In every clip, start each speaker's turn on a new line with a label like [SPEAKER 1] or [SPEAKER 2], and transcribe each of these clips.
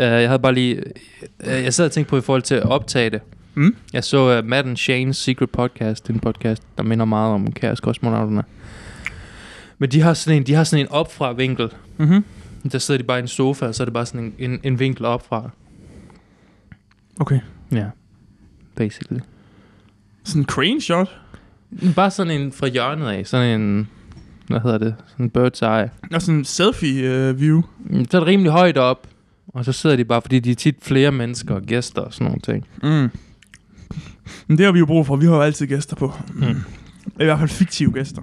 [SPEAKER 1] Øh, jeg havde bare lige... øh, Jeg sad og tænkte på i forhold til at optage det.
[SPEAKER 2] Mm?
[SPEAKER 1] Jeg så uh, Matt and Shane's Secret Podcast, det er en podcast, der minder meget om Kaos Kosmonauterne. Men de har sådan en, de har sådan en opfra vinkel.
[SPEAKER 2] Mm-hmm.
[SPEAKER 1] Der sidder de bare i en sofa, og så er det bare sådan en, en, en vinkel opfra.
[SPEAKER 2] Okay.
[SPEAKER 1] Ja, basically.
[SPEAKER 2] Sådan en crane shot?
[SPEAKER 1] Bare sådan en fra hjørnet af, sådan en, hvad hedder det, sådan en bird's eye.
[SPEAKER 2] Nå, sådan en øh, selfie-view.
[SPEAKER 1] Mm, Så er det rimelig højt op, og så sidder de bare, fordi de er tit flere mennesker og gæster og sådan nogle ting.
[SPEAKER 2] Mm. Men det har vi jo brug for. Vi har jo altid gæster på. Mm. I hvert fald fiktive gæster.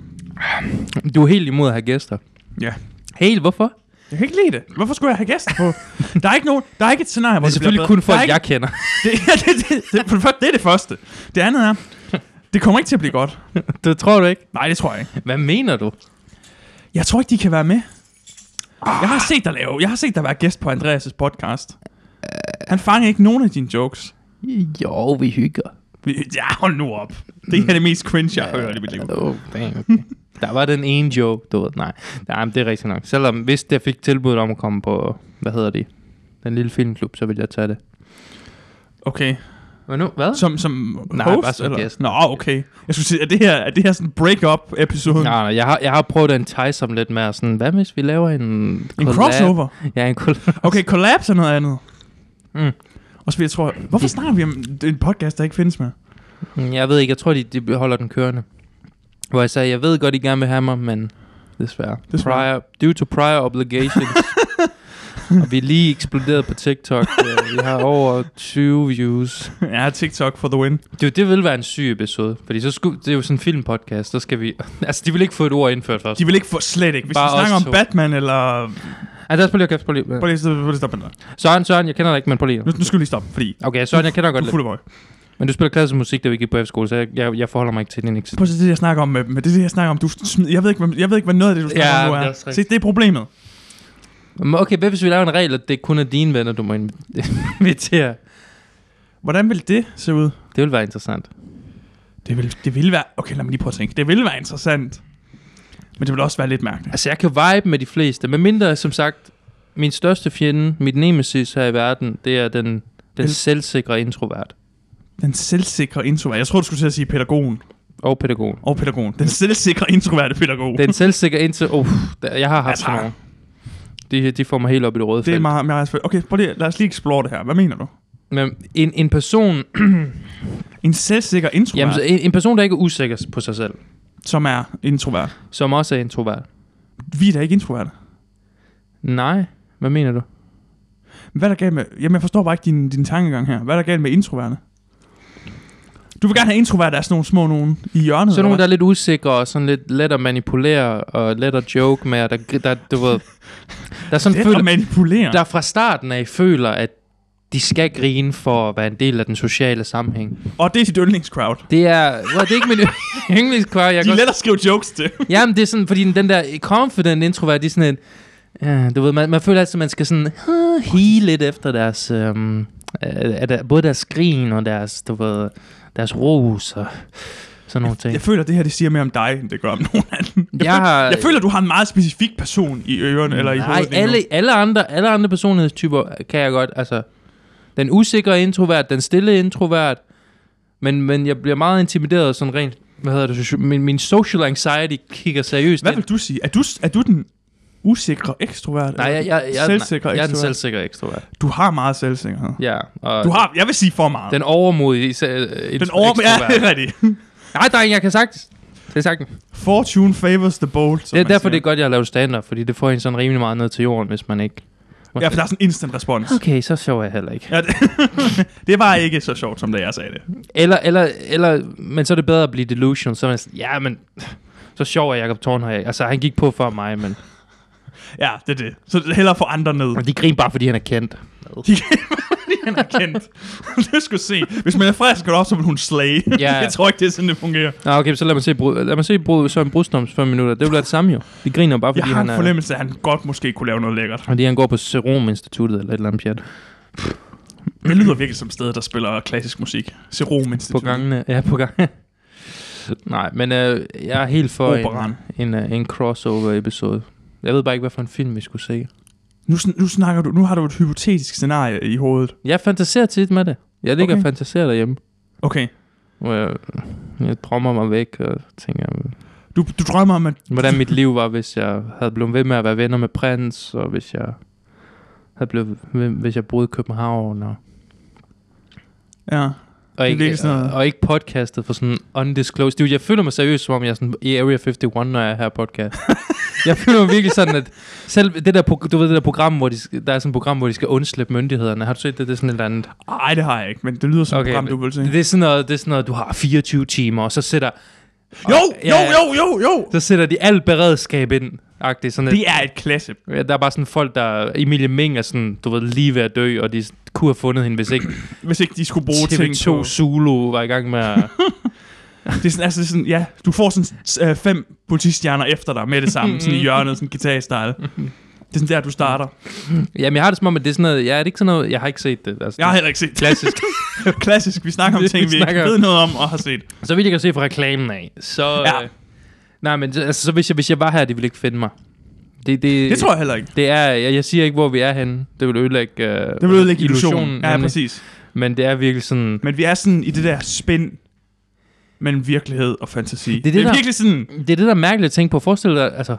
[SPEAKER 1] Du er helt imod at have gæster.
[SPEAKER 2] Ja.
[SPEAKER 1] Helt, hvorfor?
[SPEAKER 2] Jeg kan ikke lide det. Hvorfor skulle jeg have gæster på? der er ikke nogen, der er ikke et scenarie,
[SPEAKER 1] Det
[SPEAKER 2] hvor
[SPEAKER 1] er
[SPEAKER 2] det, bliver
[SPEAKER 1] selvfølgelig
[SPEAKER 2] bedre.
[SPEAKER 1] kun folk,
[SPEAKER 2] der er ikke,
[SPEAKER 1] jeg kender.
[SPEAKER 2] Det, ja, det, det, det, for det, første, det er det første. Det andet er, det kommer ikke til at blive godt.
[SPEAKER 1] Det tror du ikke.
[SPEAKER 2] Nej, det tror jeg ikke.
[SPEAKER 1] Hvad mener du?
[SPEAKER 2] Jeg tror ikke, de kan være med. Jeg har set dig lave, jeg har set dig være gæst på Andreas' podcast. Han fanger ikke nogen af dine jokes.
[SPEAKER 1] Jo, vi hygger.
[SPEAKER 2] Vi- Ja, hold nu op. Det her er det mest cringe, jeg har hørt i mit liv.
[SPEAKER 1] Oh, dang, okay. Der var den ene joke, du ved. Nej, nej men det er rigtigt nok. Selvom hvis jeg fik tilbud om at komme på, hvad hedder det, den lille filmklub, så ville jeg tage det.
[SPEAKER 2] Okay.
[SPEAKER 1] Men nu, hvad?
[SPEAKER 2] Som, som
[SPEAKER 1] Nej,
[SPEAKER 2] host,
[SPEAKER 1] bare som
[SPEAKER 2] eller?
[SPEAKER 1] gæst.
[SPEAKER 2] Nå, okay. Jeg skulle sige, er det her, er det her sådan en break-up-episode?
[SPEAKER 1] Nej, nej, jeg har, jeg har prøvet at entice ham lidt med, at sådan, hvad hvis vi laver en...
[SPEAKER 2] En
[SPEAKER 1] collab?
[SPEAKER 2] crossover?
[SPEAKER 1] Ja, en collab.
[SPEAKER 2] Okay, collapse er noget andet.
[SPEAKER 1] Mm.
[SPEAKER 2] Og så vil jeg tror, hvorfor snakker vi om en podcast, der ikke findes med?
[SPEAKER 1] Mm, Jeg ved ikke, jeg tror, de, de holder den kørende. Hvor jeg sagde, jeg ved godt, I gerne vil have mig, men desværre.
[SPEAKER 2] Desværre.
[SPEAKER 1] Prior, due to prior obligations. og vi er lige eksploderet på TikTok. Øh, Vi har over 20 views.
[SPEAKER 2] ja, TikTok for the win.
[SPEAKER 1] Det, det ville være en syg episode, fordi så skulle, det er jo sådan en filmpodcast, så skal vi... Altså, de vil ikke få et ord indført først.
[SPEAKER 2] De vil ikke få slet ikke. Hvis
[SPEAKER 1] Bare
[SPEAKER 2] Bare vi snakker
[SPEAKER 1] os to.
[SPEAKER 2] om Batman eller...
[SPEAKER 1] Ej, lad os prøve lige at kæft, prøv lige.
[SPEAKER 2] Prøv lige, så- prøv lige stoppe med det.
[SPEAKER 1] Søren, Søren, jeg kender dig ikke, men prøv lige.
[SPEAKER 2] Nu, nu skal vi lige stoppe, fordi
[SPEAKER 1] Okay, Søren, jeg kender dig
[SPEAKER 2] du
[SPEAKER 1] godt
[SPEAKER 2] er
[SPEAKER 1] lidt.
[SPEAKER 2] fuld af møg.
[SPEAKER 1] Men du spiller klassisk musik, da vi gik på F-skole, så jeg, jeg, jeg forholder mig ikke til din eksistens.
[SPEAKER 2] Prøv at se det, jeg snakker om med, med det, jeg snakker om. Du, smid- jeg, ved ikke, hvad, jeg ved ikke, hvad noget af det, du snakker
[SPEAKER 1] Ja,
[SPEAKER 2] om nu
[SPEAKER 1] det er
[SPEAKER 2] er.
[SPEAKER 1] også
[SPEAKER 2] Se,
[SPEAKER 1] rigtigt.
[SPEAKER 2] det er problemet.
[SPEAKER 1] Men Okay, hvad hvis vi laver en regel, at det kun er dine venner, du må invitere?
[SPEAKER 2] Hvordan vil det se ud?
[SPEAKER 1] Det ville være interessant.
[SPEAKER 2] Det vil, det vil være... Okay, lad mig lige prøve at tænke. Det vil være interessant. Men det vil også være lidt mærkeligt.
[SPEAKER 1] Altså, jeg kan vibe med de fleste, men mindre, som sagt, min største fjende, mit nemesis her i verden, det er den, den
[SPEAKER 2] Den-
[SPEAKER 1] selvsikre introvert
[SPEAKER 2] Den selvsikre introvert. Jeg tror, du skulle til at sige pædagogen.
[SPEAKER 1] og pædagogen.
[SPEAKER 2] Og pædagogen. Den selvsikre introverte pædagog.
[SPEAKER 1] Den selvsikre intro... Uh, der- jeg har haft
[SPEAKER 2] Altså.
[SPEAKER 1] sådan nogle. De, de får mig helt op i det røde
[SPEAKER 2] det er
[SPEAKER 1] felt.
[SPEAKER 2] meget, meget svært. Okay, prøv lige, lad os lige explore det her. Hvad mener du?
[SPEAKER 1] Men en, en person...
[SPEAKER 2] En selvsikker introvert,
[SPEAKER 1] Jamen, så en, en person, der ikke er usikker på sig selv,
[SPEAKER 2] som er introvert.
[SPEAKER 1] som også er introvert.
[SPEAKER 2] Vi er da ikke introverte.
[SPEAKER 1] Nej, hvad mener du?
[SPEAKER 2] Hvad er der galt med... Jamen, jeg forstår bare ikke din, din tankegang her. Hvad er der galt med introverte? Du vil gerne have introverte af sådan nogle små nogen i hjørnet.
[SPEAKER 1] Så
[SPEAKER 2] eller
[SPEAKER 1] nogen, der
[SPEAKER 2] hvad?
[SPEAKER 1] er lidt usikre og sådan lidt let at manipulere og let at joke med, og der, der du ved... Der er sådan
[SPEAKER 2] Let
[SPEAKER 1] føler,
[SPEAKER 2] at manipulere.
[SPEAKER 1] der fra starten af føler, at de skal grine for at være en del af den sociale sammenhæng.
[SPEAKER 2] Og det er dit yndlingscrowd.
[SPEAKER 1] Det er, well, det er ikke min yndlingskvar. Jeg kan
[SPEAKER 2] De er
[SPEAKER 1] også-
[SPEAKER 2] let at skrive jokes til.
[SPEAKER 1] Jamen, det er sådan, fordi den- den der confident introvert, de er sådan en, ja, du ved, man, man føler altid, at man skal sådan uh, hige lidt efter deres, øhm, øh, der, både deres skrin og deres, du ved, deres ros og sådan nogle ting.
[SPEAKER 2] Jeg føler, det her det siger mere om dig, end det gør om nogen anden. Jeg,
[SPEAKER 1] Jeg har-
[SPEAKER 2] føler, jeg føler, du har en meget specifik person i ørerne eller i
[SPEAKER 1] Mm. Nej,
[SPEAKER 2] hovedet. lige nu.
[SPEAKER 1] alle, alle, andre, alle andre personlighedstyper kan jeg godt, altså, den usikre introvert, den stille introvert, men, men jeg bliver meget intimideret sådan rent, hvad hedder det, soci- min, min social anxiety kigger seriøst
[SPEAKER 2] Hvad
[SPEAKER 1] ind.
[SPEAKER 2] vil du sige? Er du, er du den usikre ekstrovert?
[SPEAKER 1] Nej, jeg, jeg, jeg,
[SPEAKER 2] Selvsikker
[SPEAKER 1] nej, jeg er den
[SPEAKER 2] ekstrovert.
[SPEAKER 1] selvsikre ekstrovert.
[SPEAKER 2] Du har meget selvsikkerhed.
[SPEAKER 1] Ja, og
[SPEAKER 2] Du har, jeg vil sige for meget.
[SPEAKER 1] Den overmodige se- øh,
[SPEAKER 2] den
[SPEAKER 1] intro-
[SPEAKER 2] over... Ja,
[SPEAKER 1] ekstrovert.
[SPEAKER 2] det er rigtigt.
[SPEAKER 1] Nej, dreng, jeg kan sagtens. Det er sagtens.
[SPEAKER 2] Fortune favors the bold, som
[SPEAKER 1] Det er
[SPEAKER 2] man
[SPEAKER 1] derfor, det
[SPEAKER 2] siger.
[SPEAKER 1] er godt, jeg har lavet stand-up, fordi det får en sådan rimelig meget ned til jorden, hvis man ikke...
[SPEAKER 2] Ja, for der er sådan en instant respons.
[SPEAKER 1] Okay, så sjov er jeg heller ikke.
[SPEAKER 2] Ja, det, det var ikke så sjovt, som da jeg sagde det.
[SPEAKER 1] Eller, eller, eller, men så er det bedre at blive delusional, så er man sådan, ja, men så sjov er Jacob Thornhøj. ikke." Altså, han gik på før mig, men
[SPEAKER 2] Ja, det er det. Så det er hellere få andre ned.
[SPEAKER 1] og de griner bare, fordi han er kendt.
[SPEAKER 2] Han er kendt. du skulle se. Hvis man er frisk, går det op, så vil hun slage.
[SPEAKER 1] Ja.
[SPEAKER 2] jeg tror ikke, det er sådan, det fungerer.
[SPEAKER 1] Nå, Ah, okay, så lad mig se, Bru- lad mig se Bru- Søren Brustoms 5 minutter. Det bliver det samme jo. De griner bare,
[SPEAKER 2] Jeg
[SPEAKER 1] fordi
[SPEAKER 2] har
[SPEAKER 1] han
[SPEAKER 2] en
[SPEAKER 1] er...
[SPEAKER 2] fornemmelse, af, at han godt måske kunne lave noget lækkert.
[SPEAKER 1] Fordi han går på Serum Instituttet eller et eller andet pjat.
[SPEAKER 2] Det lyder virkelig som et sted, der spiller klassisk musik. Serum
[SPEAKER 1] På
[SPEAKER 2] Institut.
[SPEAKER 1] gangene. Ja, på gang. Nej, men øh, jeg er helt for
[SPEAKER 2] Operan.
[SPEAKER 1] en, en, øh, en crossover-episode. Jeg ved bare ikke, hvad for en film vi skulle se.
[SPEAKER 2] Nu, sn- nu, snakker du, nu har du et hypotetisk scenarie i hovedet.
[SPEAKER 1] Jeg fantaserer tit med det. Jeg ligger okay.
[SPEAKER 2] Okay.
[SPEAKER 1] og fantaserer derhjemme.
[SPEAKER 2] Okay.
[SPEAKER 1] Hvor jeg, jeg drømmer mig væk og tænker,
[SPEAKER 2] Du, du drømmer om, at...
[SPEAKER 1] hvordan mit liv var, hvis jeg havde blevet ved med at være venner med prins, og hvis jeg havde blevet ved, hvis jeg boede i København, og,
[SPEAKER 2] Ja.
[SPEAKER 1] og, ikke,
[SPEAKER 2] virkelig sådan noget.
[SPEAKER 1] og, og ikke podcastet for sådan undisclosed. Dude, jeg føler mig seriøst, som om jeg er sådan i Area 51, når jeg er her i podcast. jeg føler mig virkelig sådan, at selv det der, pro- du ved, det der program, hvor de, sk- der er sådan et program, hvor de skal undslippe myndighederne. Har du set det? Det er sådan et eller andet.
[SPEAKER 2] Ej, det har jeg ikke, men det lyder som okay,
[SPEAKER 1] Okay,
[SPEAKER 2] et program,
[SPEAKER 1] men-
[SPEAKER 2] du vil se.
[SPEAKER 1] Det er sådan noget, det er sådan noget du har 24 timer, og så sætter,
[SPEAKER 2] Jo,
[SPEAKER 1] Ja,
[SPEAKER 2] jo,
[SPEAKER 1] ja.
[SPEAKER 2] jo, jo, jo!
[SPEAKER 1] så sætter de alt beredskab ind. Agtigt, sådan
[SPEAKER 2] Det er et klasse.
[SPEAKER 1] Ja, der er bare sådan folk, der... Emilie Ming er sådan, du ved, lige ved at dø, og de kunne have fundet hende, hvis ikke
[SPEAKER 2] Hvis ikke de skulle bruge ting
[SPEAKER 1] TV2 Zulu var i gang med at...
[SPEAKER 2] Det er sådan, altså det er sådan, ja, du får sådan øh, fem politistjerner efter dig med det samme,
[SPEAKER 1] Mhm.
[SPEAKER 2] sådan i hjørnet, sådan guitar-style. Det er sådan der, du starter.
[SPEAKER 1] Jamen, jeg har det som om, at det er sådan noget... Ja, er det ikke sådan noget... Jeg har ikke set det. Altså,
[SPEAKER 2] Jeg har
[SPEAKER 1] det
[SPEAKER 2] heller ikke set det.
[SPEAKER 1] klassisk.
[SPEAKER 2] Klassisk, vi snakker om
[SPEAKER 1] Det, vi
[SPEAKER 2] ting, vi ikke
[SPEAKER 1] snakker-
[SPEAKER 2] ved noget om og har set.
[SPEAKER 1] så vidt jeg kan se fra reklamen af, så...
[SPEAKER 2] Ja.
[SPEAKER 1] Øh, nej, men så- altså, så hvis, jeg, hvis jeg var her, de ville ikke finde mig. Det, det,
[SPEAKER 2] Det tror jeg heller ikke.
[SPEAKER 1] Det er... Jeg, jeg siger ikke, hvor vi er henne. Det vil ødelægge... Øh,
[SPEAKER 2] Det vil ødelægge illusionen. Ja,
[SPEAKER 1] nemlig.
[SPEAKER 2] præcis.
[SPEAKER 1] Men det er virkelig sådan...
[SPEAKER 2] Men vi er sådan i det der spænd mellem virkelighed og fantasi. Det er,
[SPEAKER 1] det,
[SPEAKER 2] det, det er
[SPEAKER 1] der-
[SPEAKER 2] virkelig sådan,
[SPEAKER 1] Det er det, der er mærkeligt at tænke på. Forestil dig, altså...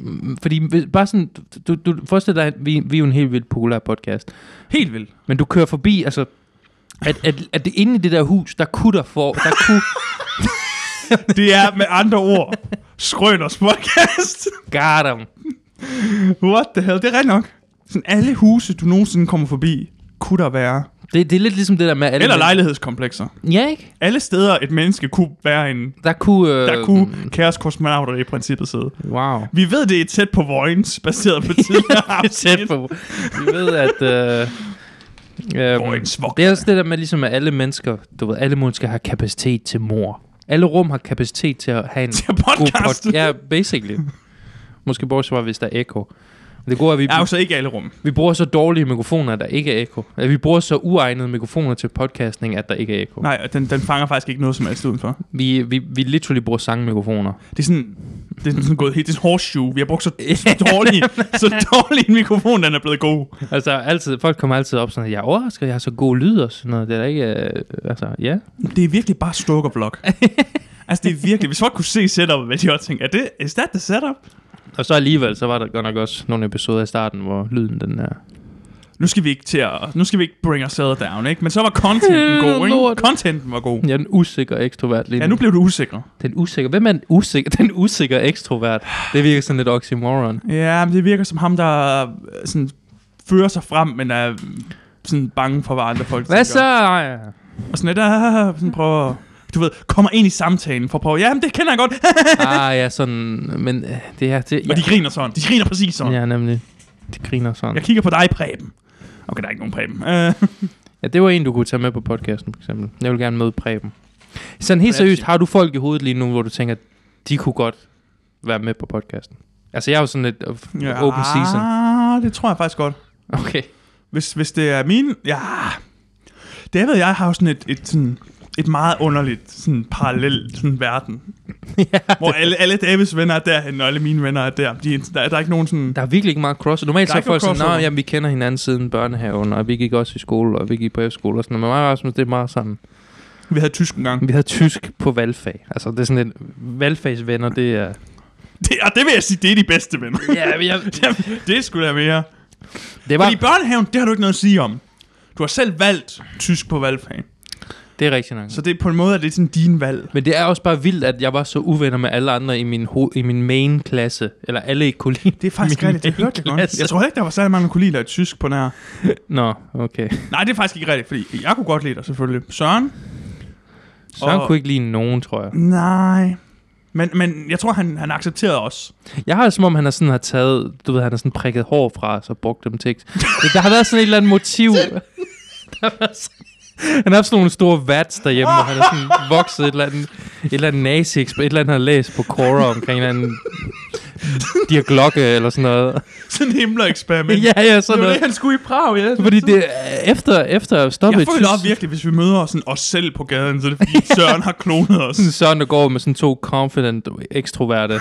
[SPEAKER 1] mm, Fordi hvis- bare sådan... Du, du, forestil dig, at vi, vi er jo en helt vildt populær podcast.
[SPEAKER 2] helt vildt.
[SPEAKER 1] Men du kører forbi, altså... At, at, at det inde i det der hus, der kunne der for... Der kunne...
[SPEAKER 2] Det er med andre ord, Skrøners podcast.
[SPEAKER 1] God damn.
[SPEAKER 2] What the hell, det er rigtigt nok. Sådan alle huse, du nogensinde kommer forbi, kunne der være.
[SPEAKER 1] Det, det er lidt ligesom det der med... Alle
[SPEAKER 2] Eller lejlighedskomplekser.
[SPEAKER 1] Ja, ikke?
[SPEAKER 2] Alle steder, et menneske kunne være en...
[SPEAKER 1] Der kunne... Øh,
[SPEAKER 2] Der kunne kaoskosmonauter i princippet sidde.
[SPEAKER 1] Wow.
[SPEAKER 2] Vi ved, det er tæt på Vojens, baseret på tidligere
[SPEAKER 1] Tæt
[SPEAKER 2] afsnit.
[SPEAKER 1] på. Vi ved, at... Øh, øh,
[SPEAKER 2] Vojens, fuck.
[SPEAKER 1] det er også det der med, ligesom at alle mennesker... Du ved, alle mennesker har kapacitet til mor. Alle rum har kapacitet til at have en
[SPEAKER 2] Til podcast.
[SPEAKER 1] pod- Ja, basically. Måske bortset fra, hvis der er ekko. Men Det gode er, at vi,
[SPEAKER 2] Ja, jo, så ikke alle rum.
[SPEAKER 1] vi bruger så dårlige mikrofoner, at der ikke er ekko. At vi bruger så uegnede mikrofoner til podcasting, at der ikke er ekko.
[SPEAKER 2] Nej, og den, den fanger faktisk ikke noget som helst udenfor.
[SPEAKER 1] Vi, vi, vi literally bruger sangmikrofoner.
[SPEAKER 2] Det er sådan, det er sådan gået helt, det er sådan horseshoe. Vi har brugt så, så dårlig, så dårlig en mikrofon, den er blevet god.
[SPEAKER 1] Altså, altid, folk kommer altid op sådan, at jeg er overrasket, jeg har så god lyd og sådan noget. Det er da ikke... Øh, altså, ja.
[SPEAKER 2] Det er virkelig bare stalkerblok. altså, det er virkelig, hvis folk kunne se setupet, hvad de også tænker, er det, is that the setup?
[SPEAKER 1] Og så alligevel, så var der godt nok også nogle episoder i starten, hvor lyden den er...
[SPEAKER 2] Nu skal vi ikke til at, nu skal vi ikke bring ourselves down, ikke? Men så var contenten god,
[SPEAKER 1] Lort.
[SPEAKER 2] ikke? Contenten var god.
[SPEAKER 1] Jeg er en usikker ekstrovert lige
[SPEAKER 2] Ja, nu blev du usikker.
[SPEAKER 1] Den usikker... Hvem er en usikker... Den usikre ekstrovert. Det virker sådan lidt oxymoron.
[SPEAKER 2] Ja, men det virker som ham, der øh, sådan, fører sig frem, men er øh, sådan bange for, hvad andre folk
[SPEAKER 1] Hvad
[SPEAKER 2] tænker.
[SPEAKER 1] så? Ej,
[SPEAKER 2] Og sådan lidt, ah, sådan prøver at- du ved, kommer ind i samtalen for at prøve, ja, men det kender jeg godt.
[SPEAKER 1] Ah, ja, sådan... Men øh, det her... Det,
[SPEAKER 2] Og de griner sådan, de griner præcis sådan.
[SPEAKER 1] ja, ja, nemlig. De griner sådan.
[SPEAKER 2] Jeg kigger på dig, Preben. Okay, der er ikke nogen Preben. Øh,
[SPEAKER 1] Ja, det var en, du kunne tage med på podcasten, for eksempel. Jeg vil gerne møde Preben. Sådan helt
[SPEAKER 2] Præcis.
[SPEAKER 1] seriøst, har du folk i hovedet lige nu, hvor du tænker, de kunne godt være med på podcasten? Altså, jeg er jo sådan lidt uh, open season.
[SPEAKER 2] Ah, det tror jeg faktisk godt.
[SPEAKER 1] Okay.
[SPEAKER 2] Hvis, hvis det er mine, ja... David og jeg har jo sådan et, et, sådan, et meget underligt sådan parallelt sådan verden. ja, hvor alle, alle Davids venner er derhen, og alle mine venner er der. De, er- der, der er ikke nogen sådan...
[SPEAKER 1] Der er virkelig ikke meget cross. Normalt
[SPEAKER 2] Der er
[SPEAKER 1] så er
[SPEAKER 2] ikke
[SPEAKER 1] folk
[SPEAKER 2] noget
[SPEAKER 1] sådan,
[SPEAKER 2] crossover.
[SPEAKER 1] at jamen, vi kender hinanden siden børnehaven, og vi gik også i skole, og vi gik på efterskole og sådan noget. Men mig og Rasmus, det er meget sådan.
[SPEAKER 2] Vi havde tysk engang.
[SPEAKER 1] Vi havde tysk på valgfag. Altså, det er sådan lidt, valgfagsvenner, det er...
[SPEAKER 2] Det, og det vil jeg sige, det er de bedste venner.
[SPEAKER 1] Ja, jeg,
[SPEAKER 2] det skulle da mere.
[SPEAKER 1] det, var,
[SPEAKER 2] Fordi børnehaven, det har du ikke noget at sige om. Du har selv valgt tysk på valgfag.
[SPEAKER 1] det er rigtigt nok.
[SPEAKER 2] Så det, på en måde er det sådan din valg.
[SPEAKER 1] Men det er også bare vildt, at jeg var så uvenner med alle andre i min, ho- i min main-klasse. Eller alle ikke kunne lide
[SPEAKER 2] Det er faktisk
[SPEAKER 1] min
[SPEAKER 2] rigtigt, det hørte jeg godt.
[SPEAKER 1] main-klasse.
[SPEAKER 2] Jeg tror heller ikke, der var særlig mange kolleger i tysk på nær.
[SPEAKER 1] Nå, okay.
[SPEAKER 2] Nej, det er faktisk ikke rigtigt, fordi jeg kunne godt lide dig selvfølgelig. Søren?
[SPEAKER 1] Søren
[SPEAKER 2] Og-
[SPEAKER 1] kunne ikke lide nogen, tror jeg.
[SPEAKER 2] Nej. Men, men jeg tror, han, han accepterede os.
[SPEAKER 1] Jeg har det som om, han har sådan har taget, du ved, han har sådan prikket hår fra os og brugt dem til eks- Der har været sådan et eller andet motiv. der har været sådan, han har haft sådan nogle store vats derhjemme, hvor han har sådan vokset et eller andet, et eller andet nazi et eller andet, han har læst på Quora omkring en eller anden diaglokke eller sådan noget.
[SPEAKER 2] Sådan en himler eksperiment.
[SPEAKER 1] ja, ja,
[SPEAKER 2] det
[SPEAKER 1] sådan
[SPEAKER 2] var
[SPEAKER 1] noget.
[SPEAKER 2] det, han skulle i Prag, ja.
[SPEAKER 1] Fordi det, efter, efter stoppet...
[SPEAKER 2] jeg føler op virkelig, hvis vi møder sådan os selv på gaden, så er det fordi Søren har klonet os.
[SPEAKER 1] Søren, der går med sådan to confident ekstroverte.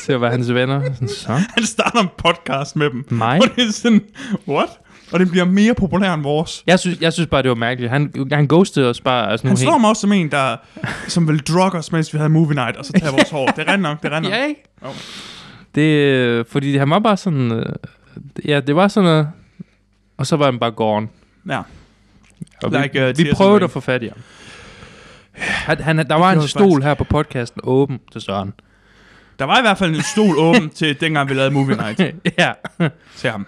[SPEAKER 1] til at være hans venner. Sådan, så?
[SPEAKER 2] Han starter en podcast med dem.
[SPEAKER 1] Mig?
[SPEAKER 2] Og det er sådan, what? Og den bliver mere populær end vores.
[SPEAKER 1] Jeg synes, jeg synes bare, det var mærkeligt. Han, han ghostede os bare. Altså,
[SPEAKER 2] Han slår mig også som en, der som vil drogge os, mens vi havde movie night, og så tage vores hår. Det er rent nok, det er rent nok.
[SPEAKER 1] Ja, ikke?
[SPEAKER 2] Ah, Jo.
[SPEAKER 1] Det, øh, fordi han var bare sådan... Øh, ja, det var sådan noget... Og så var han bare gone.
[SPEAKER 2] Ja.
[SPEAKER 1] Og
[SPEAKER 2] Like,
[SPEAKER 1] vi,
[SPEAKER 2] uh,
[SPEAKER 1] vi
[SPEAKER 2] Tears in
[SPEAKER 1] prøvede
[SPEAKER 2] the
[SPEAKER 1] at få fat i ham. Han, han, der var en
[SPEAKER 2] gjorde
[SPEAKER 1] stol
[SPEAKER 2] faktisk.
[SPEAKER 1] her på podcasten åben til Søren.
[SPEAKER 2] Der var i hvert fald en stol åben til dengang, vi lavede movie night
[SPEAKER 1] ja.
[SPEAKER 2] til ham.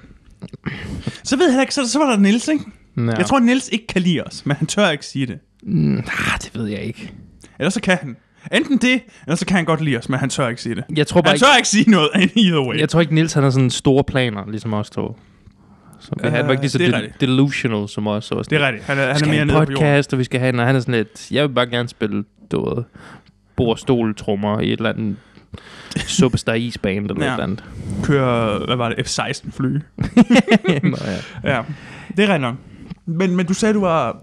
[SPEAKER 2] Så ved jeg heller ikke, så, så var der Nils, ikke?
[SPEAKER 1] Nå.
[SPEAKER 2] Jeg tror, Nils ikke kan lide os, men han tør ikke sige det.
[SPEAKER 1] Mm, ah, det ved jeg ikke.
[SPEAKER 2] Eller så kan han. Enten det, eller så kan han godt lide os, men han tør ikke sige det.
[SPEAKER 1] Jeg tror bare
[SPEAKER 2] Han
[SPEAKER 1] ikke,
[SPEAKER 2] tør ikke sige noget either way.
[SPEAKER 1] jeg tror ikke, Nils han har sådan store planer, ligesom os to. Så, men han var
[SPEAKER 2] Øh,
[SPEAKER 1] ikke lige så
[SPEAKER 2] det er
[SPEAKER 1] de-
[SPEAKER 2] rigtigt.
[SPEAKER 1] delusional som os. Så var sådan,
[SPEAKER 2] Det er rigtigt. Han er, han
[SPEAKER 1] skal
[SPEAKER 2] er mere
[SPEAKER 1] have en
[SPEAKER 2] nede på jorden.
[SPEAKER 1] podcast, og vi skal have en, og han er sådan lidt, jeg vil bare gerne spille, du ved, bordstoltrummer i et eller andet Superstar Isband eller
[SPEAKER 2] Ja.
[SPEAKER 1] noget andet.
[SPEAKER 2] Kører, hvad var det, F-16 fly.
[SPEAKER 1] Nå, ja.
[SPEAKER 2] Ja, det er rigtigt nok. Men, men du sagde, du var...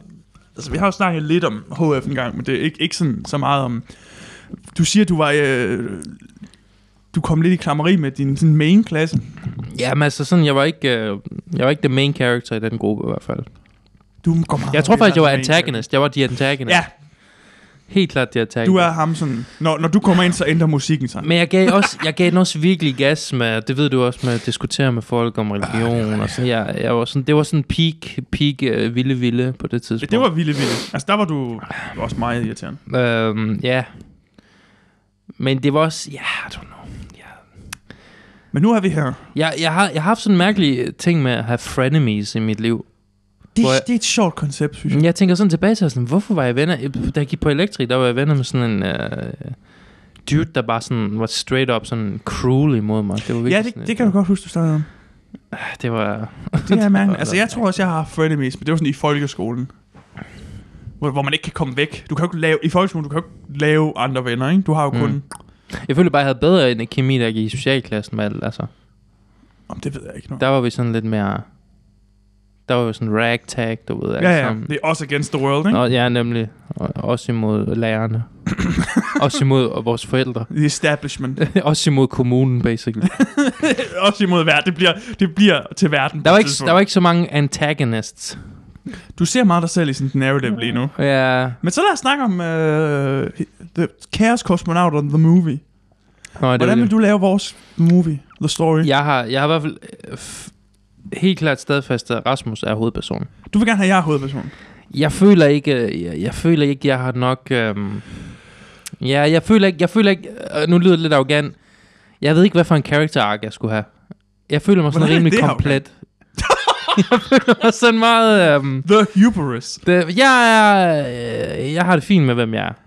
[SPEAKER 2] Altså, vi har jo snakket lidt om HF en gang, men det er ikke, ikke sådan, så meget om... Du siger, du var... Øh, du kom lidt i klammeri med din sådan main-klasse.
[SPEAKER 1] Jamen altså sådan, jeg var ikke, øh, jeg var ikke the main character i den gruppe i hvert fald.
[SPEAKER 2] Du går meget
[SPEAKER 1] Jeg tror
[SPEAKER 2] op i
[SPEAKER 1] faktisk, jeg var
[SPEAKER 2] main
[SPEAKER 1] antagonist. Jeg var de antagonist.
[SPEAKER 2] character.
[SPEAKER 1] Helt klart de
[SPEAKER 2] Ja,
[SPEAKER 1] antagonist.
[SPEAKER 2] du er ham sådan... Når, når du kommer ind, så ændrer musikken sig.
[SPEAKER 1] Men jeg gav, også, jeg gav den også virkelig gas med, det ved du også, med at diskutere med folk om
[SPEAKER 2] Ah,
[SPEAKER 1] religion. og sådan. Jeg, jeg var sådan, det var sådan peak, peak øh, vilde vilde på det tidspunkt.
[SPEAKER 2] Det var vilde, vilde. Altså, der var du du var også meget irriterende.
[SPEAKER 1] Øhm, ja. Men det var også... Ja, I don't know.
[SPEAKER 2] Men nu er vi her.
[SPEAKER 1] Jeg, jeg, har, jeg har haft sådan en mærkelig øh, ting med at have frenemies i mit liv.
[SPEAKER 2] Det,
[SPEAKER 1] Hvor jeg-
[SPEAKER 2] det er et sjovt koncept, synes jeg.
[SPEAKER 1] Men Jeg tænker sådan tilbage til, sådan, hvorfor var jeg venner... Øh, Da jeg gik på elektrik, der var jeg venner med sådan en... Øh, dude, der bare sådan var straight up sådan cruel imod mig. Det var
[SPEAKER 2] Ja,
[SPEAKER 1] virkelig
[SPEAKER 2] det,
[SPEAKER 1] sådan,
[SPEAKER 2] det kan du godt huske, du snakkede om.
[SPEAKER 1] godt. Det var...
[SPEAKER 2] Det er mærkeligt.
[SPEAKER 1] var
[SPEAKER 2] Altså, jeg tror også, jeg har haft frenemies, men det var sådan i folkeskolen. Hvor, hvor man ikke kan komme væk. Du kan jo ikke lave, I folkeskolen, du kan jo ikke lave andre venner, ikke? Du har jo
[SPEAKER 1] Mm.
[SPEAKER 2] kun... Mm.
[SPEAKER 1] Jeg følte bare, jeg havde bedre end kemi, der gik i socialklassen med alt, altså.
[SPEAKER 2] Om, det ved jeg ikke noget.
[SPEAKER 1] Der var vi sådan lidt mere... Der var jo sådan ragtag, du ved.
[SPEAKER 2] ja,
[SPEAKER 1] alle
[SPEAKER 2] ja.
[SPEAKER 1] sammen.
[SPEAKER 2] Det er også against the world, ikke?
[SPEAKER 1] Nå, ja, nemlig. Og, også imod lærerne. også imod vores forældre.
[SPEAKER 2] The establishment.
[SPEAKER 1] også imod kommunen, basically.
[SPEAKER 2] også imod verden. Det bliver, det bliver til verden. på
[SPEAKER 1] Der var,
[SPEAKER 2] et
[SPEAKER 1] ikke,
[SPEAKER 2] tidspunkt.
[SPEAKER 1] der var ikke så mange antagonists.
[SPEAKER 2] Du ser meget dig selv i sådan et narrative lige nu.
[SPEAKER 1] Ja.
[SPEAKER 2] Men så lad os snakke om uh, The Chaos Cosmonaut on the Movie.
[SPEAKER 1] Nå, det
[SPEAKER 2] Hvordan
[SPEAKER 1] var
[SPEAKER 2] vil
[SPEAKER 1] det.
[SPEAKER 2] du lave vores movie, The Story?
[SPEAKER 1] Jeg har, jeg har i hvert fald øh, f- helt klart stadfæstet, at Rasmus er hovedpersonen.
[SPEAKER 2] Du vil gerne have, at jeg er hovedpersonen.
[SPEAKER 1] Jeg føler ikke, øh, jeg, jeg føler ikke, jeg har nok... Øhm, ja, jeg føler ikke, jeg føler ikke... Øh, nu lyder det lidt arrogant. Jeg ved ikke, hvad for en character arc jeg skulle have. Jeg føler mig sådan
[SPEAKER 2] Hvordan er
[SPEAKER 1] rimelig
[SPEAKER 2] det arrogant?
[SPEAKER 1] komplet. jeg føler mig sådan meget... Øhm,
[SPEAKER 2] The Hubris.
[SPEAKER 1] Det, jeg, er, øh, jeg har det fint med, hvem jeg er.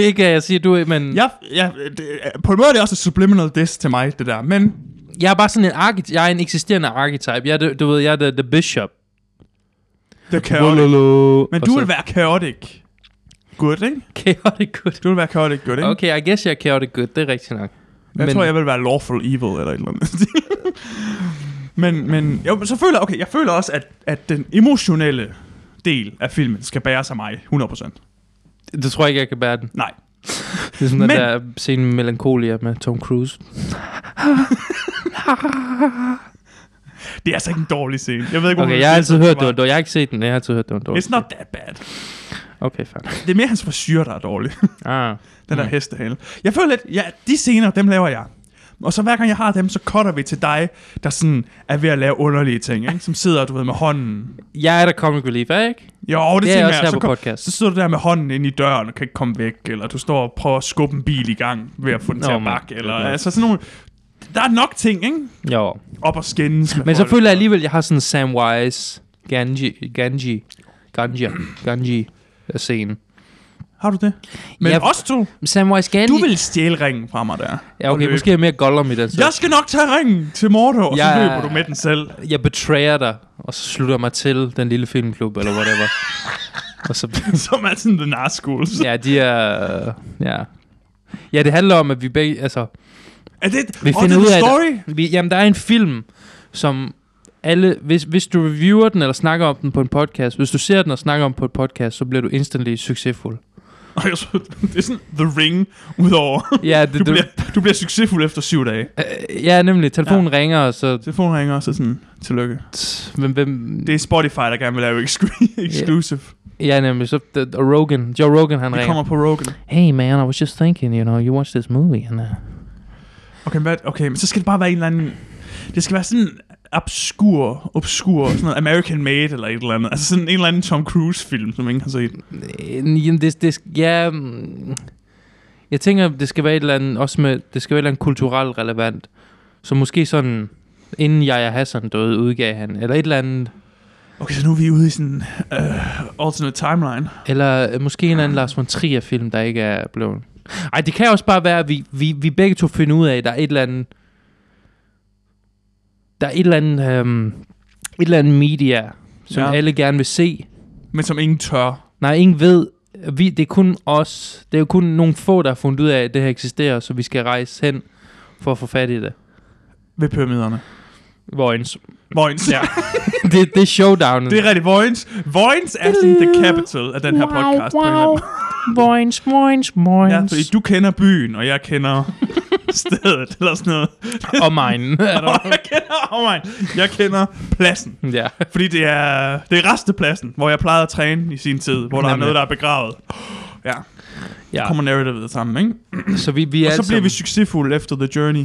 [SPEAKER 1] ikke at jeg siger, du er, men jeg,
[SPEAKER 2] Jeg, jeg, det, øh, på en måde er det også et subliminal diss til mig, det der. Men
[SPEAKER 1] jeg er bare sådan en arket, jeg er en eksisterende archetype. Jeg er, the- du ved, jeg er the, the bishop.
[SPEAKER 2] det er chaotic.
[SPEAKER 1] Wololo.
[SPEAKER 2] Men
[SPEAKER 1] Og
[SPEAKER 2] du
[SPEAKER 1] så-
[SPEAKER 2] vil være chaotic. Good, ikke?
[SPEAKER 1] Chaotic good.
[SPEAKER 2] Du vil være chaotic good, ikke? Okay,
[SPEAKER 1] Okay, I guess jeg er chaotic good, det er rigtigt nok.
[SPEAKER 2] jeg tror, jeg vil være lawful evil eller et eller andet. men, men, jo, men så føler, okay, jeg føler også, at, at den emotionelle del af filmen skal bære sig mig 100%.
[SPEAKER 1] Det tror jeg ikke, jeg kan bære den.
[SPEAKER 2] Nej.
[SPEAKER 1] Det er sådan men...
[SPEAKER 2] Men-
[SPEAKER 1] den der scene med Melancholia med Tom Cruise.
[SPEAKER 2] Det er altså ikke en dårlig scene. Jeg ved ikke, hvor
[SPEAKER 1] Okay,
[SPEAKER 2] man
[SPEAKER 1] jeg har altid
[SPEAKER 2] siger, at
[SPEAKER 1] hørt, det var
[SPEAKER 2] var-
[SPEAKER 1] dårligt. Jeg har ikke set den, jeg har altid hørt, det var dårligt.
[SPEAKER 2] It's not that bad.
[SPEAKER 1] Okay, fair.
[SPEAKER 2] Det er mere hans frisyr, der er dårlig.
[SPEAKER 1] Ah.
[SPEAKER 2] Den der
[SPEAKER 1] Mm.
[SPEAKER 2] hestehale. Jeg føler lidt, ja, de scener, dem laver jeg. Og så hver gang jeg har dem, så cutter vi til dig, der sådan er ved at lave underlige ting, ikke? Som sidder, du ved, med hånden.
[SPEAKER 1] Jeg er der comic relief, er jeg ikke?
[SPEAKER 2] Jo, det,
[SPEAKER 1] Det er
[SPEAKER 2] tænker
[SPEAKER 1] jeg også her
[SPEAKER 2] så,
[SPEAKER 1] på
[SPEAKER 2] kom-
[SPEAKER 1] podcast.
[SPEAKER 2] så sidder du der med hånden ind i døren og kan ikke komme væk, eller du står og prøver at skubbe en bil i gang ved at få den til
[SPEAKER 1] Nå,
[SPEAKER 2] at
[SPEAKER 1] men-
[SPEAKER 2] bakke, eller
[SPEAKER 1] okay.
[SPEAKER 2] altså sådan nogle... Der er nok ting, ikke?
[SPEAKER 1] Jo.
[SPEAKER 2] Op og skændes med
[SPEAKER 1] Men så
[SPEAKER 2] folk.
[SPEAKER 1] føler jeg alligevel, at jeg har sådan Samwise, Ganji, Ganji, Ganji, Ganji scene.
[SPEAKER 2] Har du det? Men
[SPEAKER 1] Ja,
[SPEAKER 2] ja, også to.
[SPEAKER 1] Samwise Ganji...
[SPEAKER 2] Du vil stjæle ringen fra mig der.
[SPEAKER 1] Ja,
[SPEAKER 2] Og
[SPEAKER 1] okay,
[SPEAKER 2] løbe.
[SPEAKER 1] måske er jeg mere Gollum i den så.
[SPEAKER 2] Jeg skal nok tage ringen til Mordo, og så
[SPEAKER 1] Jeg-
[SPEAKER 2] løber du med den selv.
[SPEAKER 1] Jeg betrayer dig, og så slutter mig til den lille filmklub, eller whatever. og så...
[SPEAKER 2] Som er sådan the narschools.
[SPEAKER 1] Ja, de er... øh, Ja. Ja, det handler om, at vi begge... Altså,
[SPEAKER 2] Er det,
[SPEAKER 1] vi
[SPEAKER 2] Åh,
[SPEAKER 1] finder
[SPEAKER 2] det er
[SPEAKER 1] ud af...
[SPEAKER 2] The
[SPEAKER 1] at-
[SPEAKER 2] Story?
[SPEAKER 1] Vi, jamen, der er en film, som alle... Hvis, hvis du reviewer den, eller snakker om den på en podcast, hvis du ser den og snakker om den på en podcast, så bliver du instantly succesfuld.
[SPEAKER 2] Og jeg så, det er sådan The Ring udover.
[SPEAKER 1] Ja, det-
[SPEAKER 2] du,
[SPEAKER 1] det-
[SPEAKER 2] bliver, du bliver succesfuld efter syv dage.
[SPEAKER 1] Øh, ja, nemlig. Telefonen ja. ringer, og så...
[SPEAKER 2] Telefonen ringer også sådan, tillykke.
[SPEAKER 1] Tss, Hvem, hvem,
[SPEAKER 2] Det er Spotify, der gerne vil lave exclu- exclusive. Yeah.
[SPEAKER 1] ja, nemlig. Så, d- d- Rogan. Joe Rogan, han
[SPEAKER 2] Det
[SPEAKER 1] ringer.
[SPEAKER 2] kommer på Rogan.
[SPEAKER 1] Hey, man, I was just thinking, you know, you watched this movie, and... Uh,
[SPEAKER 2] Okay, hvad, okay, men så skal det bare være en eller anden... Det skal være sådan obskur, obskur, sådan noget American Made eller et eller andet. Altså sådan en eller anden Tom Cruise-film, som ingen har set.
[SPEAKER 1] Øh, Jamen, det, det, ja, mm, jeg tænker, det skal være et eller andet, også med, det skal være et eller andet kulturelt relevant. Så måske sådan, inden Jaja Hassan døde, udgav han, eller et eller andet,
[SPEAKER 2] Okay, så nu er vi ude i sådan uh, alternate timeline.
[SPEAKER 1] eller øh, måske en eller anden Lars von Trier-film, der ikke er blevet. Ej, det kan også bare være, at vi, vi, vi begge to finder ud af, at der er et eller andet, der er et eller andet, øhm, et eller andet media, som
[SPEAKER 2] Ja.
[SPEAKER 1] ja. alle gerne vil se,
[SPEAKER 2] Men som ingen tør.
[SPEAKER 1] Nej, ingen ved. Vi, det er kun os. Det er jo kun nogle få, der har fundet ud af, at det her eksisterer, så vi skal rejse hen for at få fat i det.
[SPEAKER 2] Ved pyramiderne.
[SPEAKER 1] Vojens.
[SPEAKER 2] Vojens. Ja.
[SPEAKER 1] det, det er showdownen.
[SPEAKER 2] det er rigtigt. Vojens. Vojens er sådan the capital af den her podcast. På en eller anden.
[SPEAKER 1] Vojens, Vojens,
[SPEAKER 2] Ja,
[SPEAKER 1] Vojens.
[SPEAKER 2] fordi du kender byen, og jeg kender stedet, eller sådan noget.
[SPEAKER 1] Og mine.
[SPEAKER 2] Og jeg kender, oh my, jeg kender pladsen.
[SPEAKER 1] ja.
[SPEAKER 2] Fordi det er, det er restepladsen, hvor jeg plejede at træne i sin tid, hvor der er
[SPEAKER 1] Nemlig.
[SPEAKER 2] noget, der er begravet. Ja,
[SPEAKER 1] ja.
[SPEAKER 2] kommer narrativet sammen, ikke?
[SPEAKER 1] Så vi, vi er
[SPEAKER 2] Og så
[SPEAKER 1] alle
[SPEAKER 2] bliver vi
[SPEAKER 1] sammen-
[SPEAKER 2] succesfulde efter The Journey,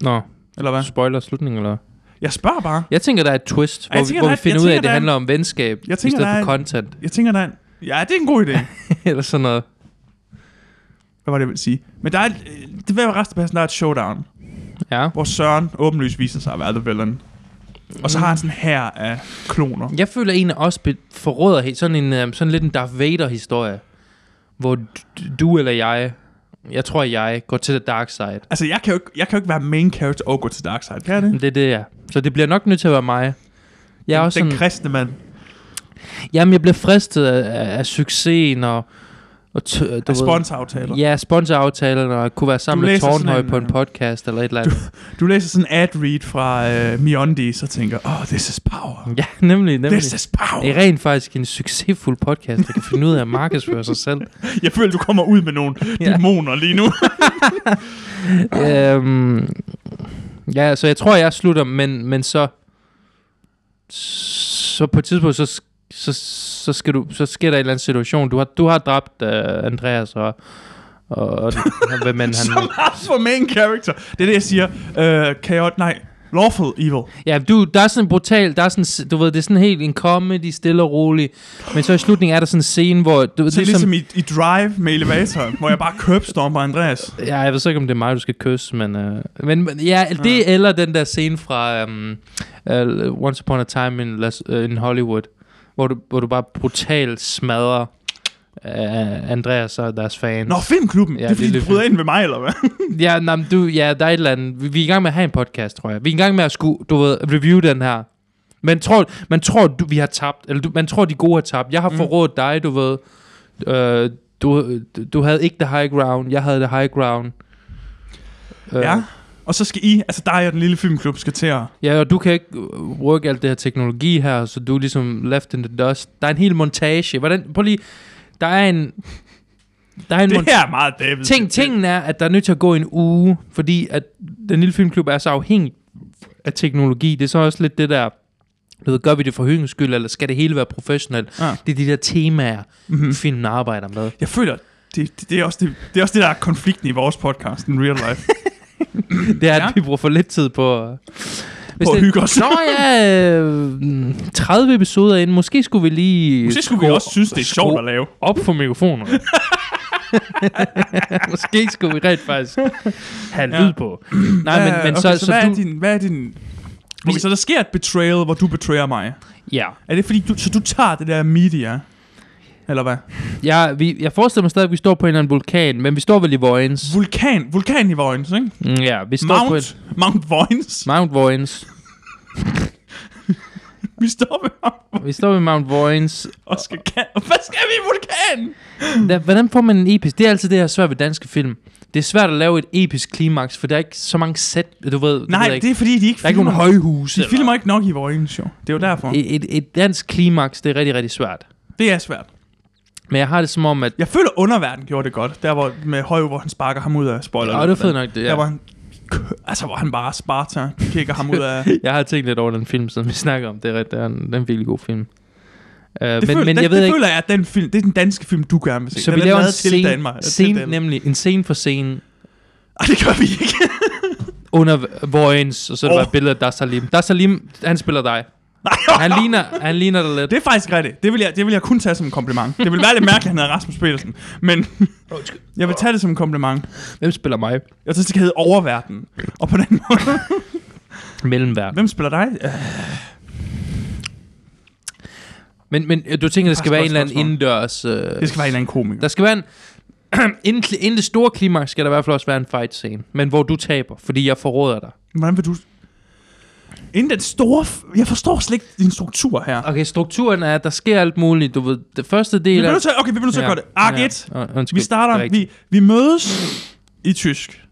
[SPEAKER 1] Nå,
[SPEAKER 2] eller hvad?
[SPEAKER 1] spoiler slutning, eller hvad?
[SPEAKER 2] Jeg spørger bare.
[SPEAKER 1] Jeg tænker, der er et twist,
[SPEAKER 2] Ej,
[SPEAKER 1] hvor,
[SPEAKER 2] jeg
[SPEAKER 1] vi,
[SPEAKER 2] tænker,
[SPEAKER 1] hvor
[SPEAKER 2] der
[SPEAKER 1] vi
[SPEAKER 2] er-
[SPEAKER 1] finder
[SPEAKER 2] jeg
[SPEAKER 1] ud af,
[SPEAKER 2] tænker,
[SPEAKER 1] at det
[SPEAKER 2] der er-
[SPEAKER 1] handler om venskab,
[SPEAKER 2] Jeg
[SPEAKER 1] i
[SPEAKER 2] tænker,
[SPEAKER 1] stedet
[SPEAKER 2] der er
[SPEAKER 1] for
[SPEAKER 2] en-
[SPEAKER 1] content,
[SPEAKER 2] Jeg tænker, der er en, Ja, det er en god idé.
[SPEAKER 1] eller sådan noget.
[SPEAKER 2] Hvad var det, jeg ville sige? Men der er, et- øh, det vil være restepladsen, der er et showdown,
[SPEAKER 1] Ja.
[SPEAKER 2] hvor Søren åbenlyst viser sig at være The Villain. Og
[SPEAKER 1] Mm.
[SPEAKER 2] så har han sådan her af kloner.
[SPEAKER 1] Jeg føler en af os be- forråder helt sådan en øhm, sådan lidt en Darth Vader historie, hvor du, du eller jeg, jeg tror jeg går til the dark side.
[SPEAKER 2] Altså, jeg kan jo ikke, jeg kan jo ikke være main character og gå til Darkseid, kan jeg det?
[SPEAKER 1] Men Det er det jeg. Så det bliver nok nødt til at være mig. Jeg er
[SPEAKER 2] den,
[SPEAKER 1] også
[SPEAKER 2] den
[SPEAKER 1] sådan,
[SPEAKER 2] kristne mand.
[SPEAKER 1] jamen jeg bliver fristet af, af, af succesen og og t- du
[SPEAKER 2] Der
[SPEAKER 1] ved-
[SPEAKER 2] sponsoraftaler.
[SPEAKER 1] Ja, sponsoraftalerne og at kunne være sammen
[SPEAKER 2] Du
[SPEAKER 1] med
[SPEAKER 2] læser sådan
[SPEAKER 1] Tornhøj
[SPEAKER 2] en,
[SPEAKER 1] på en
[SPEAKER 2] øh,
[SPEAKER 1] podcast eller et eller andet.
[SPEAKER 2] Du læser sådan en ad-read fra øh, Miondis og tænker, oh, this is power.
[SPEAKER 1] Ja, nemlig, nemlig.
[SPEAKER 2] This is power.
[SPEAKER 1] Det er rent faktisk en succesfuld podcast, der kan finde ud af at markedsføre sig selv.
[SPEAKER 2] Jeg føler, du kommer ud med nogle
[SPEAKER 1] Ja.
[SPEAKER 2] dæmoner lige nu.
[SPEAKER 1] Øhm, ja, så jeg tror, jeg slutter, men, men så, så på et tidspunkt, så, sk- så, så, skal du, så sker der en eller anden situation. Du har, du har dræbt uh, Andreas og, og, og hvad man han...
[SPEAKER 2] Som også for main character. Det er det, jeg siger. Øh, chaot, nej. Lawful evil.
[SPEAKER 1] Ja, du, der er sådan en brutal, der er sådan, s- du ved, det er sådan helt en comedy, stille og rolig. Men så i slutningen er der sådan en scene, hvor... Du, ved,
[SPEAKER 2] Så det er ligesom i, i Drive med elevatoren, hvor jeg bare købstormer Andreas.
[SPEAKER 1] Ja, jeg ved så ikke, om det er mig, du skal kysse, men... Øh, men, men ja, det ja. eller den der scene fra um, uh, Once Upon a Time in, Las, uh, in Hollywood, hvor du, hvor du bare brutalt smadrer uh, Andreas og deres fans.
[SPEAKER 2] Nå, filmklubben.
[SPEAKER 1] Mm. Ja,
[SPEAKER 2] Ja, det er fordi,
[SPEAKER 1] det er
[SPEAKER 2] de
[SPEAKER 1] lidt
[SPEAKER 2] bryder ind ved mig, eller hvad?
[SPEAKER 1] Ja, nej, du, ja, der er et eller andet. Vi, vi er i gang med at have en podcast, tror jeg. Vi er i gang med at skulle, du ved, review den her. Man tror, man tror du, vi har tabt, eller du, man tror, de gode har tabt. Jeg har mm. forrådt dig, du ved. Øh, du, du havde ikke the high ground, jeg havde the high ground. Øh,
[SPEAKER 2] Ja. Og så skal I, altså dig og den lille filmklub, skal til at...
[SPEAKER 1] Ja, og du kan ikke øh, work alt det her teknologi her, så du er ligesom left in the dust. Der er en hel montage. Hvordan, prøv lige, der er en... Der er en
[SPEAKER 2] Det
[SPEAKER 1] montage.
[SPEAKER 2] her er meget David.
[SPEAKER 1] Ting, tingen er, at der er nødt til at gå en uge, fordi at den lille filmklub er så afhængig af teknologi. Det er så også lidt det der, du ved, gør vi det for hyggens skyld, eller skal det hele være professionelt?
[SPEAKER 2] Ja. Mhm.
[SPEAKER 1] Det er de der temaer, mm-hmm. filmen arbejder med.
[SPEAKER 2] Jeg føler, det, det, det, er også det, det er også det, der er konflikten i vores podcast, in real life.
[SPEAKER 1] Det er, at
[SPEAKER 2] Ja.
[SPEAKER 1] vi bruger for lidt tid på... øh, Hvis
[SPEAKER 2] På at
[SPEAKER 1] det,
[SPEAKER 2] hygge os.
[SPEAKER 1] Nå ja, øh, 30 episoder ind. Måske skulle vi lige...
[SPEAKER 2] Så skulle vi
[SPEAKER 1] skrue-
[SPEAKER 2] også synes, det er sjovt
[SPEAKER 1] skrue
[SPEAKER 2] at lave.
[SPEAKER 1] Op for mikrofonerne. Måske skulle vi rent faktisk have
[SPEAKER 2] Ja.
[SPEAKER 1] lyd på. Nej, men,
[SPEAKER 2] Ja,
[SPEAKER 1] men
[SPEAKER 2] okay,
[SPEAKER 1] så, så,
[SPEAKER 2] hvad,
[SPEAKER 1] du...
[SPEAKER 2] er din, hvad er din... Okay,
[SPEAKER 1] Vi-
[SPEAKER 2] så der sker et betrayal, hvor du betrayer mig.
[SPEAKER 1] Ja.
[SPEAKER 2] Er det fordi, du, så du tager det der media? Eller hvad?
[SPEAKER 1] Jeg, vi, jeg forestiller mig stadig, at vi står på en eller anden vulkan, men vi står vel i Vojens.
[SPEAKER 2] Vulkan, vulkan i Vojens, ikke?
[SPEAKER 1] Mm, Ja, vi står på en...
[SPEAKER 2] Mount, Mount Vojens.
[SPEAKER 1] Mount Vojens.
[SPEAKER 2] Vi står ved ham
[SPEAKER 1] Vi står ved Mount Vojens.
[SPEAKER 2] og skal ka- Hvad skal vi i vulkanen?
[SPEAKER 1] Der, hvordan får man en episk? Det er altid det, jeg har svært ved danske film. Det er svært at lave et episk klimaks, for der er ikke så mange sæt, du ved. det ved
[SPEAKER 2] Nej,
[SPEAKER 1] jeg ikke.
[SPEAKER 2] det er fordi, de ikke
[SPEAKER 1] der er ikke nogen højhuse.
[SPEAKER 2] De filmer ikke nok i Vojens, jo. Det er jo derfor.
[SPEAKER 1] Et, et, et dansk klimaks, det er rigtig, rigtig svært.
[SPEAKER 2] Det er svært.
[SPEAKER 1] Men jeg har det som om, at...
[SPEAKER 2] Jeg føler, underverden gjorde det godt. Der hvor med Høj, hvor han sparker ham ud af spoiler.
[SPEAKER 1] Ja, det er fedt nok, det, ja.
[SPEAKER 2] Der hvor han, altså, hvor han bare sparter, kigger ham ud af...
[SPEAKER 1] jeg har tænkt lidt over den film, som vi snakker om. Det er, ret- det er, en, det er en virkelig god film. Uh, men,
[SPEAKER 2] Det, men, føler,
[SPEAKER 1] men
[SPEAKER 2] men den,
[SPEAKER 1] jeg ved
[SPEAKER 2] det
[SPEAKER 1] ikke,
[SPEAKER 2] føler jeg, at den film, det er den danske film, du gerne vil se.
[SPEAKER 1] så
[SPEAKER 2] den
[SPEAKER 1] vi
[SPEAKER 2] er
[SPEAKER 1] laver en
[SPEAKER 2] lavet til
[SPEAKER 1] scene,
[SPEAKER 2] Danmark, til
[SPEAKER 1] scene
[SPEAKER 2] Danmark.
[SPEAKER 1] nemlig en scene for scene
[SPEAKER 2] Ej, det gør vi ikke.
[SPEAKER 1] under Vojens, og så er der
[SPEAKER 2] Åh.
[SPEAKER 1] oh. et billede af Dassalim. Dassalim, han spiller dig.
[SPEAKER 2] Nej,
[SPEAKER 1] Han ligner, han ligner dig lidt.
[SPEAKER 2] det er faktisk rigtigt. Det vil, jeg, det vil jeg kun tage som en kompliment. Det vil være lidt mærkeligt, at han hedder Rasmus Petersen. Men jeg vil tage det som en kompliment.
[SPEAKER 1] Hvem spiller mig?
[SPEAKER 2] Jeg synes, det kan hedde Oververden. Og på den måde...
[SPEAKER 1] Mellemværk.
[SPEAKER 2] Hvem spiller dig? Ja,
[SPEAKER 1] Men, men øh, du tænker, der skal
[SPEAKER 2] Pas-
[SPEAKER 1] være en
[SPEAKER 2] pas-
[SPEAKER 1] eller anden
[SPEAKER 2] pas- pas-
[SPEAKER 1] indendørs... Øh, det
[SPEAKER 2] Det skal være en eller anden komiker.
[SPEAKER 1] Der skal være en... inden, kli- inden det store klimaks skal der i hvert fald også være en fight scene. Men hvor du taber, fordi jeg forråder dig.
[SPEAKER 2] Hvordan vil du... Inden den store... f- Jeg forstår slet ikke din struktur her.
[SPEAKER 1] Okay, strukturen er, at der sker alt muligt. Du ved, det første del
[SPEAKER 2] Vi bliver
[SPEAKER 1] er...
[SPEAKER 2] nødt til, okay, vi bliver nødt til at gøre det. Ark 1.
[SPEAKER 1] Ja. Uh,
[SPEAKER 2] Vi starter... Vi, vi mødes i tysk.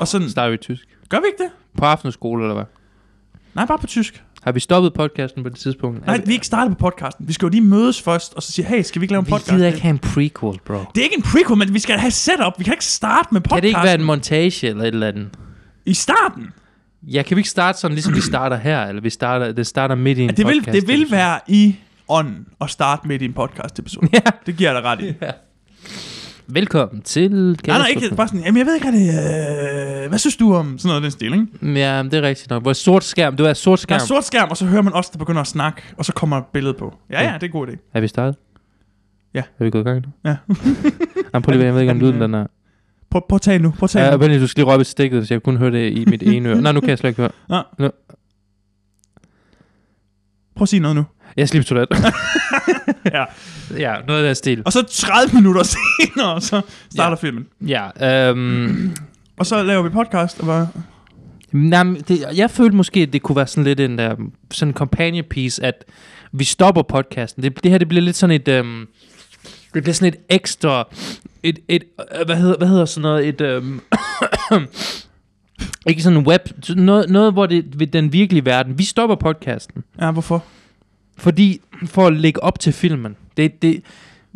[SPEAKER 2] Og sådan...
[SPEAKER 1] starter vi i tysk.
[SPEAKER 2] Gør vi ikke det?
[SPEAKER 1] På aftenskole, eller hvad?
[SPEAKER 2] Nej, bare på tysk.
[SPEAKER 1] Har vi stoppet podcasten på det tidspunkt?
[SPEAKER 2] Nej, vi er ikke startet på podcasten. Vi skal jo lige mødes først, og så sige, hey, skal vi ikke lave en podcast?
[SPEAKER 1] Vi gider ikke have en prequel, bro.
[SPEAKER 2] Det er ikke en prequel, men vi skal have setup. Vi kan ikke starte med podcasten
[SPEAKER 1] Kan det ikke være en montage eller et eller andet?
[SPEAKER 2] i starten.
[SPEAKER 1] Ja, kan vi ikke starte sådan, ligesom vi starter her? Eller vi starter, det starter midt i en
[SPEAKER 2] At det, vil,
[SPEAKER 1] podcast?
[SPEAKER 2] det vil være i ånden at starte med din podcast episode.
[SPEAKER 1] Ja.
[SPEAKER 2] Det giver jeg dig ret i.
[SPEAKER 1] Velkommen til...
[SPEAKER 2] Nej, nej, ikke bare sådan, jamen jeg ved ikke, rigtig, øh, hvad synes du om sådan noget af den stilling?
[SPEAKER 1] Ja, det er rigtigt nok. Hvor sort skærm. Du er sort
[SPEAKER 2] Der
[SPEAKER 1] skærm.
[SPEAKER 2] er sort skærm, og så hører man også, der begynder at snakke, og så kommer et billede på. Ja, ja, det er en god idé.
[SPEAKER 1] Er vi startet?
[SPEAKER 2] Ja.
[SPEAKER 1] Er vi gået i gang nu?
[SPEAKER 2] Ja.
[SPEAKER 1] Jamen, prøv lige, at- jeg ved ikke, om
[SPEAKER 2] Er den,
[SPEAKER 1] lyden den er...
[SPEAKER 2] Prøv, prøv at tale nu, prøv at tale
[SPEAKER 1] Ja,
[SPEAKER 2] nu.
[SPEAKER 1] vent lige, du skal lige røbe stikket, så jeg kun høre det i mit ene øre. Nej, nu kan jeg slet ikke høre.
[SPEAKER 2] Nå.
[SPEAKER 1] Nå.
[SPEAKER 2] Prøv at sige noget nu.
[SPEAKER 1] Jeg skal lige på toilet.
[SPEAKER 2] Ja.
[SPEAKER 1] ja, noget af den stil.
[SPEAKER 2] Og så 30 minutter senere, så starter filmen.
[SPEAKER 1] Ja, øhm,
[SPEAKER 2] Og så laver vi podcast, og bare...
[SPEAKER 1] nej, men det, jeg følte måske, at det kunne være sådan lidt en der, sådan en companion piece, at vi stopper podcasten. Det, det her, det bliver lidt sådan et, øhm, det bliver sådan et ekstra, et, et øh, hvad, hedder, hvad hedder sådan noget, et, øhm, ikke sådan en web, noget, noget hvor det ved den virkelige verden. Vi stopper podcasten.
[SPEAKER 2] Ja, hvorfor?
[SPEAKER 1] Fordi, for at lægge op til filmen, det, det,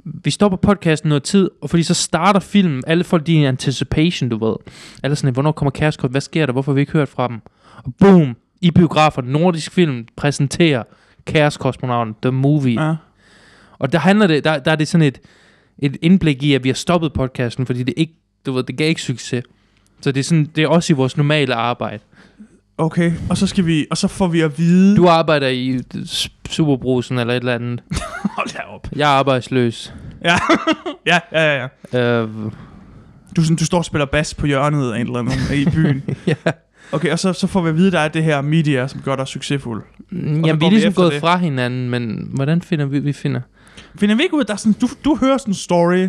[SPEAKER 1] vi stopper podcasten noget tid, og fordi så starter filmen, alle folk de er i anticipation, du ved. Alle sådan, hvornår kommer kæreskort, hvad sker der, hvorfor har vi ikke hørt fra dem? Og boom, i biografer, nordisk film præsenterer kæreskosmonauten, The Movie. Ja.
[SPEAKER 2] Ja.
[SPEAKER 1] Og der handler det, der, der er det sådan et, et indblik i, at vi har stoppet podcasten, fordi det ikke, du ved, det gav ikke succes. Så det er, sådan, det er også i vores normale arbejde.
[SPEAKER 2] Okay, og så skal vi... Og så får vi at vide...
[SPEAKER 1] Du arbejder i øh, superbrusen eller et eller andet.
[SPEAKER 2] Hold da op.
[SPEAKER 1] Jeg er arbejdsløs.
[SPEAKER 2] Ja, ja, ja, ja. ja.
[SPEAKER 1] Øh,
[SPEAKER 2] Du, er sådan, du står og spiller bas på hjørnet af en eller anden i byen.
[SPEAKER 1] Ja.
[SPEAKER 2] Okay, og så, så får vi at vide, der er det her media, som gør dig succesfuld.
[SPEAKER 1] Mm,
[SPEAKER 2] så
[SPEAKER 1] Jamen, vi
[SPEAKER 2] går
[SPEAKER 1] er
[SPEAKER 2] vi
[SPEAKER 1] ligesom
[SPEAKER 2] efter
[SPEAKER 1] gået det.
[SPEAKER 2] det.
[SPEAKER 1] fra hinanden, men hvordan finder vi, vi finder?
[SPEAKER 2] Finder vi ikke ud, at der er sådan, du, du hører sådan en story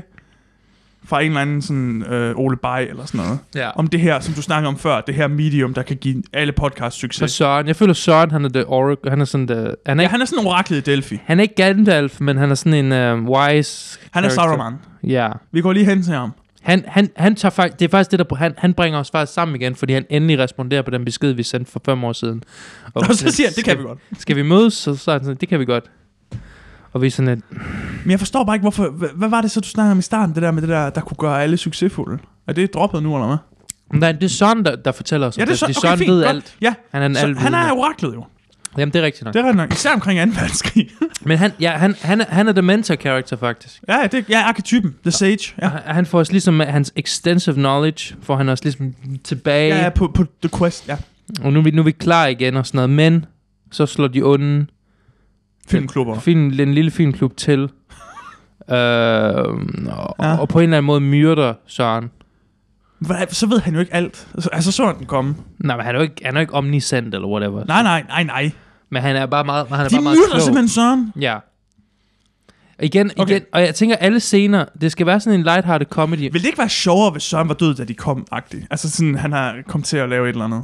[SPEAKER 2] fra en eller anden sådan, øh, Ole Bay eller sådan noget,
[SPEAKER 1] Ja.
[SPEAKER 2] om det her, som du snakkede om før, det her medium, der kan give alle podcasts
[SPEAKER 1] Så
[SPEAKER 2] succes.
[SPEAKER 1] Søren, jeg føler Søren, han er the oracle, han er sådan the, han er,
[SPEAKER 2] Ja,
[SPEAKER 1] ikke,
[SPEAKER 2] han er sådan oraklet i Delphi.
[SPEAKER 1] han er ikke Gandalf, men han er sådan en uh, wise
[SPEAKER 2] Han er
[SPEAKER 1] character.
[SPEAKER 2] Saruman.
[SPEAKER 1] Ja.
[SPEAKER 2] Vi går lige hen til ham.
[SPEAKER 1] Han, han, han tager faktisk, det er faktisk det, der, han, han bringer os faktisk sammen igen, fordi han endelig responderer på den besked, vi sendte for fem år siden.
[SPEAKER 2] Og så siger han, det kan
[SPEAKER 1] skal,
[SPEAKER 2] vi godt.
[SPEAKER 1] Skal vi mødes? Så, så er han sådan, det kan vi godt. Og vi er sådan lidt,
[SPEAKER 2] Men jeg forstår bare ikke, hvorfor... hva- Hvad var det så, du snakkede om i starten, det der med det der, der kunne gøre alle succesfulde? Er det droppet nu, eller hvad?
[SPEAKER 1] nej, det er Søren, der, der fortæller os om
[SPEAKER 2] Ja, det er så,
[SPEAKER 1] fordi
[SPEAKER 2] okay,
[SPEAKER 1] Søren
[SPEAKER 2] fint,
[SPEAKER 1] ved
[SPEAKER 2] godt.
[SPEAKER 1] alt.
[SPEAKER 2] Ja,
[SPEAKER 1] Han er en
[SPEAKER 2] så,
[SPEAKER 1] alt
[SPEAKER 2] han er oraklet jo.
[SPEAKER 1] Jamen, det er rigtigt nok.
[SPEAKER 2] Det er ret nok. Især omkring 2. verdenskrig.
[SPEAKER 1] Men han, ja, han, han, er- han er the mentor character, faktisk.
[SPEAKER 2] ja, ja, det, ja, arketypen. The Sage. Ja.
[SPEAKER 1] Ja. Han får også ligesom med hans extensive knowledge, får han også ligesom tilbage.
[SPEAKER 2] Ja, ja
[SPEAKER 1] Ja.
[SPEAKER 2] på, på The Quest, ja.
[SPEAKER 1] Og nu er, vi, nu er vi klar igen og sådan noget. Men så slår de onde
[SPEAKER 2] Filmklubber.
[SPEAKER 1] film, en lille filmklub til. øh, og, ja.
[SPEAKER 2] Ja.
[SPEAKER 1] og, på en eller anden måde myrder Søren.
[SPEAKER 2] Hva- Så ved han jo ikke alt. Altså, altså så han den komme.
[SPEAKER 1] Nej, men han er jo ikke, han er jo ikke omniscient eller whatever.
[SPEAKER 2] Nej, nej, nej, nej.
[SPEAKER 1] Men han er bare meget, han er
[SPEAKER 2] De
[SPEAKER 1] bare meget
[SPEAKER 2] myrder
[SPEAKER 1] klog.
[SPEAKER 2] simpelthen Søren.
[SPEAKER 1] Ja. Igen, igen,
[SPEAKER 2] Okay.
[SPEAKER 1] okay. og jeg tænker, alle scener, det skal være sådan en lighthearted comedy.
[SPEAKER 2] Vil det ikke være sjovere, hvis Søren var død, da de kom, agtig? Altså sådan, han har kommet til at lave et eller andet.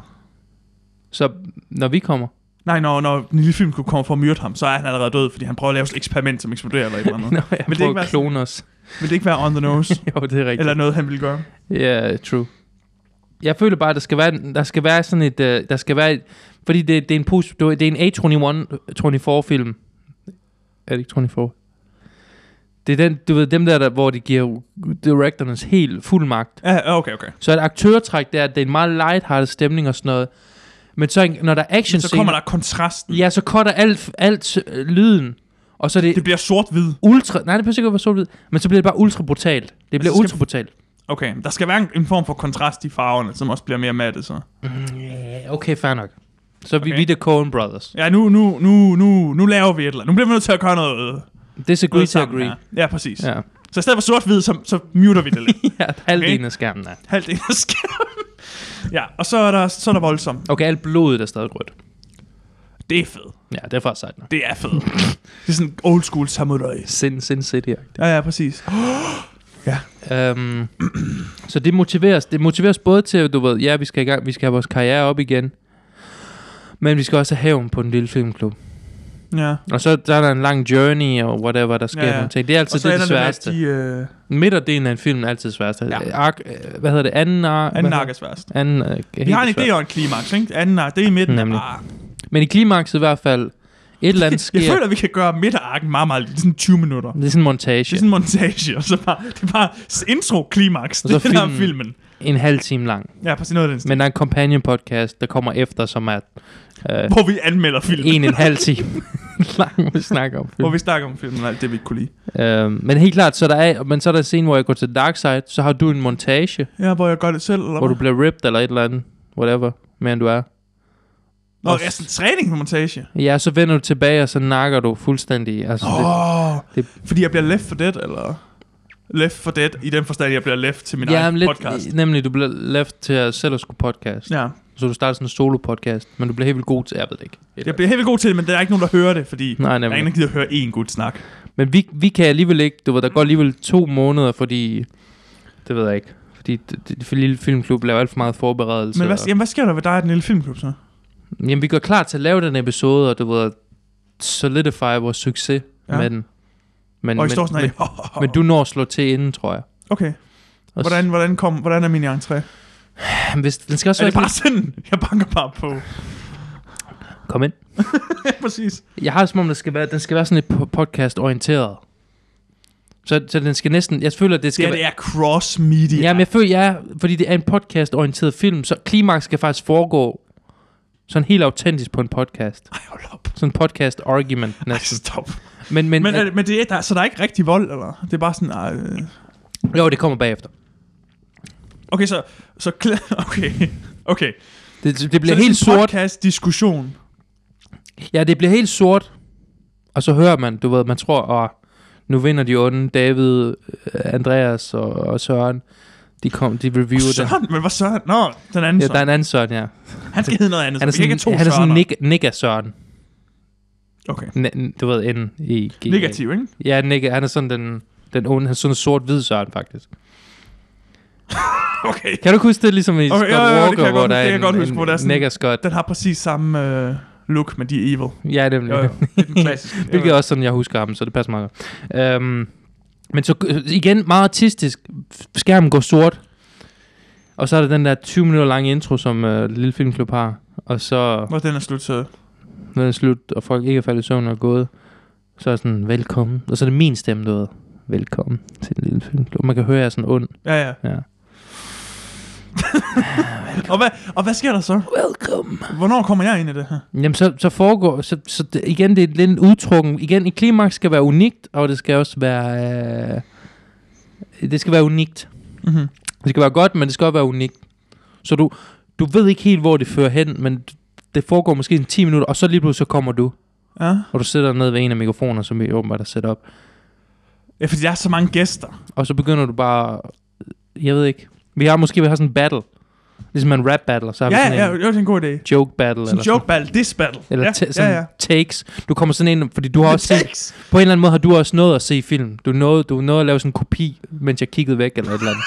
[SPEAKER 1] Så når vi kommer.
[SPEAKER 2] Nej, når, når den lille film kunne komme for at myrde ham, så er han allerede død, fordi han prøver at lave et eksperiment, som eksploderer eller et eller andet.
[SPEAKER 1] Nå, jeg
[SPEAKER 2] Vil det
[SPEAKER 1] prøver
[SPEAKER 2] ikke
[SPEAKER 1] at
[SPEAKER 2] være
[SPEAKER 1] klone os.
[SPEAKER 2] Vil det ikke være on the nose?
[SPEAKER 1] Jo, det er rigtigt.
[SPEAKER 2] eller noget, han ville gøre?
[SPEAKER 1] Ja, yeah, true. Jeg føler bare, der skal være, der skal være sådan et... øh, der skal være et, fordi det, det, er en pos, det er en A21-24-film. Er det ikke 24? Det er den, du ved, dem der, der hvor de giver directornes helt fuld magt.
[SPEAKER 2] Ja, okay, okay.
[SPEAKER 1] Så et aktørtræk der, det er en meget lighthearted stemning og sådan noget. Men så, når der er action
[SPEAKER 2] Så kommer der kontrasten.
[SPEAKER 1] Ja, så cutter alt, alt øh, lyden. Og så er det,
[SPEAKER 2] Det bliver sort-hvid.
[SPEAKER 1] ultra... Nej, det behøver ikke at være sort men så bliver det bare ultra brutalt. Det bliver
[SPEAKER 2] Altså, så skal-
[SPEAKER 1] ultra brutalt.
[SPEAKER 2] Okay, der skal være en, en form for kontrast i farverne, som også bliver mere matte, så.
[SPEAKER 1] Okay, fair nok. Så vi,
[SPEAKER 2] Okay.
[SPEAKER 1] vi er The Coen Brothers.
[SPEAKER 2] Ja, nu, nu, nu, nu, nu laver vi et eller andet. Nu bliver vi nødt til at gøre noget, øh, noget
[SPEAKER 1] Disagree to
[SPEAKER 2] sammen
[SPEAKER 1] agree.
[SPEAKER 2] her. Ja, præcis. Ja.
[SPEAKER 1] Ja,
[SPEAKER 2] Så i stedet for sort-hvid, så, så muter vi det lidt.
[SPEAKER 1] ja halvdelen af skærmen er.
[SPEAKER 2] Halvdelen af skærmen. Ja, og så er der, så er der voldsomt.
[SPEAKER 1] Okay, alt blodet er stadig rødt.
[SPEAKER 2] Det er fedt.
[SPEAKER 1] Ja, det er faktisk sejt nok.
[SPEAKER 2] Det er fedt. det er sådan old school samurai.
[SPEAKER 1] Sin, sin city
[SPEAKER 2] Ja, ja, præcis.
[SPEAKER 1] um, Så det motiveres, det motiveres både til, at du ved, ja, vi skal, i gang, vi skal have vores karriere op igen, men vi skal også have hævn på den lille filmklub.
[SPEAKER 2] Ja.
[SPEAKER 1] Og så der er der en lang journey og whatever, der sker
[SPEAKER 2] Ja,
[SPEAKER 1] ja,
[SPEAKER 2] ja.
[SPEAKER 1] ja. nogle ting. Det er
[SPEAKER 2] og
[SPEAKER 1] altid
[SPEAKER 2] så
[SPEAKER 1] det, det
[SPEAKER 2] ender det
[SPEAKER 1] sværeste.
[SPEAKER 2] med, at de... Øh,
[SPEAKER 1] Midterdelen af en film er altid sværest.
[SPEAKER 2] Ja.
[SPEAKER 1] Ja. Ark, øh, hvad hedder det? Anden ark?
[SPEAKER 2] anden
[SPEAKER 1] hvad
[SPEAKER 2] ark er sværest.
[SPEAKER 1] hedder- Anden, øh,
[SPEAKER 2] Vi
[SPEAKER 1] helt
[SPEAKER 2] har en
[SPEAKER 1] svært.
[SPEAKER 2] idé om en klimaks, ikke? Anden ark, det er i midten.
[SPEAKER 1] Nemlig.
[SPEAKER 2] Ah,
[SPEAKER 1] Men i klimakset i hvert fald, et eller andet sker.
[SPEAKER 2] jeg føler, at vi kan gøre midt af arken meget, meget lidt. Sådan 20 minutter.
[SPEAKER 1] Det er sådan en montage.
[SPEAKER 2] Det er sådan en montage, og så bare, det er bare s- intro, klimaks,
[SPEAKER 1] Og
[SPEAKER 2] det er
[SPEAKER 1] så
[SPEAKER 2] filmen. der er
[SPEAKER 1] filmen.
[SPEAKER 2] filmen.
[SPEAKER 1] En halv time lang.
[SPEAKER 2] Ja, præcis noget af den stil.
[SPEAKER 1] Men der er en companion podcast, der kommer efter, som er øh,
[SPEAKER 2] Hvor vi anmelder filmen.
[SPEAKER 1] en en halv time lang, hvor vi snakker om
[SPEAKER 2] Hvor
[SPEAKER 1] film.
[SPEAKER 2] vi snakker om filmen og alt det, vi ikke kunne lide.
[SPEAKER 1] Øh, men helt klart, så der er, men så er der en scene, hvor jeg går til Darkseid, så har du en montage,
[SPEAKER 2] Ja, hvor jeg gør det selv, eller
[SPEAKER 1] hvor du
[SPEAKER 2] hvad?
[SPEAKER 1] bliver ripped eller et eller andet, whatever, mere end du er.
[SPEAKER 2] Nå, jeg er sådan træning med montage.
[SPEAKER 1] Ja, så vender du tilbage, og så nakker du fuldstændig. Altså,
[SPEAKER 2] Åh,
[SPEAKER 1] det,
[SPEAKER 2] oh,
[SPEAKER 1] det-
[SPEAKER 2] fordi jeg bliver left for dead, eller? Left for dead, i den forstand, jeg bliver left til min
[SPEAKER 1] ja,
[SPEAKER 2] egen
[SPEAKER 1] men lidt,
[SPEAKER 2] podcast.
[SPEAKER 1] Nemlig, du bliver left til at selv at skulle podcast.
[SPEAKER 2] Ja,
[SPEAKER 1] Så du starter sådan en solo-podcast, men du bliver helt vildt god til, jeg ved det ikke.
[SPEAKER 2] jeg bliver helt vildt god til det, men der er ikke nogen, der hører det, fordi
[SPEAKER 1] Nej,
[SPEAKER 2] der er ingen,
[SPEAKER 1] nemlig.
[SPEAKER 2] der gider at høre én god snak.
[SPEAKER 1] Men vi, vi kan alligevel ikke, du ved, der går alligevel to måneder, fordi, det ved jeg ikke, fordi det, det, det lille filmklub laver alt for meget forberedelse.
[SPEAKER 2] Men hvad,
[SPEAKER 1] og,
[SPEAKER 2] jamen, hvad sker der ved dig og den lille filmklub så?
[SPEAKER 1] jamen, vi går klar til at lave den episode, og du ved, solidify vores succes
[SPEAKER 2] Ja.
[SPEAKER 1] ja. med den. Men,
[SPEAKER 2] Og I
[SPEAKER 1] men,
[SPEAKER 2] står sådan
[SPEAKER 1] men,
[SPEAKER 2] her, "Hahaha."
[SPEAKER 1] men, du når at slå til inden, tror jeg.
[SPEAKER 2] Okay,
[SPEAKER 1] Og s-
[SPEAKER 2] hvordan, hvordan, kom, hvordan er min entré?
[SPEAKER 1] Jamen, Hvis, den skal også
[SPEAKER 2] Er det
[SPEAKER 1] være
[SPEAKER 2] bare sådan? Jeg banker bare på.
[SPEAKER 1] lidt- Kom ind.
[SPEAKER 2] Ja, præcis.
[SPEAKER 1] Jeg har det, som om, det skal være, den skal være sådan lidt po- podcast-orienteret. Så, så den skal næsten... Jeg føler, det
[SPEAKER 2] Det,
[SPEAKER 1] skal
[SPEAKER 2] her,
[SPEAKER 1] være...
[SPEAKER 2] det er cross-media.
[SPEAKER 1] Jamen, jeg føler, ja, fordi det er en podcast-orienteret film, så klimaks skal faktisk foregå sådan helt autentisk på en podcast.
[SPEAKER 2] Ej, hold op.
[SPEAKER 1] Sådan en podcast-argument
[SPEAKER 2] Ej,
[SPEAKER 1] næsten.
[SPEAKER 2] stop.
[SPEAKER 1] Men, men, øh,
[SPEAKER 2] Men,
[SPEAKER 1] men
[SPEAKER 2] er, det- men det er, der, så der er ikke rigtig vold, eller? Det er bare sådan, ej, øh.
[SPEAKER 1] jo, det kommer bagefter.
[SPEAKER 2] Okay, så... så kla- okay, okay.
[SPEAKER 1] Det, det
[SPEAKER 2] så
[SPEAKER 1] bliver helt
[SPEAKER 2] sådan en
[SPEAKER 1] sort.
[SPEAKER 2] podcast-diskussion.
[SPEAKER 1] Ja, det bliver helt sort. Og så hører man, du ved, man tror, åh, nu vinder de onde, David, øh, Andreas og, og Søren. De, kom, de reviewer den.
[SPEAKER 2] Søren, men hvad Søren? Nå, den anden
[SPEAKER 1] Ja,
[SPEAKER 2] ja,
[SPEAKER 1] der er en anden Søren, ja.
[SPEAKER 2] Han skal hedde noget andet.
[SPEAKER 1] Han er
[SPEAKER 2] så vi kan ikke have
[SPEAKER 1] sådan,
[SPEAKER 2] to
[SPEAKER 1] han er sådan
[SPEAKER 2] Sørener.
[SPEAKER 1] Nick, Nick af Søren.
[SPEAKER 2] Okay.
[SPEAKER 1] N- du ved, N i G.
[SPEAKER 2] Negativ, ikke?
[SPEAKER 1] Ja, Nick, han er sådan den, den onde, han er sådan en sort-hvid Søren, faktisk.
[SPEAKER 2] Okay.
[SPEAKER 1] Kan du ikke huske det, ligesom i
[SPEAKER 2] Okay,
[SPEAKER 1] Scott
[SPEAKER 2] ja, ja, ja, det kan
[SPEAKER 1] Walker,
[SPEAKER 2] jeg godt
[SPEAKER 1] hvor
[SPEAKER 2] huske.
[SPEAKER 1] der er
[SPEAKER 2] Det kan jeg
[SPEAKER 1] en,
[SPEAKER 2] godt huske,
[SPEAKER 1] en,
[SPEAKER 2] hvor der er sådan-
[SPEAKER 1] Nick af Scott?
[SPEAKER 2] Den har præcis samme øh, look, men de er evil.
[SPEAKER 1] Ja, nemlig.
[SPEAKER 2] Jo, jo. Det er den klassiske.
[SPEAKER 1] Hvilket er også sådan, jeg husker ham, så det passer meget godt. Um, men så øh, igen, meget artistisk. Skærmen går sort. Og så er der den der 20 minutter lange intro, som uh, Lille Filmklub har. Og så
[SPEAKER 2] Når den er slut, så...
[SPEAKER 1] når det er slut, og folk ikke er faldet i søvn og er gået, så er jeg sådan, velkommen. Og så er det min stemme, du ved. Velkommen til den lille filmklub. Man kan høre, at jeg er sådan ond.
[SPEAKER 2] Ja, ja.
[SPEAKER 1] Ja.
[SPEAKER 2] Og hvad, og hvad sker der så?
[SPEAKER 1] Welcome.
[SPEAKER 2] Hvornår kommer jeg ind i det her?
[SPEAKER 1] Jamen, så, så foregår... Så, så det, igen, det er lidt en udtrukken... Igen, et klimaks skal være unikt, og det skal også være... Øh, det skal være unikt.
[SPEAKER 2] Mm-hmm.
[SPEAKER 1] Det skal være godt, men det skal også være unikt. Så du, du ved ikke helt, hvor det fører hen, men det foregår måske i 10 minutter, og så lige pludselig så kommer du,
[SPEAKER 2] Ja.
[SPEAKER 1] og du sætter ned ved en af mikrofonerne, som vi åbenbart har sat op.
[SPEAKER 2] ja, fordi der er så mange gæster.
[SPEAKER 1] Og så begynder du bare... Jeg ved ikke. Vi har måske vi har sådan en battle. Ligesom en rap battle, og så har
[SPEAKER 2] Ja,
[SPEAKER 1] vi
[SPEAKER 2] ja,
[SPEAKER 1] sådan en
[SPEAKER 2] ja, det er en god idé.
[SPEAKER 1] joke battle.
[SPEAKER 2] Sådan
[SPEAKER 1] eller
[SPEAKER 2] joke battle, diss battle.
[SPEAKER 1] Eller
[SPEAKER 2] ja,
[SPEAKER 1] t-
[SPEAKER 2] ja,
[SPEAKER 1] sådan
[SPEAKER 2] ja.
[SPEAKER 1] takes. Du kommer sådan ind, fordi du har også set,
[SPEAKER 2] Takes.
[SPEAKER 1] på en eller anden måde har du også nået at se film. Du nåede, du nåede at lave sådan en kopi, mens jeg kiggede væk eller et eller andet.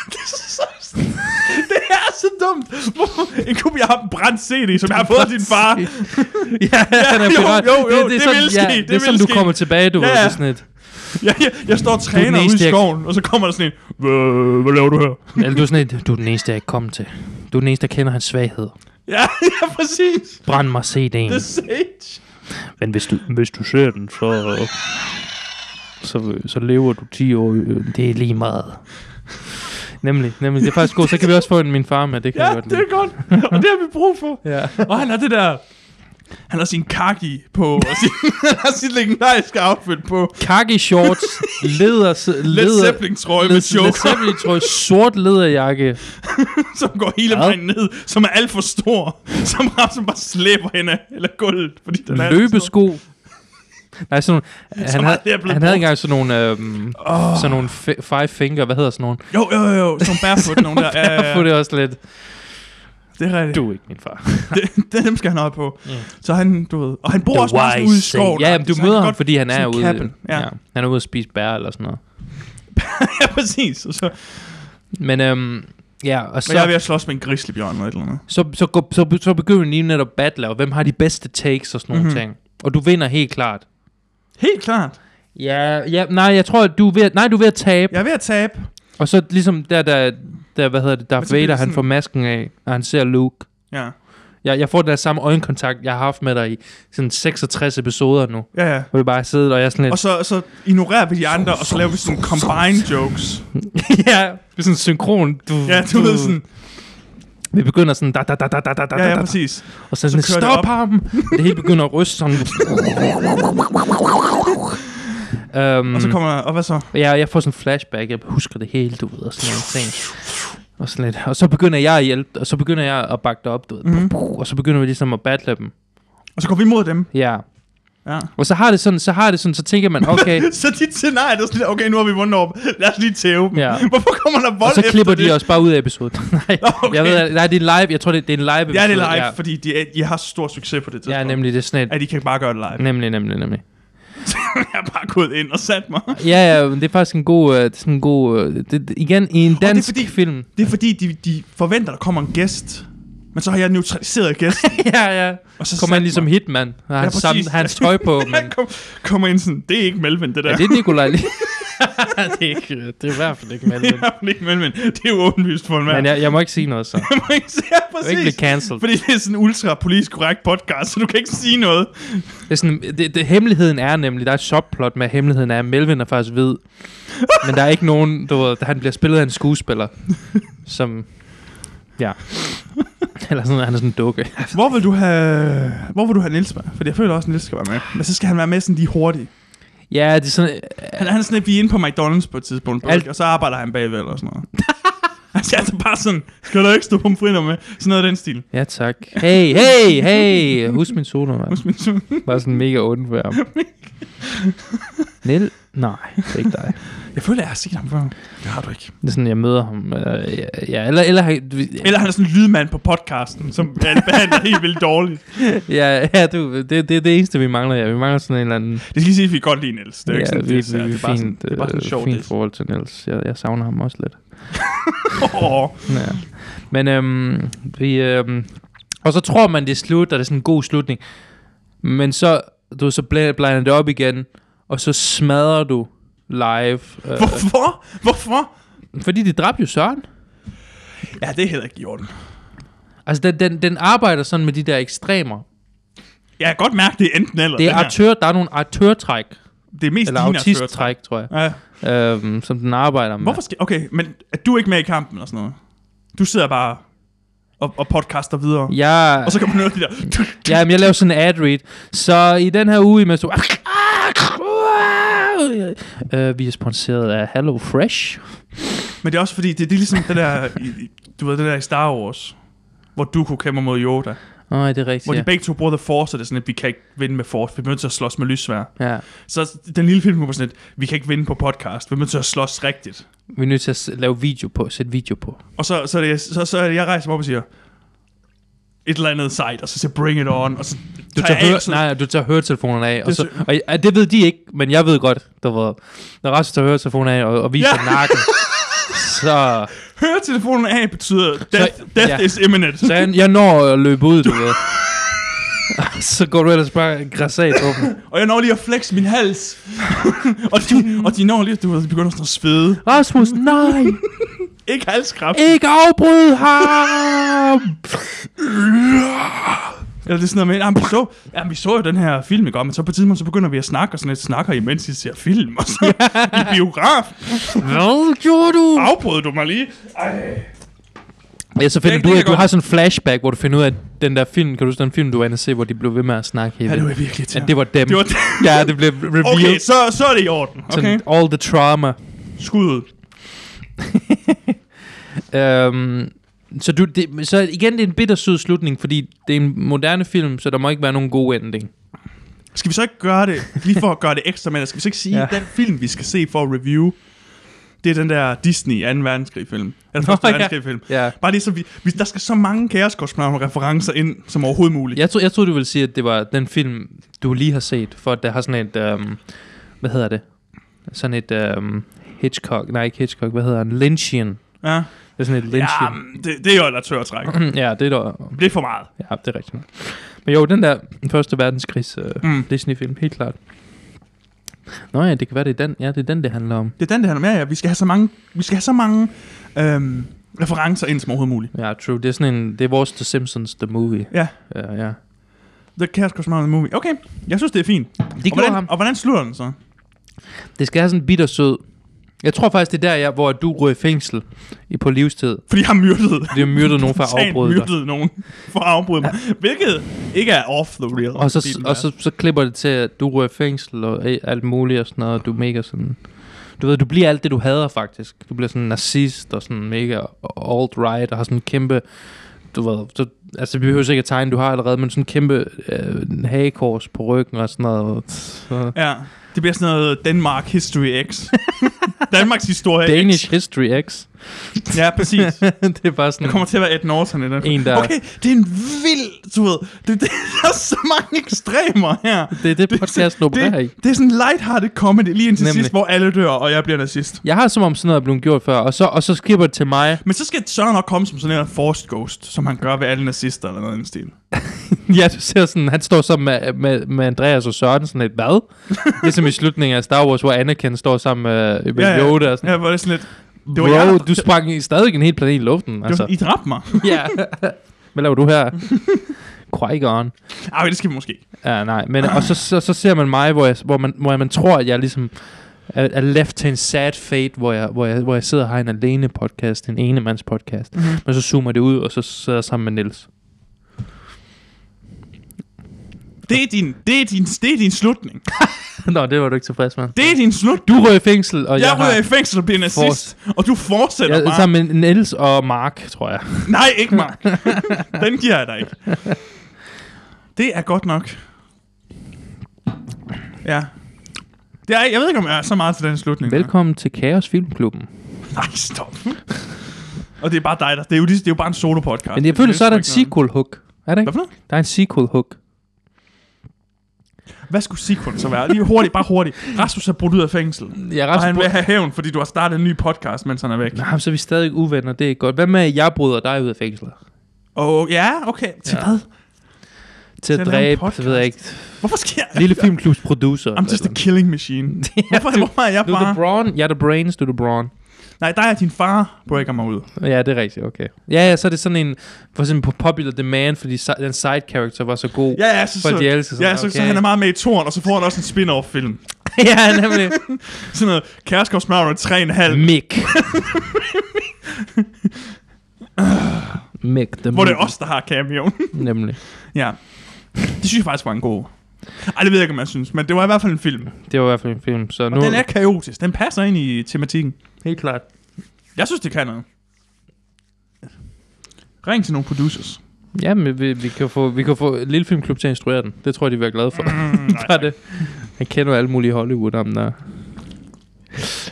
[SPEAKER 2] Det er så dumt. Hvor- En kub, jeg har en brændt CD, som jeg har fået af din far.
[SPEAKER 1] ja, han er
[SPEAKER 2] jo,
[SPEAKER 1] pirat.
[SPEAKER 2] jo, jo, det
[SPEAKER 1] sådan,
[SPEAKER 2] vil ske,
[SPEAKER 1] ja,
[SPEAKER 2] det
[SPEAKER 1] det, er
[SPEAKER 2] vil
[SPEAKER 1] sådan, du
[SPEAKER 2] ske.
[SPEAKER 1] kommer tilbage, du
[SPEAKER 2] Ja,
[SPEAKER 1] ja, ved,
[SPEAKER 2] ja.
[SPEAKER 1] det er sådan et,
[SPEAKER 2] Jeg, jeg, jeg står og træner ude i
[SPEAKER 1] næste, jeg-
[SPEAKER 2] skoven, og så kommer der sådan en, "Hvad- hvad laver du her?
[SPEAKER 1] eller du er sådan et, du er den eneste, jeg ikke kom til. Du er den eneste, der kender hans svaghed.
[SPEAKER 2] Ja, ja, præcis.
[SPEAKER 1] Brænd mig
[SPEAKER 2] The
[SPEAKER 1] CD'en.
[SPEAKER 2] Sage.
[SPEAKER 1] Men hvis du, hvis du ser den, så... så, så lever du 10 år. øh, Det er lige meget. Nemlig, nemlig. Det er faktisk godt. Så kan vi også få en min far med. Det kan
[SPEAKER 2] Ja,
[SPEAKER 1] jeg godt
[SPEAKER 2] det
[SPEAKER 1] lide.
[SPEAKER 2] er godt. Og det har vi brug for.
[SPEAKER 1] Ja.
[SPEAKER 2] Og han har det der... Han har sin kaki på, og sin, han har sit legendariske outfit på.
[SPEAKER 1] Khaki shorts, leder,
[SPEAKER 2] Led
[SPEAKER 1] leder,
[SPEAKER 2] Zeppelin trøje
[SPEAKER 1] Led,
[SPEAKER 2] med
[SPEAKER 1] Led
[SPEAKER 2] choker,
[SPEAKER 1] Zeppelin trøje, sort lederjakke.
[SPEAKER 2] som går hele
[SPEAKER 1] Ja.
[SPEAKER 2] vejen ned, som er alt for stor, som Ramsen bare slæber hende af, eller gulvet, fordi den er alt for stor.
[SPEAKER 1] løbesko. Nej, sådan nogle,
[SPEAKER 2] Så
[SPEAKER 1] han,
[SPEAKER 2] meget
[SPEAKER 1] havde,
[SPEAKER 2] det er blevet
[SPEAKER 1] han havde
[SPEAKER 2] brugt.
[SPEAKER 1] engang sådan nogle, øhm, oh. sådan nogle fi- five finger, hvad hedder sådan nogle?
[SPEAKER 2] Jo, jo, jo, jo, som barefoot nogen der. Ja, ja,
[SPEAKER 1] Ja.
[SPEAKER 2] ja.
[SPEAKER 1] det også lidt,
[SPEAKER 2] Det er rigtigt.
[SPEAKER 1] du er ikke min far.
[SPEAKER 2] Det, det, dem skal han op på.
[SPEAKER 1] Mm.
[SPEAKER 2] Så han, du ved, og han bor også meget sådan
[SPEAKER 1] wise
[SPEAKER 2] ude i
[SPEAKER 1] thing.
[SPEAKER 2] skoven.
[SPEAKER 1] Ja, men du
[SPEAKER 2] så han
[SPEAKER 1] møder
[SPEAKER 2] kan
[SPEAKER 1] ham,
[SPEAKER 2] godt-
[SPEAKER 1] fordi han er
[SPEAKER 2] sådan
[SPEAKER 1] ude.
[SPEAKER 2] cabin, ja.
[SPEAKER 1] Han er ude at spise bær eller sådan noget.
[SPEAKER 2] Ja, præcis. Og så,
[SPEAKER 1] Men øhm, ja, og
[SPEAKER 2] men jeg er ved
[SPEAKER 1] så,
[SPEAKER 2] at slås med en grizzlybjørn eller et eller andet.
[SPEAKER 1] så, så, går- så, så begynder vi lige netop battle, og hvem har de bedste takes og sådan nogle
[SPEAKER 2] Mhm.
[SPEAKER 1] ting. Og du vinder helt klart.
[SPEAKER 2] Helt klart.
[SPEAKER 1] Ja, ja, nej, jeg tror, at du er ved, at- nej, du er ved at tabe.
[SPEAKER 2] Jeg er ved at tabe.
[SPEAKER 1] Og så ligesom der, der, der hvad hedder det,
[SPEAKER 2] Men
[SPEAKER 1] Darth
[SPEAKER 2] så bliver det
[SPEAKER 1] Vader, han
[SPEAKER 2] sådan-
[SPEAKER 1] får masken af, og han ser Luke.
[SPEAKER 2] Ja,
[SPEAKER 1] Jeg, jeg får den der samme øjenkontakt, jeg har haft med dig i sådan 66 episoder nu.
[SPEAKER 2] ja, ja.
[SPEAKER 1] Hvor vi bare sidder, og jeg er sådan
[SPEAKER 2] Og
[SPEAKER 1] lidt...
[SPEAKER 2] så, så ignorerer vi de andre, og så laver vi sådan combine jokes.
[SPEAKER 1] ja, vi er sådan synkron. Du,
[SPEAKER 2] Ja, du ved sådan,
[SPEAKER 1] Vi begynder sådan... Da, da, da, da, da, da, da,
[SPEAKER 2] ja, ja,
[SPEAKER 1] da,
[SPEAKER 2] præcis.
[SPEAKER 1] og så,
[SPEAKER 2] så
[SPEAKER 1] sådan,
[SPEAKER 2] kører det
[SPEAKER 1] stop
[SPEAKER 2] op."
[SPEAKER 1] ham! det hele begynder at ryste sådan... um, Øhm,
[SPEAKER 2] Og så kommer, og hvad så?
[SPEAKER 1] Ja, jeg får sådan en flashback, jeg husker det hele, du ved, og sådan nogle ting. Og, sådan lidt. og så begynder jeg at hjælpe, og så begynder jeg at bakke dig op, du ved.
[SPEAKER 2] Mhm.
[SPEAKER 1] Og så begynder vi ligesom at battle dem.
[SPEAKER 2] Og så går vi imod dem.
[SPEAKER 1] Ja.
[SPEAKER 2] Ja.
[SPEAKER 1] Og så har det sådan, så har det sådan, så tænker man, okay,
[SPEAKER 2] så dit scenarie, der er sådan, lidt, okay, nu har vi vundet over dem. Lad os lige tæve dem.
[SPEAKER 1] Ja.
[SPEAKER 2] Hvorfor kommer der vold
[SPEAKER 1] og så klipper
[SPEAKER 2] efter
[SPEAKER 1] de
[SPEAKER 2] det?
[SPEAKER 1] os bare ud af episoden. nej,
[SPEAKER 2] Okay.
[SPEAKER 1] okay. jeg ved, at- nej, det er live, jeg tror, det, det er en live
[SPEAKER 2] Ja, det er
[SPEAKER 1] episode,
[SPEAKER 2] live, ja. fordi de, er- I har så stor succes på det
[SPEAKER 1] Ja,
[SPEAKER 2] tidspunkt.
[SPEAKER 1] ja nemlig, det er sådan et,
[SPEAKER 2] At I kan bare gøre det live.
[SPEAKER 1] Nemlig, nemlig, nemlig.
[SPEAKER 2] jeg har bare gået ind og sat mig.
[SPEAKER 1] Ja, ja, men det er faktisk en god, øh, det er sådan en god, øh, det, det, igen, i en
[SPEAKER 2] er
[SPEAKER 1] dansk
[SPEAKER 2] fordi-
[SPEAKER 1] film.
[SPEAKER 2] Det er fordi, de, de forventer, der kommer en gæst. Men så har jeg neutraliseret gæsten.
[SPEAKER 1] ja, ja.
[SPEAKER 2] Og så
[SPEAKER 1] Så kommer
[SPEAKER 2] sat
[SPEAKER 1] han ligesom
[SPEAKER 2] mig.
[SPEAKER 1] Hitman, og han, ja,
[SPEAKER 2] præcis.
[SPEAKER 1] sammen, hans tøj på,
[SPEAKER 2] Han
[SPEAKER 1] men
[SPEAKER 2] kom, kommer ind sådan, det er ikke Melvin, det der.
[SPEAKER 1] er det Nikolaj lige? det, er ikke, øh, det er i hvert fald ikke
[SPEAKER 2] det
[SPEAKER 1] Melvin.
[SPEAKER 2] er i hvert fald ikke Melvin. Det er jo åbenlyst for en mand.
[SPEAKER 1] Men jeg, jeg må ikke sige noget så. Jeg
[SPEAKER 2] Jeg må ikke sige, ja,
[SPEAKER 1] må ikke
[SPEAKER 2] præcis.
[SPEAKER 1] blive cancelled.
[SPEAKER 2] Fordi det er sådan en ultra politisk korrekt podcast, så du kan ikke sige noget.
[SPEAKER 1] Det er sådan, det, det, hemmeligheden er nemlig, der er et subplot med, at hemmeligheden er, at Melvin er faktisk hvid. men der er ikke nogen, du ved, han bliver spillet af en skuespiller, som, ja. Eller sådan, han er sådan en dukke.
[SPEAKER 2] Hvor vil du have, hvor vil du have Niels med? Fordi jeg føler også, at Niels skal være med. Men så skal han være med sådan lige hurtigt.
[SPEAKER 1] Ja, det er sådan,
[SPEAKER 2] Han, han er sådan lidt, vi er inde på McDonald's på et tidspunkt, på,
[SPEAKER 1] Alt-
[SPEAKER 2] Alt. og så arbejder han bagved eller sådan noget. altså, altså bare sådan, skal du ikke stå pomfritter med? Sådan noget af den stil.
[SPEAKER 1] ja tak. Hey, hey, hey, husk min solo, mand.
[SPEAKER 2] Husk min søn.
[SPEAKER 1] Bare sådan mega ondt for ham. Niel? Nej, det er ikke dig.
[SPEAKER 2] Jeg føler, jeg har set ham før. Det har du ikke.
[SPEAKER 1] Det er sådan, jeg møder ham. Eller, ja, eller, eller,
[SPEAKER 2] Eller han er sådan en lydmand på podcasten, som han behandler helt vildt dårligt.
[SPEAKER 1] ja, ja, du, det, det er det eneste, vi mangler. Ja. Vi mangler sådan en eller anden...
[SPEAKER 2] Det skal sige, at vi kan godt lide Niels. Det er jo ikke sådan,
[SPEAKER 1] vi,
[SPEAKER 2] det,
[SPEAKER 1] vi,
[SPEAKER 2] er,
[SPEAKER 1] vi,
[SPEAKER 2] det er bare sådan,
[SPEAKER 1] fint,
[SPEAKER 2] det er bare sådan
[SPEAKER 1] øh,
[SPEAKER 2] sjovt.
[SPEAKER 1] fint forhold til Niels. Jeg, jeg savner ham også lidt.
[SPEAKER 2] Åh,
[SPEAKER 1] Ja. Men øhm, vi... Øhm, og så tror man, det er slut, og det er sådan en god slutning. Men så, du, ved, så bla- blinder det op igen, og så smadrer du live. Øh,
[SPEAKER 2] Hvorfor? Hvorfor?
[SPEAKER 1] fordi de dræbte jo Søren.
[SPEAKER 2] Ja, det er heller ikke i orden.
[SPEAKER 1] Altså, den, den, den arbejder sådan med de der ekstremer.
[SPEAKER 2] Jeg kan godt mærke, det er enten eller.
[SPEAKER 1] Det er
[SPEAKER 2] den her.
[SPEAKER 1] artør, der er nogle artørtræk,
[SPEAKER 2] det er mest
[SPEAKER 1] eller
[SPEAKER 2] din aktør.
[SPEAKER 1] autisttræk, tror jeg,
[SPEAKER 2] Ja.
[SPEAKER 1] øhm, som den arbejder med.
[SPEAKER 2] Hvorfor skal... Okay, men er du ikke med i kampen og sådan noget? Du sidder bare og, og podcaster videre. Ja.
[SPEAKER 1] Jeg,
[SPEAKER 2] Og så kommer noget af de der...
[SPEAKER 1] ja, jeg laver sådan en ad read. Så i den her uge, imens du... Øh, vi er sponsoreret af Hello Fresh.
[SPEAKER 2] Men det er også fordi, det, det er ligesom det der... i- i- Du ved, det der i Star Wars. Hvor Dooku kæmper mod Yoda.
[SPEAKER 1] Nej, det er
[SPEAKER 2] Hvor
[SPEAKER 1] rigtigt.
[SPEAKER 2] de begge to bruger The Force, og det er sådan, at vi kan ikke vinde med Force. Vi bliver nødt til at slås med lysvær.
[SPEAKER 1] ja. ja.
[SPEAKER 2] Så den lille film kommer sådan, at vi kan ikke vinde på podcast. Vi bliver nødt til at slås rigtigt.
[SPEAKER 1] Vi er nødt til at s- lave video på, sætte video på.
[SPEAKER 2] Og så, så, er det, så, så er det, jeg rejser mig op og siger, et eller andet site, og så siger bring it on, og så
[SPEAKER 1] Du
[SPEAKER 2] tager jeg
[SPEAKER 1] tager,
[SPEAKER 2] af,
[SPEAKER 1] høre,
[SPEAKER 2] og så-
[SPEAKER 1] nej, du tager høretelefonerne af. Og,
[SPEAKER 2] Det
[SPEAKER 1] så, og ja, det ved de ikke, men jeg ved godt, der var, når Rasmus tager høretelefonerne af og, og viser
[SPEAKER 2] Ja.
[SPEAKER 1] ja. nakken, så,
[SPEAKER 2] Høretelefonen af betyder, death,
[SPEAKER 1] Så-
[SPEAKER 2] death
[SPEAKER 1] ja.
[SPEAKER 2] is imminent.
[SPEAKER 1] så jeg, jeg når at løbe ud, du ved. så går du ellers bare græsat på dem.
[SPEAKER 2] Og jeg når lige at flex min hals. og, de, og de når lige, du ved, de begynder sådan at svede.
[SPEAKER 1] Rasmus, nej!
[SPEAKER 2] Ikke halskræft.
[SPEAKER 1] Ikke afbryd ham!
[SPEAKER 2] Eller det er sådan noget med, jamen, vi, så, jamen, vi så jo den her film, ikke? Og, men så på et tidspunkt, så begynder vi at snakke, og sådan lidt snakker I, mens I ser film, og så i biograf.
[SPEAKER 1] Hvad gjorde du?
[SPEAKER 2] Afbrød du mig lige? Ej.
[SPEAKER 1] Ja, så finder
[SPEAKER 2] Det-
[SPEAKER 1] du
[SPEAKER 2] det
[SPEAKER 1] ud af,
[SPEAKER 2] kan
[SPEAKER 1] du
[SPEAKER 2] godt-
[SPEAKER 1] har sådan en flashback, hvor du finder ud af, at den der film, kan du huske den film, du var inde og se, hvor de blev ved med at snakke hele
[SPEAKER 2] Ja, det var
[SPEAKER 1] tiden?
[SPEAKER 2] virkelig
[SPEAKER 1] At det var dem.
[SPEAKER 2] Det var dem.
[SPEAKER 1] ja, det blev revealed.
[SPEAKER 2] Okay, så, så er det i orden. Okay.
[SPEAKER 1] Sådan, all the trauma.
[SPEAKER 2] Skud ud.
[SPEAKER 1] Øhm, så, du, det, så igen, det er en bittersød slutning, fordi det er en moderne film, så der må ikke være nogen god ending.
[SPEAKER 2] Skal vi så ikke gøre det, lige for at gøre det ekstra med, skal vi så ikke sige,
[SPEAKER 1] Ja.
[SPEAKER 2] ja. den film, vi skal se for at review, det er den der Disney 2. verdenskrig film. Eller første
[SPEAKER 1] Nå, ja.
[SPEAKER 2] verdenskrig film.
[SPEAKER 1] Ja.
[SPEAKER 2] Bare lige så vi, vi, der skal så mange kaoskosmonauter referencer ind som overhovedet muligt.
[SPEAKER 1] Jeg, tro, jeg troede, du ville sige, at det var den film, du lige har set, for at der har sådan et, øhm, hvad hedder det? Sådan et øhm, Hitchcock, nej ikke Hitchcock, hvad hedder han? Lynchian. Det
[SPEAKER 2] Ja.
[SPEAKER 1] er sådan et
[SPEAKER 2] ja
[SPEAKER 1] Lynchian.
[SPEAKER 2] men det, det er jo et tørtræk.
[SPEAKER 1] Ja, ja det er der,
[SPEAKER 2] Det er for meget.
[SPEAKER 1] Ja, det er rigtigt. nok. Men jo, den der første verdenskrigs øh, mm.
[SPEAKER 2] Mm.
[SPEAKER 1] Disney-film, helt klart. Nå ja, det kan være, det er den, ja, det, er den, det handler om.
[SPEAKER 2] Det er den, det handler om. Ja, ja, vi skal have så mange, vi skal have så mange øhm, referencer ind som overhovedet muligt.
[SPEAKER 1] Ja, true. Det er sådan en, det er vores The Simpsons, The Movie.
[SPEAKER 2] Ja.
[SPEAKER 1] Uh, ja.
[SPEAKER 2] The Chaos Cosmonaut Movie. Okay, jeg synes, det er fint.
[SPEAKER 1] De
[SPEAKER 2] og,
[SPEAKER 1] gjorde
[SPEAKER 2] hvordan,
[SPEAKER 1] ham.
[SPEAKER 2] og hvordan slutter den så?
[SPEAKER 1] Det skal have sådan en bittersød. Jeg tror faktisk, det er der, jeg, hvor du røg i fængsel i, på livstid.
[SPEAKER 2] Fordi jeg har myrdet.
[SPEAKER 1] Det er myrdet nogen for at
[SPEAKER 2] Sagen
[SPEAKER 1] afbryde dig.
[SPEAKER 2] myrdede nogen for at afbryde mig. Hvilket ikke er off the real.
[SPEAKER 1] Og,
[SPEAKER 2] fordi
[SPEAKER 1] så,
[SPEAKER 2] den er-
[SPEAKER 1] og så, så klipper det til, at du røg i fængsel og øh, alt muligt og sådan noget, og du er mega sådan... Du ved, du bliver alt det, du hader faktisk. Du bliver sådan en narcissist og sådan mega alt-right og har sådan en kæmpe... Du ved, så, altså vi behøver ikke at tegne, du har allerede, men sådan en kæmpe øh, hagekors på ryggen og sådan noget. Så,
[SPEAKER 2] Ja, det bliver sådan noget Denmark History X. Danmarks historie
[SPEAKER 1] Danish
[SPEAKER 2] X.
[SPEAKER 1] History X.
[SPEAKER 2] Ja, præcis.
[SPEAKER 1] det er bare sådan...
[SPEAKER 2] Der kommer til at være et Norton i den.
[SPEAKER 1] Mm. En, der-
[SPEAKER 2] Okay, det er en vild, du ved. Det, det, der er så mange ekstremer her.
[SPEAKER 1] Det er det, podcasten opererer i.
[SPEAKER 2] det, det er sådan lighthearted comedy lige indtil
[SPEAKER 1] Nemlig.
[SPEAKER 2] Nemlig. sidst, hvor alle dør, og jeg bliver nazist.
[SPEAKER 1] Jeg har som om sådan noget er blevet gjort før, og så, og så skipper det til mig.
[SPEAKER 2] Men så skal Søren nok komme som sådan en forced ghost, som han gør ved alle nazister eller noget i den stil.
[SPEAKER 1] Ja, du ser sådan, han står sammen med, med, med Andreas og Søren, sådan et hvad? ligesom i slutningen af Star Wars, hvor Anakin står sammen med, med ja, ja. Yoda og sådan.
[SPEAKER 2] ja, hvor det er sådan lidt...
[SPEAKER 1] Ja,
[SPEAKER 2] det var
[SPEAKER 1] Bro,
[SPEAKER 2] jeg, der-
[SPEAKER 1] du sprang i stadig en hel planet i luften,
[SPEAKER 2] Altså.
[SPEAKER 1] altså.
[SPEAKER 2] I dræbte mig.
[SPEAKER 1] ja. Hvad laver du her? Qui-Gon.
[SPEAKER 2] Ej, det skal vi måske ikke.
[SPEAKER 1] Ja, nej. Men, og så, så, så ser man mig, hvor, jeg, hvor, man, hvor man tror, at jeg ligesom er, er left til en sad fate, hvor jeg, hvor jeg, hvor jeg sidder og har en alene podcast, en enemands podcast.
[SPEAKER 2] Mhm.
[SPEAKER 1] Mm-hmm. Men så zoomer det ud, og så sidder jeg sammen med Nils.
[SPEAKER 2] Det er din, det er din, det er din slutning.
[SPEAKER 1] Nå, det var du ikke tilfreds med.
[SPEAKER 2] Det er din slut.
[SPEAKER 1] Du røg i fængsel, og jeg,
[SPEAKER 2] Jeg
[SPEAKER 1] har...
[SPEAKER 2] ryger i fængsel og bliver nazist, og du fortsætter
[SPEAKER 1] Ja,
[SPEAKER 2] bare.
[SPEAKER 1] sammen med Niels og Mark, tror jeg.
[SPEAKER 2] Nej, ikke Mark. Den giver jeg dig ikke. Det er godt nok. Ja. Det er, jeg ved ikke, om jeg er så meget til den slutning.
[SPEAKER 1] Velkommen til Kaos Filmklubben.
[SPEAKER 2] Nej, stop. og det er bare dig, der. Det er jo, lige, det er jo bare en solo-podcast.
[SPEAKER 1] Men jeg føler, så er der en
[SPEAKER 2] sgu ikke
[SPEAKER 1] sequel hook. Er det
[SPEAKER 2] noget. Hvad
[SPEAKER 1] ikke?
[SPEAKER 2] for noget?
[SPEAKER 1] Der er en sequel hook.
[SPEAKER 2] Hvad skulle sequel så være? Lige hurtigt, bare hurtigt. Rasmus er brudt ud af fængsel.
[SPEAKER 1] Ja,
[SPEAKER 2] Og han
[SPEAKER 1] Rasmus,
[SPEAKER 2] vil have hævn, fordi du har startet en ny podcast, mens han er væk.
[SPEAKER 1] Nej, så er vi stadig uvenner, det er ikke godt. Hvad med, at jeg bryder dig ud af fængslet?
[SPEAKER 2] Og ja, okay. Til
[SPEAKER 1] Ja.
[SPEAKER 2] hvad?
[SPEAKER 1] Til
[SPEAKER 2] Til
[SPEAKER 1] at
[SPEAKER 2] at lave en
[SPEAKER 1] dræbe,
[SPEAKER 2] podcast.
[SPEAKER 1] det ved jeg ikke.
[SPEAKER 2] Hvorfor sker jeg?
[SPEAKER 1] Lille filmklubs producer.
[SPEAKER 2] I'm just a killing machine. hvorfor, hvorfor er jeg
[SPEAKER 1] Du er the
[SPEAKER 2] bare...
[SPEAKER 1] brawn, jeg er the brains, du er the brawn.
[SPEAKER 2] Nej, der er din far, breaker mig ud.
[SPEAKER 1] Ja, det er rigtigt, okay. Ja, ja, så er det sådan en, for eksempel på Popular Demand, fordi si- den side character var så god.
[SPEAKER 2] Ja, ja, så,
[SPEAKER 1] Folk, de
[SPEAKER 2] så,
[SPEAKER 1] elsker sådan,
[SPEAKER 2] ja, så,
[SPEAKER 1] okay.
[SPEAKER 2] så han er meget med i toren, og så får han også en spin-off-film.
[SPEAKER 1] ja, nemlig.
[SPEAKER 2] Sådan noget Kæreskovs Mario 3,5,
[SPEAKER 1] Mick. Mick, the
[SPEAKER 2] hvor det
[SPEAKER 1] movie.
[SPEAKER 2] er os, der har cameoen.
[SPEAKER 1] Nemlig.
[SPEAKER 2] ja. Det synes jeg faktisk var en god... Ej, det ved jeg ikke, om jeg synes, men det var i hvert fald en film.
[SPEAKER 1] Det var i hvert fald en film, så nu...
[SPEAKER 2] Og den er kaotisk. Den passer ind i tematikken.
[SPEAKER 1] helt klart.
[SPEAKER 2] Jeg synes, det kan noget. Ring til nogle producers.
[SPEAKER 1] Ja, men vi, vi, kan få, vi kan få Lille Filmklub til at instruere den. Det tror jeg, de vil være glade for.
[SPEAKER 2] Mm, nej,
[SPEAKER 1] Bare det. Han kender jo alle mulige Hollywood om der.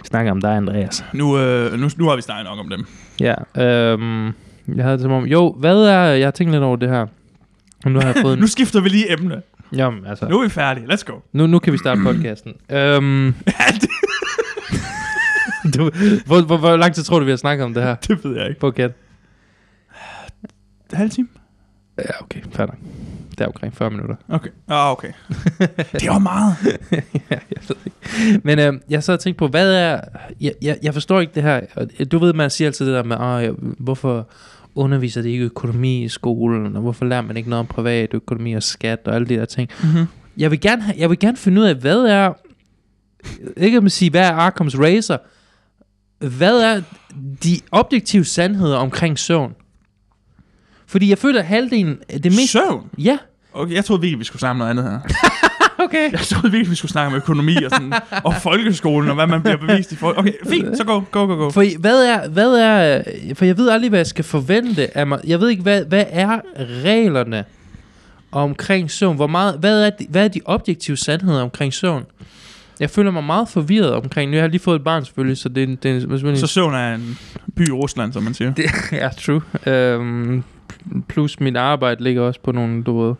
[SPEAKER 1] snakker om dig, Andreas.
[SPEAKER 2] nu, øh, nu, nu har vi snakket nok om dem.
[SPEAKER 1] Ja, øhm, jeg havde det som om... Jo, hvad er... Jeg har tænkt lidt over det her. Men nu har jeg fået en...
[SPEAKER 2] Nu skifter vi lige emne.
[SPEAKER 1] Jamen, altså...
[SPEAKER 2] Nu er vi færdige. Let's go.
[SPEAKER 1] Nu, nu kan vi starte podcasten. Øhm, du, hvor, hvor, hvor lang tid tror du, vi har snakket om det her?
[SPEAKER 2] det ved jeg ikke.
[SPEAKER 1] På gæt.
[SPEAKER 2] Halv time?
[SPEAKER 1] Ja, okay, fair nok. Det er omkring 40 minutter.
[SPEAKER 2] Okay. Ah, okay. det var meget.
[SPEAKER 1] ja, jeg ved ikke. Men øh, jeg sad og tænkte på, hvad er... Jeg, jeg, jeg forstår ikke det her. Og, øh, Du ved, man siger altid det der med, "Åh, jeg- hvorfor underviser de ikke økonomi i skolen, og hvorfor lærer man ikke noget om privat økonomi og skat og alle de der ting.
[SPEAKER 2] Mm-hmm.
[SPEAKER 1] Jeg vil gerne, have- jeg vil gerne finde ud af, hvad er, ikke at man sige, hvad er Arkham's Razor, hvad er de objektive sandheder omkring søvn? Fordi jeg føler, at halvdelen af det mest...
[SPEAKER 2] Søvn?
[SPEAKER 1] Ja,
[SPEAKER 2] Okay, jeg troede virkelig, vi skulle snakke om noget andet her.
[SPEAKER 1] okay.
[SPEAKER 2] Jeg troede virkelig, vi skulle snakke om økonomi og, sådan, og folkeskolen, og hvad man bliver bevist i folk. Okay, fint, så gå, gå, gå, gå.
[SPEAKER 1] For hvad er, hvad er, for jeg ved aldrig, hvad jeg skal forvente af mig. Jeg ved ikke, hvad, hvad er reglerne omkring søvn? Hvor meget, hvad, er de, hvad er de objektive sandheder omkring søvn? Jeg føler mig meget forvirret omkring, nu jeg har lige fået et barn selvfølgelig, så det, er en- det er en- selvfølgelig...
[SPEAKER 2] Så
[SPEAKER 1] Så,
[SPEAKER 2] søvn er en by i Rusland, som man siger.
[SPEAKER 1] det er true. Øhm, plus mit arbejde ligger også på nogle, du ved,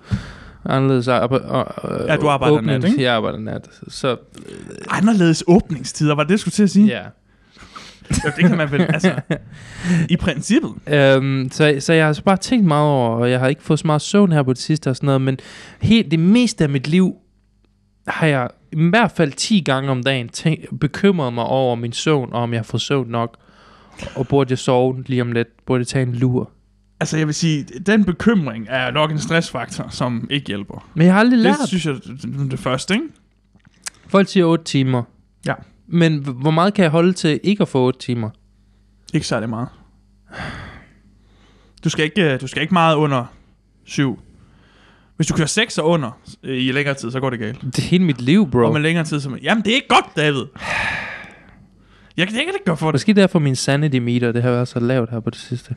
[SPEAKER 1] anderledes arbejde. Øh,
[SPEAKER 2] Ja, du arbejder nat,
[SPEAKER 1] åbnings-
[SPEAKER 2] ikke?
[SPEAKER 1] Jeg arbejder nat. Så,
[SPEAKER 2] Anderledes åbningstider, var det, jeg skulle til at sige?
[SPEAKER 1] ja.
[SPEAKER 2] Jo, det kan man vel, altså, i princippet.
[SPEAKER 1] Øhm, så, så jeg har så bare tænkt meget over, og jeg har ikke fået så meget søvn her på det sidste og sådan noget, men helt det meste af mit liv har jeg i hvert fald 10 gange om dagen tænkt, bekymret mig over min søvn, og om jeg har fået søvn nok, og burde jeg sove lige om lidt, burde jeg tage en lur.
[SPEAKER 2] Altså, jeg vil sige, den bekymring er nok en stressfaktor, som ikke hjælper.
[SPEAKER 1] Men jeg har aldrig lært.
[SPEAKER 2] Det synes jeg, det, det første, ikke?
[SPEAKER 1] Folk siger 8 timer.
[SPEAKER 2] Ja.
[SPEAKER 1] Men h- hvor meget kan jeg holde til ikke at få 8 timer?
[SPEAKER 2] Ikke særlig meget. Du skal ikke, øh, du skal ikke meget under 7. Hvis du kører 6 og under øh, i længere tid, så går det galt.
[SPEAKER 1] Det er hele mit liv, bro.
[SPEAKER 2] Og med længere tid, så man, Jamen, det er ikke godt, David. Jeg kan jeg kan ikke gøre for det.
[SPEAKER 1] Måske derfor min sanity meter, det har været så lavt her på det sidste.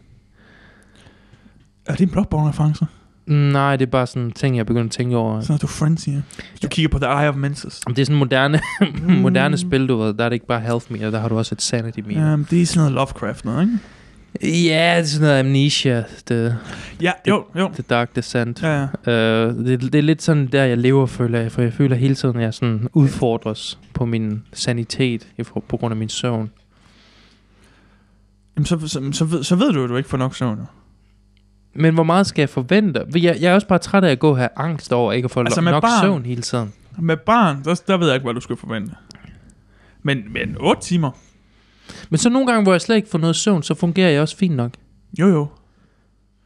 [SPEAKER 2] Er det en Bloodborne-reference?
[SPEAKER 1] Nej, det er bare sådan en ting, jeg er begyndt at tænke over.
[SPEAKER 2] Sådan noget, du friends siger. Hvis du kigger på The Eye of Menses.
[SPEAKER 1] Om Det er sådan moderne, moderne spil, du ved. Der er det ikke bare health meter, der har du også et sanity meter.
[SPEAKER 2] Um, det er sådan noget Lovecraft noget, ikke?
[SPEAKER 1] Ja, yeah, det er sådan noget amnesia, the,
[SPEAKER 2] Ja, jo, jo.
[SPEAKER 1] the dark descent.
[SPEAKER 2] Ja, ja.
[SPEAKER 1] Uh, det, det er lidt sådan der, jeg lever, føler jeg. For jeg føler hele tiden, at jeg sådan udfordres på min sanitet i for- på grund af min søvn.
[SPEAKER 2] Jamen, så, så, så, ved, så ved du jo, at du ikke får nok søvn. jo.
[SPEAKER 1] Men hvor meget skal jeg forvente? For Jeg, jeg er også bare træt af at gå og have angst over ikke at få
[SPEAKER 2] Altså
[SPEAKER 1] altså,
[SPEAKER 2] med
[SPEAKER 1] nok
[SPEAKER 2] barn.
[SPEAKER 1] søvn hele tiden.
[SPEAKER 2] Med barn, der, der ved jeg ikke, hvad du skal forvente. Men, men 8 timer?
[SPEAKER 1] Men så nogle gange, hvor jeg slet ikke får noget søvn, så fungerer jeg også fint nok.
[SPEAKER 2] Jo, jo.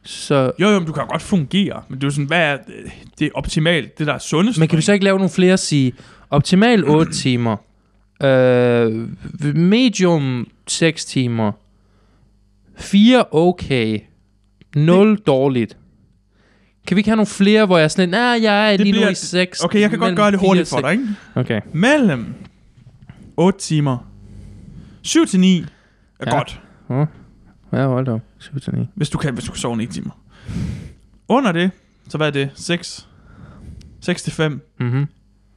[SPEAKER 1] Så,
[SPEAKER 2] Jo, jo, men du kan jo godt fungere. Men det er jo sådan, hvad er øh, det er optimalt, det der er sundest?
[SPEAKER 1] Men kan vi så ikke lave nogle flere og sige, optimal 8 timer, øh, medium 6 timer, 4 okay, 0 det, dårligt. Kan vi ikke have nogle flere, hvor jeg er sådan lidt, nej, jeg er
[SPEAKER 2] Det
[SPEAKER 1] lige nu
[SPEAKER 2] bliver-
[SPEAKER 1] i 6.
[SPEAKER 2] Okay, jeg kan godt gøre det hurtigt for dig, ikke?
[SPEAKER 1] Okay.
[SPEAKER 2] Mellem 8 timer. 7 til 9 er
[SPEAKER 1] Ja.
[SPEAKER 2] ja. godt,
[SPEAKER 1] Ja, hold da op. 7 til 9.
[SPEAKER 2] hvis du kan, hvis du kan sove 9 timer. Under det, så hvad er det? 6. 6 til 5.
[SPEAKER 1] Mm-hmm.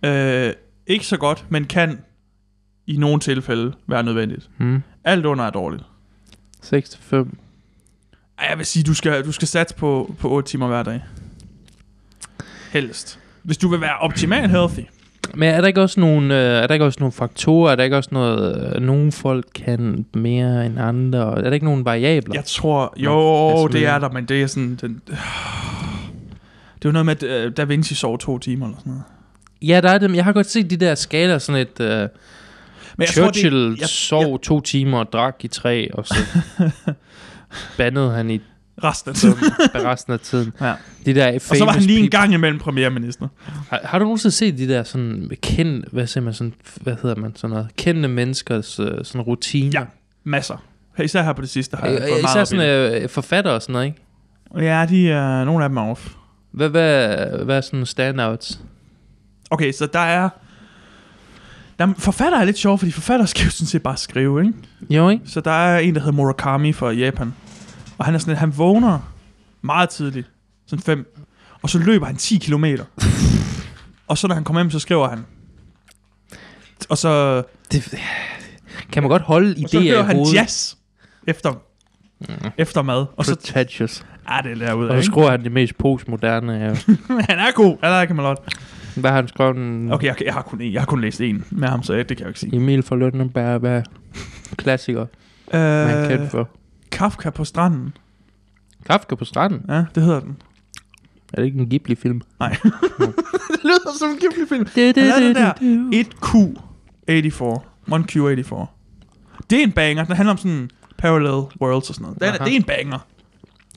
[SPEAKER 2] Øh, ikke så godt, men kan i nogle tilfælde være nødvendigt.
[SPEAKER 1] Mm.
[SPEAKER 2] Alt under er dårligt.
[SPEAKER 1] 6 til 5.
[SPEAKER 2] Ej, jeg vil sige, du skal, du skal satse på, på 8 timer hver dag. Helst. Hvis du vil være optimal healthy.
[SPEAKER 1] Men er der ikke også nogle, øh, er der ikke også nogle faktorer? Er der ikke også noget, øh, nogle folk kan mere end andre? Er der ikke nogen variabler?
[SPEAKER 2] Jeg tror, jo,
[SPEAKER 1] altså,
[SPEAKER 2] det
[SPEAKER 1] men-
[SPEAKER 2] er der, men det er sådan... Den, det er jo noget med, at øh, Da Vinci sov to timer eller sådan noget.
[SPEAKER 1] Ja, der er dem. Jeg har godt set de der skaler, sådan et øh,
[SPEAKER 2] Men
[SPEAKER 1] Churchill
[SPEAKER 2] Tror,
[SPEAKER 1] tror,
[SPEAKER 2] det, jeg,
[SPEAKER 1] sov
[SPEAKER 2] jeg,
[SPEAKER 1] to timer og drak i tre, og så bandede han i
[SPEAKER 2] resten af tiden.
[SPEAKER 1] dum resten af tiden.
[SPEAKER 2] Ja.
[SPEAKER 1] De der famous
[SPEAKER 2] Og så var han lige en
[SPEAKER 1] people.
[SPEAKER 2] gang imellem premierminister.
[SPEAKER 1] Har, har du nogensinde set de der sådan kendte, hvad siger man sådan, hvad hedder man sådan noget, kendte menneskers øh, sådan rutiner?
[SPEAKER 2] Ja, masser. Især her på det sidste har jeg
[SPEAKER 1] Øh,
[SPEAKER 2] fået meget
[SPEAKER 1] Især
[SPEAKER 2] op i det.
[SPEAKER 1] sådan øh, forfattere og sådan noget, ikke?
[SPEAKER 2] Ja, de er, nogle af dem er off.
[SPEAKER 1] Hvad, hvad, hvad er sådan standouts?
[SPEAKER 2] Okay, så der er... Der, forfatter er lidt sjov, fordi forfatter skal jo sådan set bare skrive, ikke?
[SPEAKER 1] Jo, ikke?
[SPEAKER 2] Så der er en, der hedder Murakami fra Japan. Og han er sådan, at han vågner meget tidligt. Sådan fem. Og så løber han 10 kilometer. og så når han kommer hjem, så skriver han. Og så,
[SPEAKER 1] Det, kan man godt holde
[SPEAKER 2] og så
[SPEAKER 1] idéer
[SPEAKER 2] hører
[SPEAKER 1] i
[SPEAKER 2] han
[SPEAKER 1] hovedet?
[SPEAKER 2] jazz efter,
[SPEAKER 1] Mm.
[SPEAKER 2] efter mad. Og så,
[SPEAKER 1] Pretentious.
[SPEAKER 2] ah, det er derude,
[SPEAKER 1] Og så
[SPEAKER 2] ikke?
[SPEAKER 1] skruer han det mest postmoderne. øh,
[SPEAKER 2] han er god. Han er Camelot.
[SPEAKER 1] Hvad har han skrevet? En
[SPEAKER 2] Okay, jeg, jeg, har kun en, jeg har kun læst en med ham, så jeg, det kan jeg jo ikke sige.
[SPEAKER 1] Emil fra Lønneberg, hvad klassiker, øh, man
[SPEAKER 2] Øh,
[SPEAKER 1] kendt for.
[SPEAKER 2] Kafka på stranden.
[SPEAKER 1] Kafka på stranden?
[SPEAKER 2] Ja, det hedder den.
[SPEAKER 1] Er det ikke en Ghibli-film?
[SPEAKER 2] det lyder som en Ghibli-film.
[SPEAKER 1] Det, det,
[SPEAKER 2] Han er den der
[SPEAKER 1] du.
[SPEAKER 2] 1Q84. 1Q84. Det er en banger. Den handler om sådan parallel worlds og sådan noget. Den, er-
[SPEAKER 1] Aha.
[SPEAKER 2] det er en banger.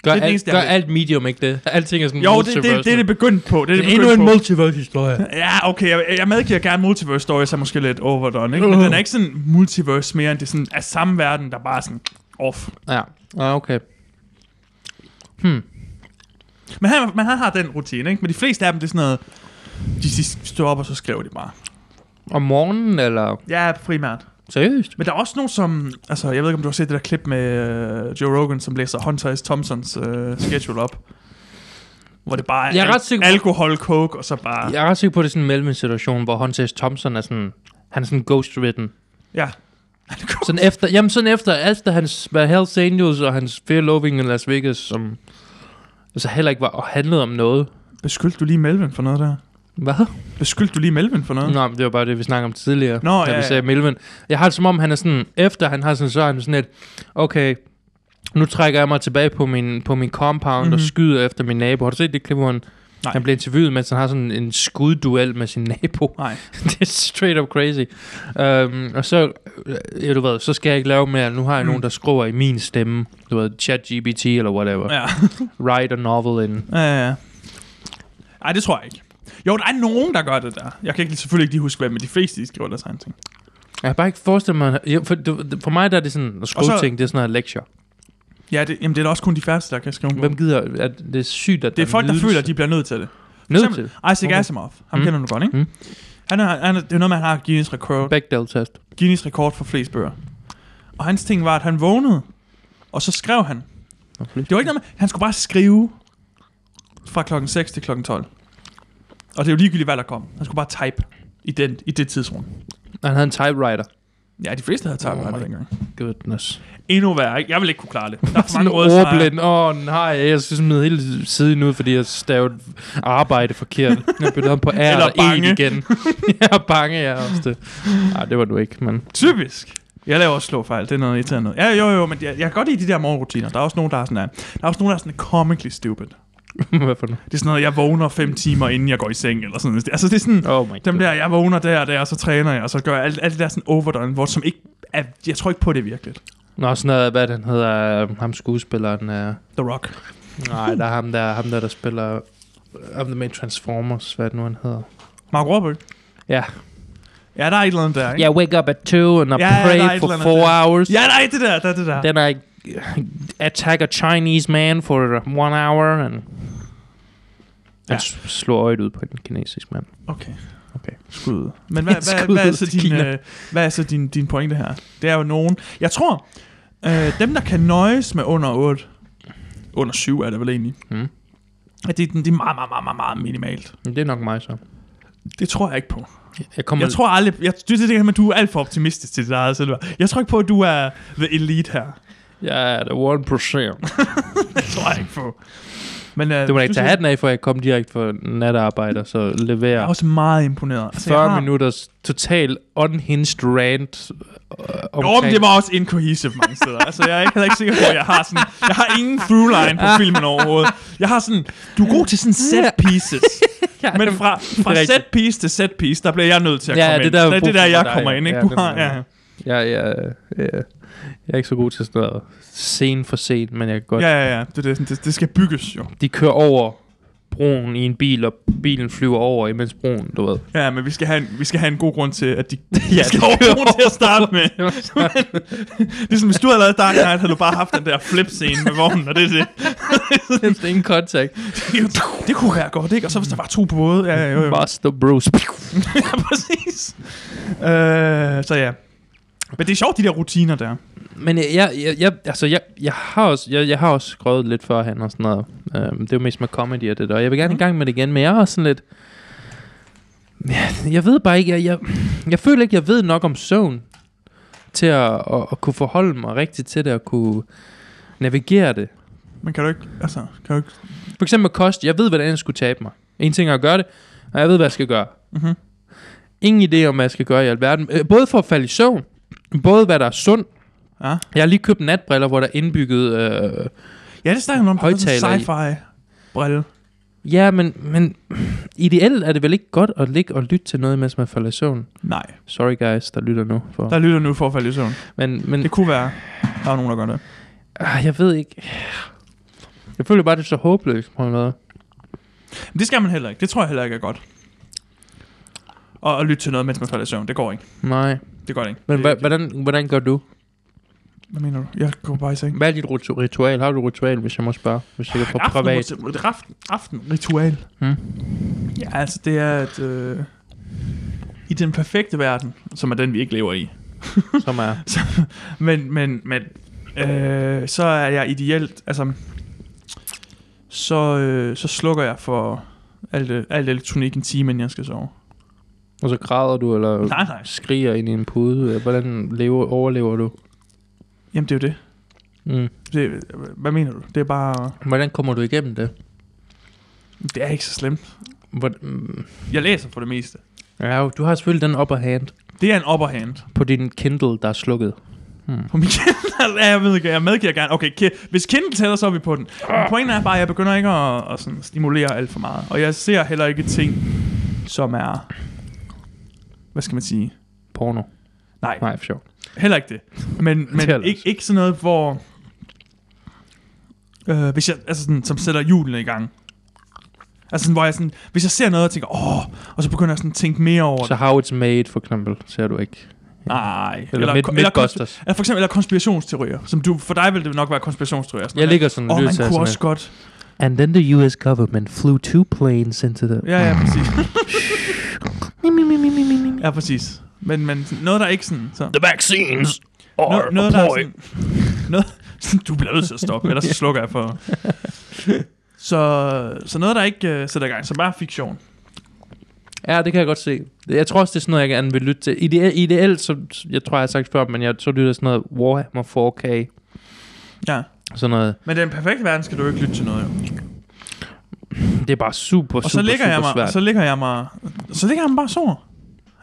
[SPEAKER 1] Gør,
[SPEAKER 2] det
[SPEAKER 1] alt,
[SPEAKER 2] eneste,
[SPEAKER 1] gør
[SPEAKER 2] jeg ved.
[SPEAKER 1] alt medium ikke det? Alting er sådan
[SPEAKER 2] Jo, det, det, det, det er det begyndt på. Det er, det
[SPEAKER 1] endnu en
[SPEAKER 2] begyndt på.
[SPEAKER 1] multiverse-historie.
[SPEAKER 2] Ja, okay, jeg, jeg medgiver gerne multiverse stories er måske lidt overdone, ikke? Men
[SPEAKER 1] Uh.
[SPEAKER 2] den er ikke sådan multiverse mere, end det er sådan, er samme verden, der bare er sådan off.
[SPEAKER 1] Ja, ah, okay. Hmm.
[SPEAKER 2] Men han, men han har den rutine, ikke? Men de fleste af dem, det er sådan noget, de sidst står op, og så skriver de bare.
[SPEAKER 1] Om morgenen, eller?
[SPEAKER 2] Ja, primært.
[SPEAKER 1] Seriøst?
[SPEAKER 2] Men der er også nogen, som... Altså, jeg ved ikke, om du har set det der klip med øh, Joe Rogan, som læser Hunter S. Thompsons øh, schedule op. Hvor det bare er,
[SPEAKER 1] Jeg er ret sikker på-
[SPEAKER 2] alkohol, coke, og så bare... Ja.
[SPEAKER 1] Jeg er ret sikker på, at det er sådan en mellemsituation, hvor Hunter S. Thompson er sådan... Han er sådan ghostwritten.
[SPEAKER 2] ja.
[SPEAKER 1] Sådan efter, jamen sådan efter, efter hans hvad, Hells Angels og hans Fear Loving i Las Vegas, som altså heller ikke var og handlede om noget.
[SPEAKER 2] Beskyldte du lige Melvin for noget der?
[SPEAKER 1] Hvad?
[SPEAKER 2] Beskyldte du lige Melvin for noget?
[SPEAKER 1] Nå, men det var bare det, vi snakkede om tidligere,
[SPEAKER 2] Nå,
[SPEAKER 1] da
[SPEAKER 2] ja,
[SPEAKER 1] vi
[SPEAKER 2] ja.
[SPEAKER 1] sagde Melvin. Jeg har det som om, han er sådan, efter han har sådan, så er han sådan lidt, okay, nu trækker jeg mig tilbage på min, på min compound mm-hmm. og
[SPEAKER 2] Mhm.
[SPEAKER 1] skyder efter min nabo. Har du set det klip, hvor han,
[SPEAKER 2] Nej.
[SPEAKER 1] han bliver interviewet, mens han har sådan en skudduel med sin nabo?
[SPEAKER 2] Nej.
[SPEAKER 1] det er straight up crazy. Um, og så, øh, ja, du ved, så skal jeg ikke lave mere. Nu har jeg mm.
[SPEAKER 2] Mm.
[SPEAKER 1] nogen, der skriver i min stemme. Du ved, chat GBT eller whatever.
[SPEAKER 2] Ja.
[SPEAKER 1] Write a novel in.
[SPEAKER 2] Ja, ja, ja. Ej, det tror jeg ikke. Jo, der er nogen, der gør det der. Jeg kan ikke, selvfølgelig ikke lige huske, hvad, men de fleste, de skriver deres egen ting.
[SPEAKER 1] Jeg kan bare ikke forestille mig... Jo, for, du, for mig der er det sådan... At skrive
[SPEAKER 2] Og så- Mm.
[SPEAKER 1] ting, det er sådan noget lecture.
[SPEAKER 2] Ja, det, jamen, det er da også kun de færreste, der kan skrive en bog.
[SPEAKER 1] Hvem gider... At det er sygt, at
[SPEAKER 2] Det er folk, der
[SPEAKER 1] nydelse-
[SPEAKER 2] føler, at de bliver nødt til det.
[SPEAKER 1] Nødt
[SPEAKER 2] eksempel-
[SPEAKER 1] til.
[SPEAKER 2] Isaac
[SPEAKER 1] Okay.
[SPEAKER 2] Asimov, ham
[SPEAKER 1] Mm.
[SPEAKER 2] kender du godt, ikke?
[SPEAKER 1] Mm.
[SPEAKER 2] Han er, han er, det er noget med, at han har Guinness rekord,
[SPEAKER 1] Bechdel-test.
[SPEAKER 2] Guinness rekord for flest bøger. Og hans ting var, at han vågnede, og så skrev han. Det var ikke noget med, han skulle bare skrive fra klokken 6 til klokken 12. Og det er jo ligegyldigt, hvad der kom. Han skulle bare type i, den, i det tidsrum.
[SPEAKER 1] Han havde en typewriter.
[SPEAKER 2] Ja, de fleste havde typewriter
[SPEAKER 1] Oh my
[SPEAKER 2] oh dengang.
[SPEAKER 1] Goodness.
[SPEAKER 2] Endnu værre, ikke? Jeg vil ikke kunne klare det. Der er for
[SPEAKER 1] Sådan
[SPEAKER 2] mange røde streger.
[SPEAKER 1] ordblind. Åh, oh, nej. Jeg skal smide hele siden ud, fordi jeg stavede arbejde forkert. Jeg byttede om på R
[SPEAKER 2] Eller
[SPEAKER 1] eller
[SPEAKER 2] bange.
[SPEAKER 1] E igen. jeg er bange, jeg er også det. Nej, det var du ikke, men...
[SPEAKER 2] Typisk. Jeg laver også slåfejl, det er noget irriterende. noget. Ja, jo, jo, men jeg, jeg kan godt lide de der morgenrutiner. Der er også nogen, der er sådan der. Der er også nogen, der er sådan comically stupid.
[SPEAKER 1] Hvad for noget?
[SPEAKER 2] Det er sådan noget, jeg vågner fem timer, inden jeg går i seng, eller sådan noget. Altså, det er sådan,
[SPEAKER 1] Oh my
[SPEAKER 2] dem
[SPEAKER 1] god.
[SPEAKER 2] der, jeg vågner der og der, og så træner jeg, og så gør jeg alt, alt det der sådan overdone, hvor som ikke er, jeg tror ikke på det virkelig.
[SPEAKER 1] Nå, sådan noget, hvad den hedder, øh, ham skuespilleren, øh,
[SPEAKER 2] The Rock.
[SPEAKER 1] nej, der er ham der, ham der, der spiller, øh, ham der med i Transformers, hvad er det nu han hedder.
[SPEAKER 2] Mark Wahlberg.
[SPEAKER 1] Ja.
[SPEAKER 2] Ja, der er et eller andet der, ikke?
[SPEAKER 1] Yeah, wake up at two and I
[SPEAKER 2] Ja, ja,
[SPEAKER 1] pray
[SPEAKER 2] der er et
[SPEAKER 1] for
[SPEAKER 2] eller andet
[SPEAKER 1] four
[SPEAKER 2] der.
[SPEAKER 1] hours.
[SPEAKER 2] Ja, nej, det der, der er det der.
[SPEAKER 1] Then I uh, attack a Chinese man for one hour and... Ja.
[SPEAKER 2] Ja.
[SPEAKER 1] Han s- slår øjet ud på en kinesisk mand.
[SPEAKER 2] Okay.
[SPEAKER 1] Okay.
[SPEAKER 2] Skud. Men hvad, hvad,
[SPEAKER 1] Skud
[SPEAKER 2] hvad, er
[SPEAKER 1] ud
[SPEAKER 2] så
[SPEAKER 1] til
[SPEAKER 2] din,
[SPEAKER 1] Kina.
[SPEAKER 2] øh, hvad er så din, din pointe her? Det er jo nogen... Jeg tror, øh, dem der kan nøjes med under 8, under 7 er det vel egentlig,
[SPEAKER 1] Mm.
[SPEAKER 2] at det, det er meget, meget, meget, meget, meget minimalt.
[SPEAKER 1] Men Det er nok mig så.
[SPEAKER 2] Det tror jeg ikke på.
[SPEAKER 1] Jeg kommer...
[SPEAKER 2] Jeg tror aldrig... Jeg, det er det her med, at du er alt for optimistisk til dit eget selvværd. Jeg tror ikke på, at du er the elite her.
[SPEAKER 1] Ja, det er 1%.
[SPEAKER 2] Det tror jeg ikke på. Men,
[SPEAKER 1] Det må
[SPEAKER 2] øh,
[SPEAKER 1] jeg
[SPEAKER 2] du
[SPEAKER 1] ikke tage
[SPEAKER 2] siger-
[SPEAKER 1] hatten af, for jeg kom direkte fra natarbejde, og så
[SPEAKER 2] Jeg er
[SPEAKER 1] leverer
[SPEAKER 2] også meget imponeret. Altså,
[SPEAKER 1] 40
[SPEAKER 2] jeg har-
[SPEAKER 1] minutters total unhinged rant øh,
[SPEAKER 2] Jo, men
[SPEAKER 1] omkring...
[SPEAKER 2] det var også incohesive mange steder. altså, jeg er ikke, heller ikke sikker på, at jeg har sådan... Jeg har ingen throughline på filmen overhovedet. Jeg har sådan... Du er god til sådan set pieces.
[SPEAKER 1] ja,
[SPEAKER 2] Men fra, fra
[SPEAKER 1] rigtigt.
[SPEAKER 2] set piece til set piece, der bliver jeg nødt til at
[SPEAKER 1] Ja,
[SPEAKER 2] komme
[SPEAKER 1] det
[SPEAKER 2] ind.
[SPEAKER 1] der er
[SPEAKER 2] det er
[SPEAKER 1] brug
[SPEAKER 2] det der,
[SPEAKER 1] for
[SPEAKER 2] jeg
[SPEAKER 1] dig,
[SPEAKER 2] kommer
[SPEAKER 1] ja.
[SPEAKER 2] ind, ikke?
[SPEAKER 1] Ja,
[SPEAKER 2] Du
[SPEAKER 1] det
[SPEAKER 2] har,
[SPEAKER 1] mener jeg.
[SPEAKER 2] ja.
[SPEAKER 1] Jeg, jeg, jeg, jeg er ikke så god til sådan noget scene for scene, men jeg kan godt... Ja.
[SPEAKER 2] Ja, ja, ja. Det, er det, sådan, det, det skal bygges jo.
[SPEAKER 1] De kører over broen i en bil, og bilen flyver over imens broen, du ved.
[SPEAKER 2] Ja, men vi skal have en, vi skal have en god grund til, at de
[SPEAKER 1] Ja,
[SPEAKER 2] ja, skal
[SPEAKER 1] det-
[SPEAKER 2] overhovedet til at starte med. Ligesom hvis du havde lavet Dark Knight, havde du bare haft den der flip-scene med vognen, og det er det.
[SPEAKER 1] det er ingen kontakt.
[SPEAKER 2] Det kunne være godt, ikke? Og så hvis der var to både. Ja, ja, jo, jo.
[SPEAKER 1] Buster Bruce.
[SPEAKER 2] ja, præcis. Øh, så ja. Men det er sjovt, de der rutiner der.
[SPEAKER 1] Men jeg, jeg, jeg, jeg, altså jeg, jeg, har også, jeg, jeg har også skrevet lidt førhen og sådan noget. Øhm, det er jo mest med comedy og det der. Og Jeg vil gerne i gang med det igen, men jeg er også sådan lidt... Jeg, jeg ved bare ikke, jeg, jeg, jeg føler ikke, jeg ved nok om søvn til at, at, at kunne forholde mig rigtigt til det og kunne navigere det.
[SPEAKER 2] Men kan du ikke, altså, kan du ikke...
[SPEAKER 1] For eksempel kost. Jeg ved, hvordan jeg skulle tabe mig. En ting er at gøre det, og jeg ved, hvad jeg skal gøre.
[SPEAKER 2] Mhm.
[SPEAKER 1] Ingen idé om, hvad jeg skal gøre i alverden. Øh, Både for at falde i søvn, både hvad der er sundt.
[SPEAKER 2] Ja.
[SPEAKER 1] Jeg har lige købt natbriller, hvor der er indbygget... Øh,
[SPEAKER 2] ja, det snakker man om. Det er sådan en sci-fi-brille.
[SPEAKER 1] ja, men, men ideelt er det vel ikke godt at ligge og lytte til noget, mens man falder i søvn.
[SPEAKER 2] Nej,
[SPEAKER 1] Sorry guys, der lytter nu. For.
[SPEAKER 2] der lytter nu for at falde i søvn.
[SPEAKER 1] Men, men
[SPEAKER 2] Det kunne være, der er nogen, der gør det.
[SPEAKER 1] ah, jeg ved ikke... Jeg føler bare, det er så håbløst på en måde.
[SPEAKER 2] Men det skal man heller ikke. Det tror jeg heller ikke er godt. Og at lytte til noget, mens man falder i søvn. Det går ikke.
[SPEAKER 1] Nej.
[SPEAKER 2] Det går ikke.
[SPEAKER 1] Men
[SPEAKER 2] det,
[SPEAKER 1] hva- hvordan, hvordan gør du?
[SPEAKER 2] Hvad mener du? Jeg går bare i seng.
[SPEAKER 1] Hvad er dit ritu- ritual? Har du et ritual, hvis jeg må spørge? Hvis jeg kan få privat?
[SPEAKER 2] Aften, aften, aftenritual.
[SPEAKER 1] Hmm?
[SPEAKER 2] Ja, altså det er, at øh, i den perfekte verden, som er den, vi ikke lever i,
[SPEAKER 1] Som er...
[SPEAKER 2] men, men, men øh, så er jeg ideelt, altså, så, øh, så slukker jeg for alt, øh, alt elektronik en time, inden jeg skal sove.
[SPEAKER 1] Og så græder du, eller
[SPEAKER 2] Nej, nej.
[SPEAKER 1] skriger ind i en pude? eller Hvordan lever, overlever du?
[SPEAKER 2] Jamen, det er jo det.
[SPEAKER 1] Mm.
[SPEAKER 2] det. Hvad mener du? Det er bare...
[SPEAKER 1] Hvordan kommer du igennem det?
[SPEAKER 2] Det er ikke så slemt.
[SPEAKER 1] Hvor, mm,
[SPEAKER 2] Jeg læser for det meste.
[SPEAKER 1] ja, jo, du har selvfølgelig den upper hand
[SPEAKER 2] Det er en upper hand.
[SPEAKER 1] på din Kindle, der er slukket. Hmm.
[SPEAKER 2] På min Kindle, ja, jeg, ved, ikke, jeg medgiver gerne. Okay, ki- hvis Kindle tæller, så er vi på den. Men pointen er bare, at jeg begynder ikke at, at sådan stimulere alt for meget. Og jeg ser heller ikke ting, som er... Hvad skal man sige?
[SPEAKER 1] Porno.
[SPEAKER 2] Nej,
[SPEAKER 1] Nej, for sjov.
[SPEAKER 2] heller ikke det. Men,
[SPEAKER 1] Det altså. er
[SPEAKER 2] men
[SPEAKER 1] ellers.
[SPEAKER 2] ikke, ikke sådan noget, hvor... Øh, hvis jeg, altså sådan, som sætter hjulene i gang. Altså sådan, hvor jeg sådan, hvis jeg ser noget og tænker, åh, og så begynder jeg sådan at tænke mere over
[SPEAKER 1] Så How It's Made, for eksempel, ser du ikke.
[SPEAKER 2] Nej.
[SPEAKER 1] Eller,
[SPEAKER 2] ko-
[SPEAKER 1] eller,
[SPEAKER 2] eller, konspi-
[SPEAKER 1] Midbusters.
[SPEAKER 2] eller for eksempel eller konspirationsteorier. Som du, for dig ville det nok være konspirationsteorier. Sådan
[SPEAKER 1] Jeg
[SPEAKER 2] noget.
[SPEAKER 1] ligger sådan
[SPEAKER 2] Åh,
[SPEAKER 1] og
[SPEAKER 2] oh,
[SPEAKER 1] lytter
[SPEAKER 2] man
[SPEAKER 1] til
[SPEAKER 2] kunne
[SPEAKER 1] sådan
[SPEAKER 2] også
[SPEAKER 1] noget.
[SPEAKER 2] godt.
[SPEAKER 1] And then the US government flew two planes into the...
[SPEAKER 2] Ja, ja, præcis.
[SPEAKER 1] Mi, mi, mi, mi, mi, mi, mi.
[SPEAKER 2] Ja, præcis. Men, men sådan- noget, der er ikke sådan... Så.
[SPEAKER 1] The vaccines
[SPEAKER 2] Noget, noget der er sådan, noget, du bliver nødt til at stoppe, ellers så slukker jeg for... Så, så noget, der ikke uh, sætter i gang. Så bare fiktion.
[SPEAKER 1] Ja, det kan jeg godt se. Jeg tror også, det er sådan noget, jeg gerne vil lytte til. Ide- ideelt, så, jeg tror, jeg har sagt før, men jeg så lytter jeg sådan noget Warhammer 4K.
[SPEAKER 2] Ja.
[SPEAKER 1] Sådan noget.
[SPEAKER 2] Men den perfekte verden skal du ikke lytte til noget, jo.
[SPEAKER 1] Det er bare super,
[SPEAKER 2] Og så
[SPEAKER 1] super,
[SPEAKER 2] ligger
[SPEAKER 1] super
[SPEAKER 2] jeg mig,
[SPEAKER 1] svært.
[SPEAKER 2] og så ligger jeg mig, så ligger jeg mig bare sår.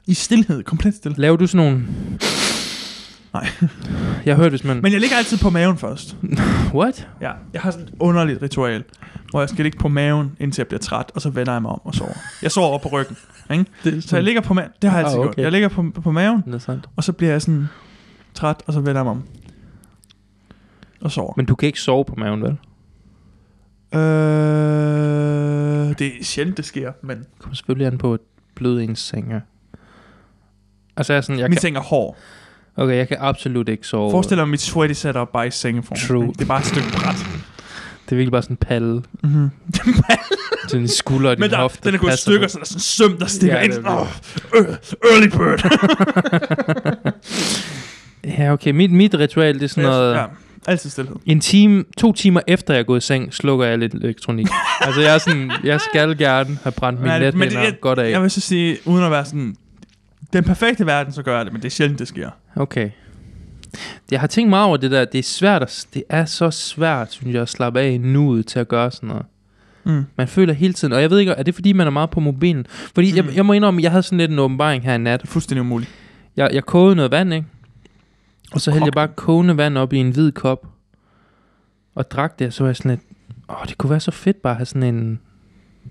[SPEAKER 2] I stillhed, komplet stille.
[SPEAKER 1] Laver du sådan nogle...
[SPEAKER 2] Nej.
[SPEAKER 1] Jeg har hørt, hvis man... Men...
[SPEAKER 2] Men jeg ligger altid på maven først.
[SPEAKER 1] What?
[SPEAKER 2] Ja, jeg har sådan et underligt ritual, hvor jeg skal ligge på maven, indtil jeg bliver træt, og så vender jeg mig om og sover. Jeg sover over på ryggen, ikke?
[SPEAKER 1] Det er
[SPEAKER 2] Så jeg ligger på maven, det har jeg altid
[SPEAKER 1] Ah, okay.
[SPEAKER 2] ah, okay. gjort. Jeg ligger på, på maven,
[SPEAKER 1] Interessant.
[SPEAKER 2] og så bliver jeg sådan træt, og så vender jeg mig om. Og sover.
[SPEAKER 1] Men du kan ikke sove på maven, vel?
[SPEAKER 2] Øh, det er sjældent, det sker, men
[SPEAKER 1] Det kommer selvfølgelig an på at bløde ens seng, ja. Altså, jeg er sådan, jeg
[SPEAKER 2] min
[SPEAKER 1] kan,
[SPEAKER 2] seng er hård.
[SPEAKER 1] okay, jeg kan absolut ikke sove.
[SPEAKER 2] Forestil dig mit sweaty setup bare i sengeform.
[SPEAKER 1] True.
[SPEAKER 2] ikke? Det er bare et stykke bræt.
[SPEAKER 1] Det er virkelig bare sådan en palle
[SPEAKER 2] Mm-hmm.
[SPEAKER 1] til din skulder og din
[SPEAKER 2] Men der,
[SPEAKER 1] hofte.
[SPEAKER 2] den er gået i
[SPEAKER 1] Mhm. passer
[SPEAKER 2] stykker,
[SPEAKER 1] ned.
[SPEAKER 2] så der er sådan en søm, der stikker
[SPEAKER 1] Ja,
[SPEAKER 2] ja, ind.
[SPEAKER 1] det er
[SPEAKER 2] Oh, early bird.
[SPEAKER 1] Ja, okay. Mit, mit ritual, det er sådan noget...
[SPEAKER 2] Ja, altid stillhed.
[SPEAKER 1] En time, to timer efter jeg er gået i seng, slukker jeg lidt elektronik. altså jeg er sådan, jeg skal gerne have brændt min
[SPEAKER 2] Men-
[SPEAKER 1] net
[SPEAKER 2] men det-
[SPEAKER 1] netminder godt af.
[SPEAKER 2] Jeg vil så sige, uden at være sådan... Den perfekte verden, så gør jeg det, men det er sjældent, det sker.
[SPEAKER 1] Okay. Jeg har tænkt meget over det der, det er svært at, det er så svært, synes jeg, at slappe af i nuet til at gøre sådan noget.
[SPEAKER 2] Mm.
[SPEAKER 1] Man føler hele tiden, og jeg ved ikke, er det fordi, man er meget på mobilen? Fordi mm. jeg,
[SPEAKER 2] Mm.
[SPEAKER 1] jeg, må indrømme, jeg havde sådan lidt en åbenbaring her i nat.
[SPEAKER 2] Det er fuldstændig umuligt.
[SPEAKER 1] Jeg, jeg kogede noget vand, ikke? Og så hældte jeg bare kogende vand op i en hvid kop. Og drak det, og så var jeg sådan lidt, åh, det kunne være så fedt bare at have sådan en,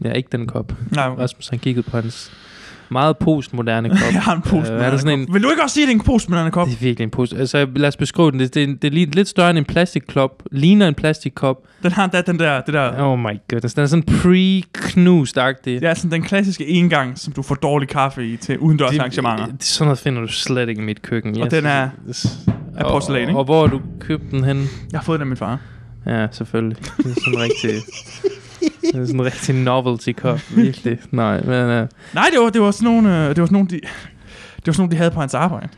[SPEAKER 1] ja, ikke den kop.
[SPEAKER 2] Nej,
[SPEAKER 1] Rasmus, han kiggede på hans meget postmoderne kop.
[SPEAKER 2] jeg har en post
[SPEAKER 1] Øh, er der sådan en,
[SPEAKER 2] Vil du ikke også sige, at det er en post med kop?
[SPEAKER 1] det er virkelig en post. Altså, lad os beskrive den. Det, det, er en- det er lige- lidt større end en plastikkop. Ligner en plastikkop.
[SPEAKER 2] Den har endda den der, det der...
[SPEAKER 1] Ja. Oh my goodness. Den er sådan pre-knust-agtig.
[SPEAKER 2] Det er sådan den klassiske engang, som du får dårlig kaffe i til udendørs arrangementer.
[SPEAKER 1] det, sådan noget finder du slet ikke i mit køkken.
[SPEAKER 2] Og den er af porcelæn,
[SPEAKER 1] og,
[SPEAKER 2] ikke?
[SPEAKER 1] og, hvor har du købt den hen?
[SPEAKER 2] Jeg har fået den af min far.
[SPEAKER 1] Ja, selvfølgelig. Det er sådan en rigtig... det er sådan en rigtig novelty-kop. Virkelig. Nej, men... Uh,
[SPEAKER 2] Nej, det var, det var sådan nogle, øh, det var sådan nogle, de, det var sådan nogle, de havde på hans arbejde.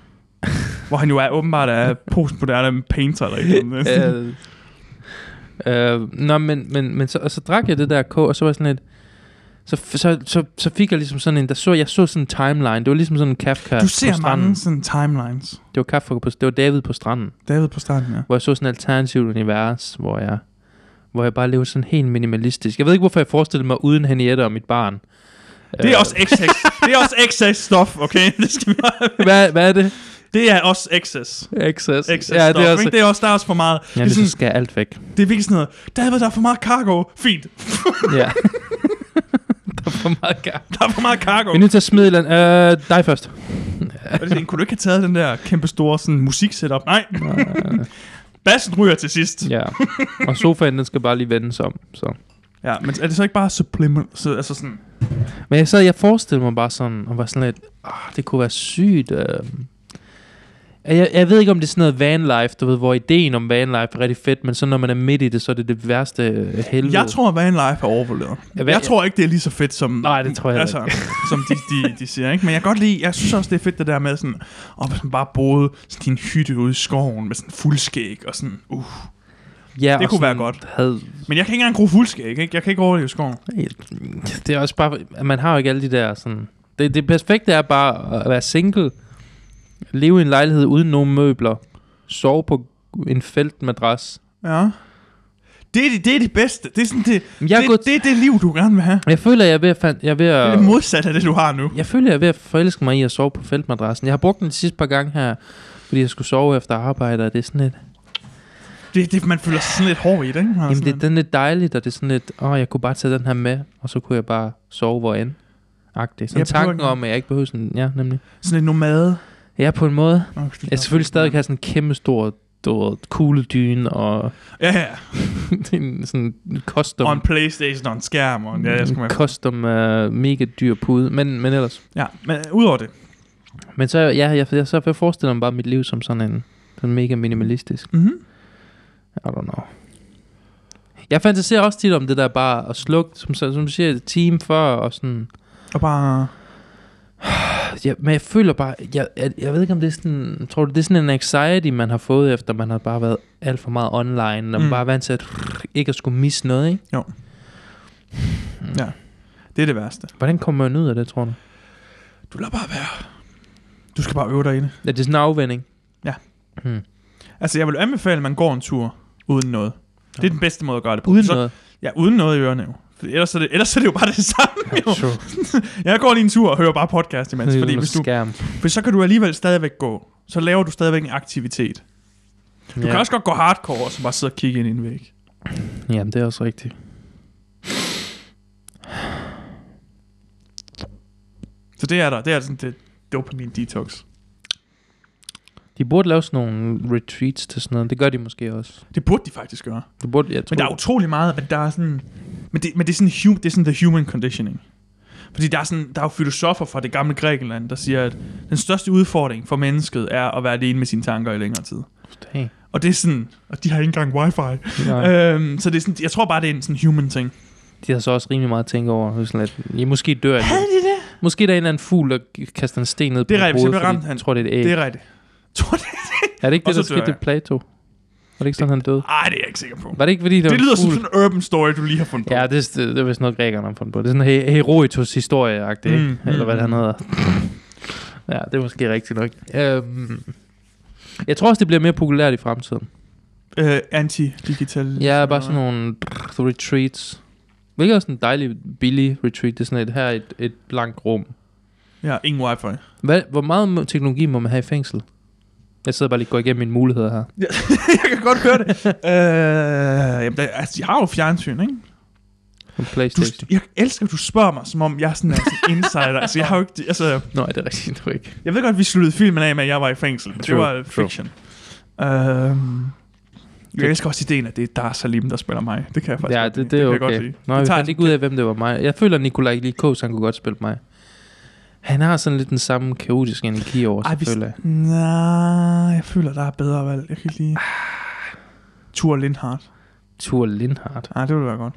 [SPEAKER 2] Hvor han jo er åbenbart er postmoderne painter eller ikke noget.
[SPEAKER 1] øh, øh, nå, men, men, men så, og så drak jeg det der kog, og så var jeg sådan lidt... Så, så, så, så fik jeg ligesom sådan en, der så, jeg så sådan en timeline. Det var ligesom sådan en Kafka
[SPEAKER 2] Du
[SPEAKER 1] på
[SPEAKER 2] ser
[SPEAKER 1] stranden.
[SPEAKER 2] mange sådan timelines.
[SPEAKER 1] Det var Kafka på, det var David på stranden,
[SPEAKER 2] David på starten, ja.
[SPEAKER 1] hvor jeg så sådan et alternativt univers, hvor jeg, hvor jeg bare levede sådan helt minimalistisk. Jeg ved ikke, hvorfor jeg forestillede mig uden Henriette og mit barn.
[SPEAKER 2] Det er
[SPEAKER 1] Øh,
[SPEAKER 2] også excess. det er også excess stof, okay? Det, skal vi bare...
[SPEAKER 1] Øh, hvad, hvad er det?
[SPEAKER 2] det er også excess.
[SPEAKER 1] Excess.
[SPEAKER 2] Excess ja,
[SPEAKER 1] det er også...
[SPEAKER 2] ikke? det er også, der er også for meget.
[SPEAKER 1] Ja,
[SPEAKER 2] Ja, det, er
[SPEAKER 1] det så
[SPEAKER 2] sådan,
[SPEAKER 1] skal alt væk.
[SPEAKER 2] det er virkelig sådan noget, David, der er for meget cargo. Fint,
[SPEAKER 1] ja. der er for meget gang.
[SPEAKER 2] der er for meget cargo.
[SPEAKER 1] Vi er nødt til at smide et eller andet. Øh, dig først.
[SPEAKER 2] Og det er sådan, kunne du ikke have taget den der kæmpe store sådan, musik setup? Nej,
[SPEAKER 1] Øh,
[SPEAKER 2] Bassen ryger til sidst. Ja,
[SPEAKER 1] Ja. Og sofaen, den skal bare lige vendes om. Så.
[SPEAKER 2] ja men er det så ikke bare subliminal? Så, altså sådan,
[SPEAKER 1] Men jeg sad, jeg forestillede mig bare sådan, og var sådan lidt, oh, det kunne være sygt. Øh. Jeg, jeg ved ikke, om det er sådan noget vanlife, du ved, hvor ideen om vanlife er rigtig fedt, men så når man er midt i det, så er det det værste øh, helvede.
[SPEAKER 2] jeg tror, at Van Life er overvurderet.
[SPEAKER 1] Ja,
[SPEAKER 2] Jeg,
[SPEAKER 1] hvad-
[SPEAKER 2] jeg tror ikke, det er lige så fedt som...
[SPEAKER 1] Nej, det tror jeg heller
[SPEAKER 2] altså, Som de, de, de siger, ikke? Men jeg kan godt lide... Jeg synes også, det er fedt det der med sådan... Og hvis man bare boede sådan i en hytte ude i skoven med sådan fuldskæg og sådan... Uh.
[SPEAKER 1] ja,
[SPEAKER 2] det
[SPEAKER 1] og
[SPEAKER 2] kunne være
[SPEAKER 1] sådan
[SPEAKER 2] godt.
[SPEAKER 1] Havde,
[SPEAKER 2] Men jeg kan ikke engang gro fuldskæg, ikke? Jeg kan ikke overleve skoven.
[SPEAKER 1] det er også bare, at man har jo ikke alle de der sådan... Det, det perfekte er bare at være single, leve i en lejlighed uden nogen møbler, sove på en feltmadras.
[SPEAKER 2] Ja. Det er det, det, er det bedste. Det er sådan det...
[SPEAKER 1] Men Jeg, er
[SPEAKER 2] det,
[SPEAKER 1] gået,
[SPEAKER 2] det er det liv, du gerne vil have.
[SPEAKER 1] jeg føler, jeg er ved at... fan- Jeg er ved
[SPEAKER 2] Det
[SPEAKER 1] at
[SPEAKER 2] er det modsatte af det, du har nu.
[SPEAKER 1] Jeg føler, jeg er ved at forelske mig i at sove på feltmadrassen. Jeg har brugt den de sidste par gange her, fordi jeg skulle sove efter arbejde, og det er sådan lidt...
[SPEAKER 2] Det er det, man føler sig sådan lidt hård i, ikke? Man er
[SPEAKER 1] Jamen,
[SPEAKER 2] sådan
[SPEAKER 1] det, den er lidt dejligt, og det er sådan lidt... Åh, jeg kunne bare tage den her med, og så kunne jeg bare sove hvor end. Agtigt. Sådan
[SPEAKER 2] Jeg behøver
[SPEAKER 1] tanken
[SPEAKER 2] ikke-
[SPEAKER 1] om, at jeg ikke behøver sådan... Ja, nemlig.
[SPEAKER 2] lidt, sådan lidt nomade.
[SPEAKER 1] Jeg er på en måde...
[SPEAKER 2] Nå, det er
[SPEAKER 1] Jeg selvfølgelig stadig have sådan en kæmpe stor du ved, kugledyne og
[SPEAKER 2] Ja, ja.
[SPEAKER 1] en sådan en
[SPEAKER 2] Og en
[SPEAKER 1] custom,
[SPEAKER 2] Playstation og en skærm. Og en, ja, jeg skal
[SPEAKER 1] en
[SPEAKER 2] med.
[SPEAKER 1] custom uh, mega dyr pude, men, men ellers.
[SPEAKER 2] ja, men udover det.
[SPEAKER 1] Men så, ja, jeg, jeg, så jeg forestiller mig bare mit liv som sådan en sådan mega minimalistisk.
[SPEAKER 2] Mm-hmm.
[SPEAKER 1] I don't know. Jeg fantaserer også tit om det der bare at slukke, som, som du siger, et time før, og sådan...
[SPEAKER 2] Og bare...
[SPEAKER 1] Ja, men jeg føler bare, jeg, jeg, jeg ved ikke om det er sådan, tror du, det er sådan en anxiety, man har fået efter, man har bare været alt for meget online, og man
[SPEAKER 2] Mm.
[SPEAKER 1] bare er vant til at ikke at skulle misse noget, ikke?
[SPEAKER 2] Jo. Ja. Det er det værste.
[SPEAKER 1] Hvordan kommer man ud af det, tror du?
[SPEAKER 2] Du lader bare være. Du skal bare øve dig i det.
[SPEAKER 1] Ja, det er sådan en afvænding.
[SPEAKER 2] Ja.
[SPEAKER 1] Hmm.
[SPEAKER 2] Altså, jeg vil anbefale, at man går en tur uden noget. Det er den bedste måde at gøre det på.
[SPEAKER 1] Uden
[SPEAKER 2] så,
[SPEAKER 1] noget.
[SPEAKER 2] Ja, uden noget i ørerne jo. For Ellers er, det, ellers er det jo bare det samme jo.
[SPEAKER 1] True.
[SPEAKER 2] Jeg går lige en tur og hører bare podcast imens, fordi
[SPEAKER 1] Fordi
[SPEAKER 2] hvis du,
[SPEAKER 1] skærm.
[SPEAKER 2] for så kan du alligevel stadigvæk gå. Så laver du stadigvæk en aktivitet.
[SPEAKER 1] Du
[SPEAKER 2] Du
[SPEAKER 1] ja.
[SPEAKER 2] kan også godt gå hardcore, og så bare sidde og kigge ind i en væg.
[SPEAKER 1] Jamen, det er også rigtigt.
[SPEAKER 2] Så det er der. Det er sådan det dopamin detox.
[SPEAKER 1] De burde lave sådan nogle retreats til sådan noget. Det gør de måske også.
[SPEAKER 2] Det burde de faktisk gøre.
[SPEAKER 1] Det burde, jeg tror,
[SPEAKER 2] Men der er utrolig meget, men der er sådan... Men det, men det, er, sådan, hu- det er sådan the human conditioning. Fordi der er, sådan, der er jo filosofer fra det gamle Grækenland, der siger, at den største udfordring for mennesket er at være alene med sine tanker i længere tid.
[SPEAKER 1] Hey.
[SPEAKER 2] Og det er sådan... Og de har ikke engang wifi.
[SPEAKER 1] Nej.
[SPEAKER 2] Øhm, så det er sådan, jeg tror bare, det er en sådan human ting.
[SPEAKER 1] De har så også rimelig meget at tænke over. Det er Sådan lidt, I måske dør jeg nu.
[SPEAKER 2] de det?
[SPEAKER 1] Måske der er en eller anden fugl, der kaster en sten ned på
[SPEAKER 2] Det er rigtigt, så
[SPEAKER 1] hovedet,
[SPEAKER 2] bliver
[SPEAKER 1] fordi
[SPEAKER 2] ramt han.
[SPEAKER 1] Jeg tror, det er et æg.
[SPEAKER 2] Det
[SPEAKER 1] Det er,
[SPEAKER 2] er rigtigt. Tror det?
[SPEAKER 1] er det ikke
[SPEAKER 2] og
[SPEAKER 1] det, der
[SPEAKER 2] så
[SPEAKER 1] skete
[SPEAKER 2] dør jeg.
[SPEAKER 1] med Plato? Var det ikke sådan, han døde?
[SPEAKER 2] Ej, det er jeg ikke sikker på.
[SPEAKER 1] Var det ikke, fordi det,
[SPEAKER 2] Det
[SPEAKER 1] var
[SPEAKER 2] lyder
[SPEAKER 1] en
[SPEAKER 2] som
[SPEAKER 1] fugl?
[SPEAKER 2] sådan en urban story, du lige har fundet på.
[SPEAKER 1] Ja, det, er- det, det er vist noget, grækerne har fundet på. Det er sådan en He- Herodotus historie mm,
[SPEAKER 2] Mm,
[SPEAKER 1] ikke?
[SPEAKER 2] mm,
[SPEAKER 1] Eller hvad han
[SPEAKER 2] mm.
[SPEAKER 1] hedder. ja, det er måske rigtigt nok. Øhm, jeg tror også, det bliver mere populært i fremtiden.
[SPEAKER 2] Øh, anti-digital.
[SPEAKER 1] Ja, bare sådan nogle retreats. Hvilket er også en dejlig, billig retreat. Det er sådan et, her er et, et blankt rum.
[SPEAKER 2] Ja, ingen wifi.
[SPEAKER 1] Hvad, hvor meget må- teknologi må man have i fængsel? Jeg sidder bare lige og går igennem mine muligheder her.
[SPEAKER 2] jeg kan godt høre det. øh, jamen, der, altså, jeg har jo fjernsyn, ikke?
[SPEAKER 1] På
[SPEAKER 2] Du,
[SPEAKER 1] Playstation.
[SPEAKER 2] jeg elsker, at du spørger mig, som om jeg sådan er sådan en insider. altså, jeg har jo ikke... Altså,
[SPEAKER 1] Nej, det er rigtigt, du ikke.
[SPEAKER 2] jeg ved godt, at vi sluttede filmen af med, at jeg var i fængsel. men det
[SPEAKER 1] True,
[SPEAKER 2] var
[SPEAKER 1] true.
[SPEAKER 2] fiction. Øh, jeg elsker også ideen, at det er Dar Salim, der spiller mig. Det kan jeg faktisk
[SPEAKER 1] Ja,
[SPEAKER 2] godt
[SPEAKER 1] det,
[SPEAKER 2] lide.
[SPEAKER 1] det er
[SPEAKER 2] kan jeg
[SPEAKER 1] okay.
[SPEAKER 2] godt
[SPEAKER 1] Nå,
[SPEAKER 2] lide.
[SPEAKER 1] jeg
[SPEAKER 2] Det tager
[SPEAKER 1] fandt ikke ud af, hvem det var mig. Jeg føler, at Nikolaj Likos, han kunne godt spille mig. Han har sådan lidt den samme kaotiske energi over
[SPEAKER 2] Ej,
[SPEAKER 1] sig,
[SPEAKER 2] vi-
[SPEAKER 1] føler jeg.
[SPEAKER 2] Nej, jeg føler, der er bedre valg. Jeg kan ikke lige... Tur Lindhardt.
[SPEAKER 1] Thur Lindhardt.
[SPEAKER 2] Nej, det ville være godt.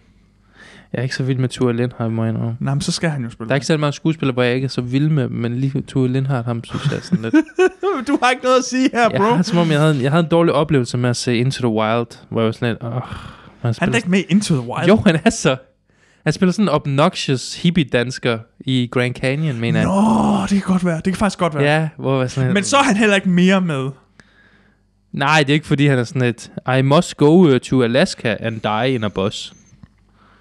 [SPEAKER 1] Jeg er ikke så vild med Thur Lindhardt, må jeg indrømme.
[SPEAKER 2] Nej, men så skal han jo spille.
[SPEAKER 1] Der er ikke særlig mange skuespillere, hvor jeg ikke er så vild med, men lige Thur Lindhardt, ham synes jeg er sådan lidt...
[SPEAKER 2] du har ikke noget at sige her,
[SPEAKER 1] jeg
[SPEAKER 2] bro.
[SPEAKER 1] har, som om jeg havde, jeg havde en dårlig oplevelse med at se Into the Wild, hvor jeg var sådan lidt... Oh, han
[SPEAKER 2] Han er da ikke med i Into the Wild.
[SPEAKER 1] Jo, han er så. Han spiller sådan en obnoxious hippie-dansker i Grand Canyon, mener jeg.
[SPEAKER 2] Nå, det kan godt være. Det kan faktisk godt være.
[SPEAKER 1] Ja, hvor var sådan
[SPEAKER 2] Men så er han heller ikke mere med.
[SPEAKER 1] Nej, det er ikke fordi, han er sådan et... I must go uh, to Alaska and die in a bus.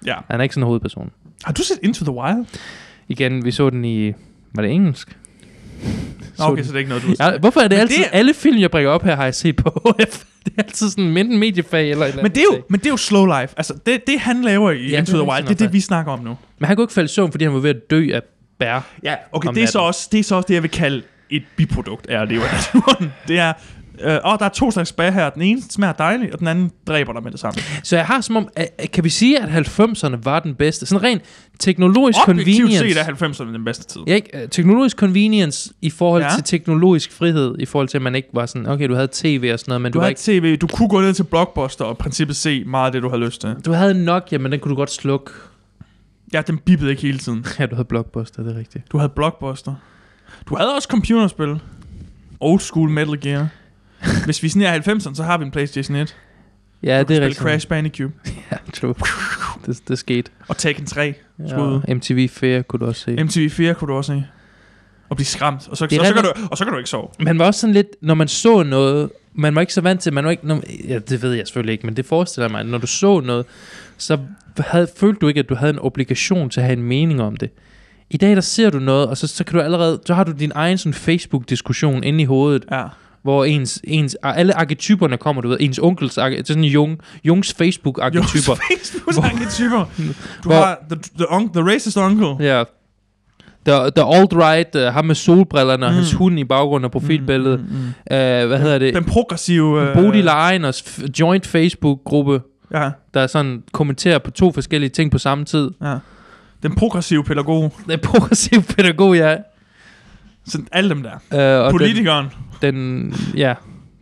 [SPEAKER 2] Ja.
[SPEAKER 1] Han er ikke sådan en hovedperson.
[SPEAKER 2] Har du set Into the Wild?
[SPEAKER 1] Igen, vi så den i... Var det engelsk?
[SPEAKER 2] Nå, okay, så det er ikke noget, du har
[SPEAKER 1] Ja, hvorfor er det
[SPEAKER 2] Men
[SPEAKER 1] altid...
[SPEAKER 2] det
[SPEAKER 1] Det...
[SPEAKER 2] er-
[SPEAKER 1] Alle film, jeg bringer op her, har jeg set på HF. Det er altid sådan mindre mediefag eller et eller
[SPEAKER 2] men det, er jo,
[SPEAKER 1] andet.
[SPEAKER 2] men det er jo slow life. Altså, det, det han laver i
[SPEAKER 1] Ja,
[SPEAKER 2] Into
[SPEAKER 1] det er
[SPEAKER 2] the Wild,
[SPEAKER 1] rigtigt
[SPEAKER 2] det er
[SPEAKER 1] nok,
[SPEAKER 2] det, vi snakker om nu.
[SPEAKER 1] Men han kunne ikke falde i søvn, fordi han var ved at dø af bær.
[SPEAKER 2] Ja, okay,
[SPEAKER 1] Om
[SPEAKER 2] det er, så
[SPEAKER 1] natten.
[SPEAKER 2] også, det er så også det, jeg vil kalde et biprodukt af at leve i naturen. Det er, øh, åh, der er to slags bær her. Den ene smager dejligt, og den anden dræber dig med det samme.
[SPEAKER 1] Så jeg har som om, øh, øh, kan vi sige, at 90'erne var den bedste? Sådan rent teknologisk
[SPEAKER 2] Objektivt
[SPEAKER 1] convenience.
[SPEAKER 2] set er 90'erne den bedste tid.
[SPEAKER 1] Ja, ikke? Øh, teknologisk convenience i forhold
[SPEAKER 2] Ja.
[SPEAKER 1] ja. til teknologisk frihed, i forhold til, at man ikke var sådan, okay, du havde tv og sådan noget, men
[SPEAKER 2] Du
[SPEAKER 1] du, du,
[SPEAKER 2] har
[SPEAKER 1] var
[SPEAKER 2] ikke
[SPEAKER 1] ikke,
[SPEAKER 2] tv, du kunne gå ned til Blockbuster og i princippet se meget af det, du havde lyst til.
[SPEAKER 1] du havde en Nokia, men den kunne du godt slukke.
[SPEAKER 2] Ja, den bippede ikke hele tiden.
[SPEAKER 1] Ja, du havde Blockbuster, det er rigtigt.
[SPEAKER 2] Du havde Blockbuster. Du havde også computerspil. Old school Metal Gear. Hvis vi sådan er 90'erne, så har vi en Playstation 1.
[SPEAKER 1] Ja, det er rigtigt.
[SPEAKER 2] Crash Bandicoot.
[SPEAKER 1] Ja, true. Det, det skete.
[SPEAKER 2] Og Tekken 3. Skud.
[SPEAKER 1] Ja, MTV Fair kunne du også se.
[SPEAKER 2] MTV4 kunne du også se. Og blive skræmt. Og så, og,
[SPEAKER 1] Det er
[SPEAKER 2] så kan du,
[SPEAKER 1] rigtigt.
[SPEAKER 2] og så kan du ikke sove.
[SPEAKER 1] Man var også sådan lidt, når man så noget, man var ikke så vant til, man var ikke, når, ja, det ved jeg selvfølgelig ikke, men det forestiller mig, at når du så noget, så havde, følte du ikke, at du havde en obligation til at have en mening om det. I dag, der ser du noget, og så, så kan du allerede, så har du din egen sådan Facebook-diskussion inde i hovedet,
[SPEAKER 2] Ja.
[SPEAKER 1] hvor ens, ens, alle arketyperne kommer, du ved, ens onkels, arke- sådan Jung, Jungs Facebook-arketyper.
[SPEAKER 2] Facebook-arketyper. Du
[SPEAKER 1] Hvor-
[SPEAKER 2] har the, the, un, the racist uncle.
[SPEAKER 1] Ja. The, the alt-right, uh, ham med solbrillerne og
[SPEAKER 2] Mm.
[SPEAKER 1] hans hund i baggrunden og profilbilledet. Mm.
[SPEAKER 2] Mm, mm,
[SPEAKER 1] Uh, hvad hedder det?
[SPEAKER 2] Den progressive...
[SPEAKER 1] Øh. Bodil Ejners f- joint Facebook-gruppe,
[SPEAKER 2] Ja,
[SPEAKER 1] der sådan kommenterer på to forskellige ting på samme tid.
[SPEAKER 2] ja. Den progressive pædagog.
[SPEAKER 1] Det er progressiv pædagog, ja.
[SPEAKER 2] Sådan alle dem der.
[SPEAKER 1] Uh, og
[SPEAKER 2] Politikeren.
[SPEAKER 1] Den, den, ja.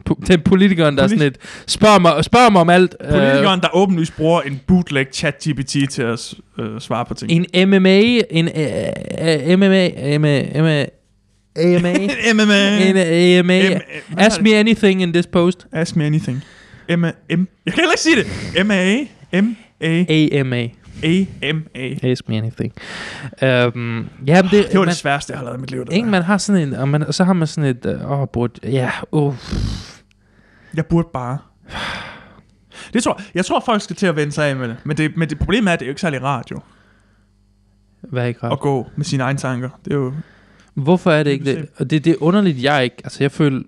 [SPEAKER 1] Po- den politikeren, der er
[SPEAKER 2] Polit-
[SPEAKER 1] sådan et, spørg mig, spørg mig om alt. Øh,
[SPEAKER 2] Politikeren, der åbenlyst bruger en bootleg chat-GPT til at øh, svare på ting.
[SPEAKER 1] en MMA, en uh, MMA, MMA, MMA, AMA,
[SPEAKER 2] MMA.
[SPEAKER 1] en AMA,
[SPEAKER 2] M- hvad
[SPEAKER 1] ask
[SPEAKER 2] er det?
[SPEAKER 1] me anything in this post,
[SPEAKER 2] Ask me anything. M M. Jeg kan heller ikke sige det. M A M A
[SPEAKER 1] AMA.
[SPEAKER 2] A M A.
[SPEAKER 1] Ask me anything. Øhm, ja, men det,
[SPEAKER 2] Det var
[SPEAKER 1] man,
[SPEAKER 2] det sværeste, jeg har lavet i mit liv. det
[SPEAKER 1] ikke,
[SPEAKER 2] der.
[SPEAKER 1] man har sådan en, og, man, og så har man sådan et, øh, åh, burde, ja, åh,
[SPEAKER 2] Jeg burde bare. Det tror, jeg tror, folk skal til at vende sig af med det. Men det, men det problemet er, at det er jo ikke særlig rart jo,
[SPEAKER 1] hvad er ikke rart?
[SPEAKER 2] at gå med sine egne tanker. Det er jo...
[SPEAKER 1] Hvorfor er det ikke
[SPEAKER 2] Det er
[SPEAKER 1] det? Og det, det er underligt, jeg ikke, altså jeg føler,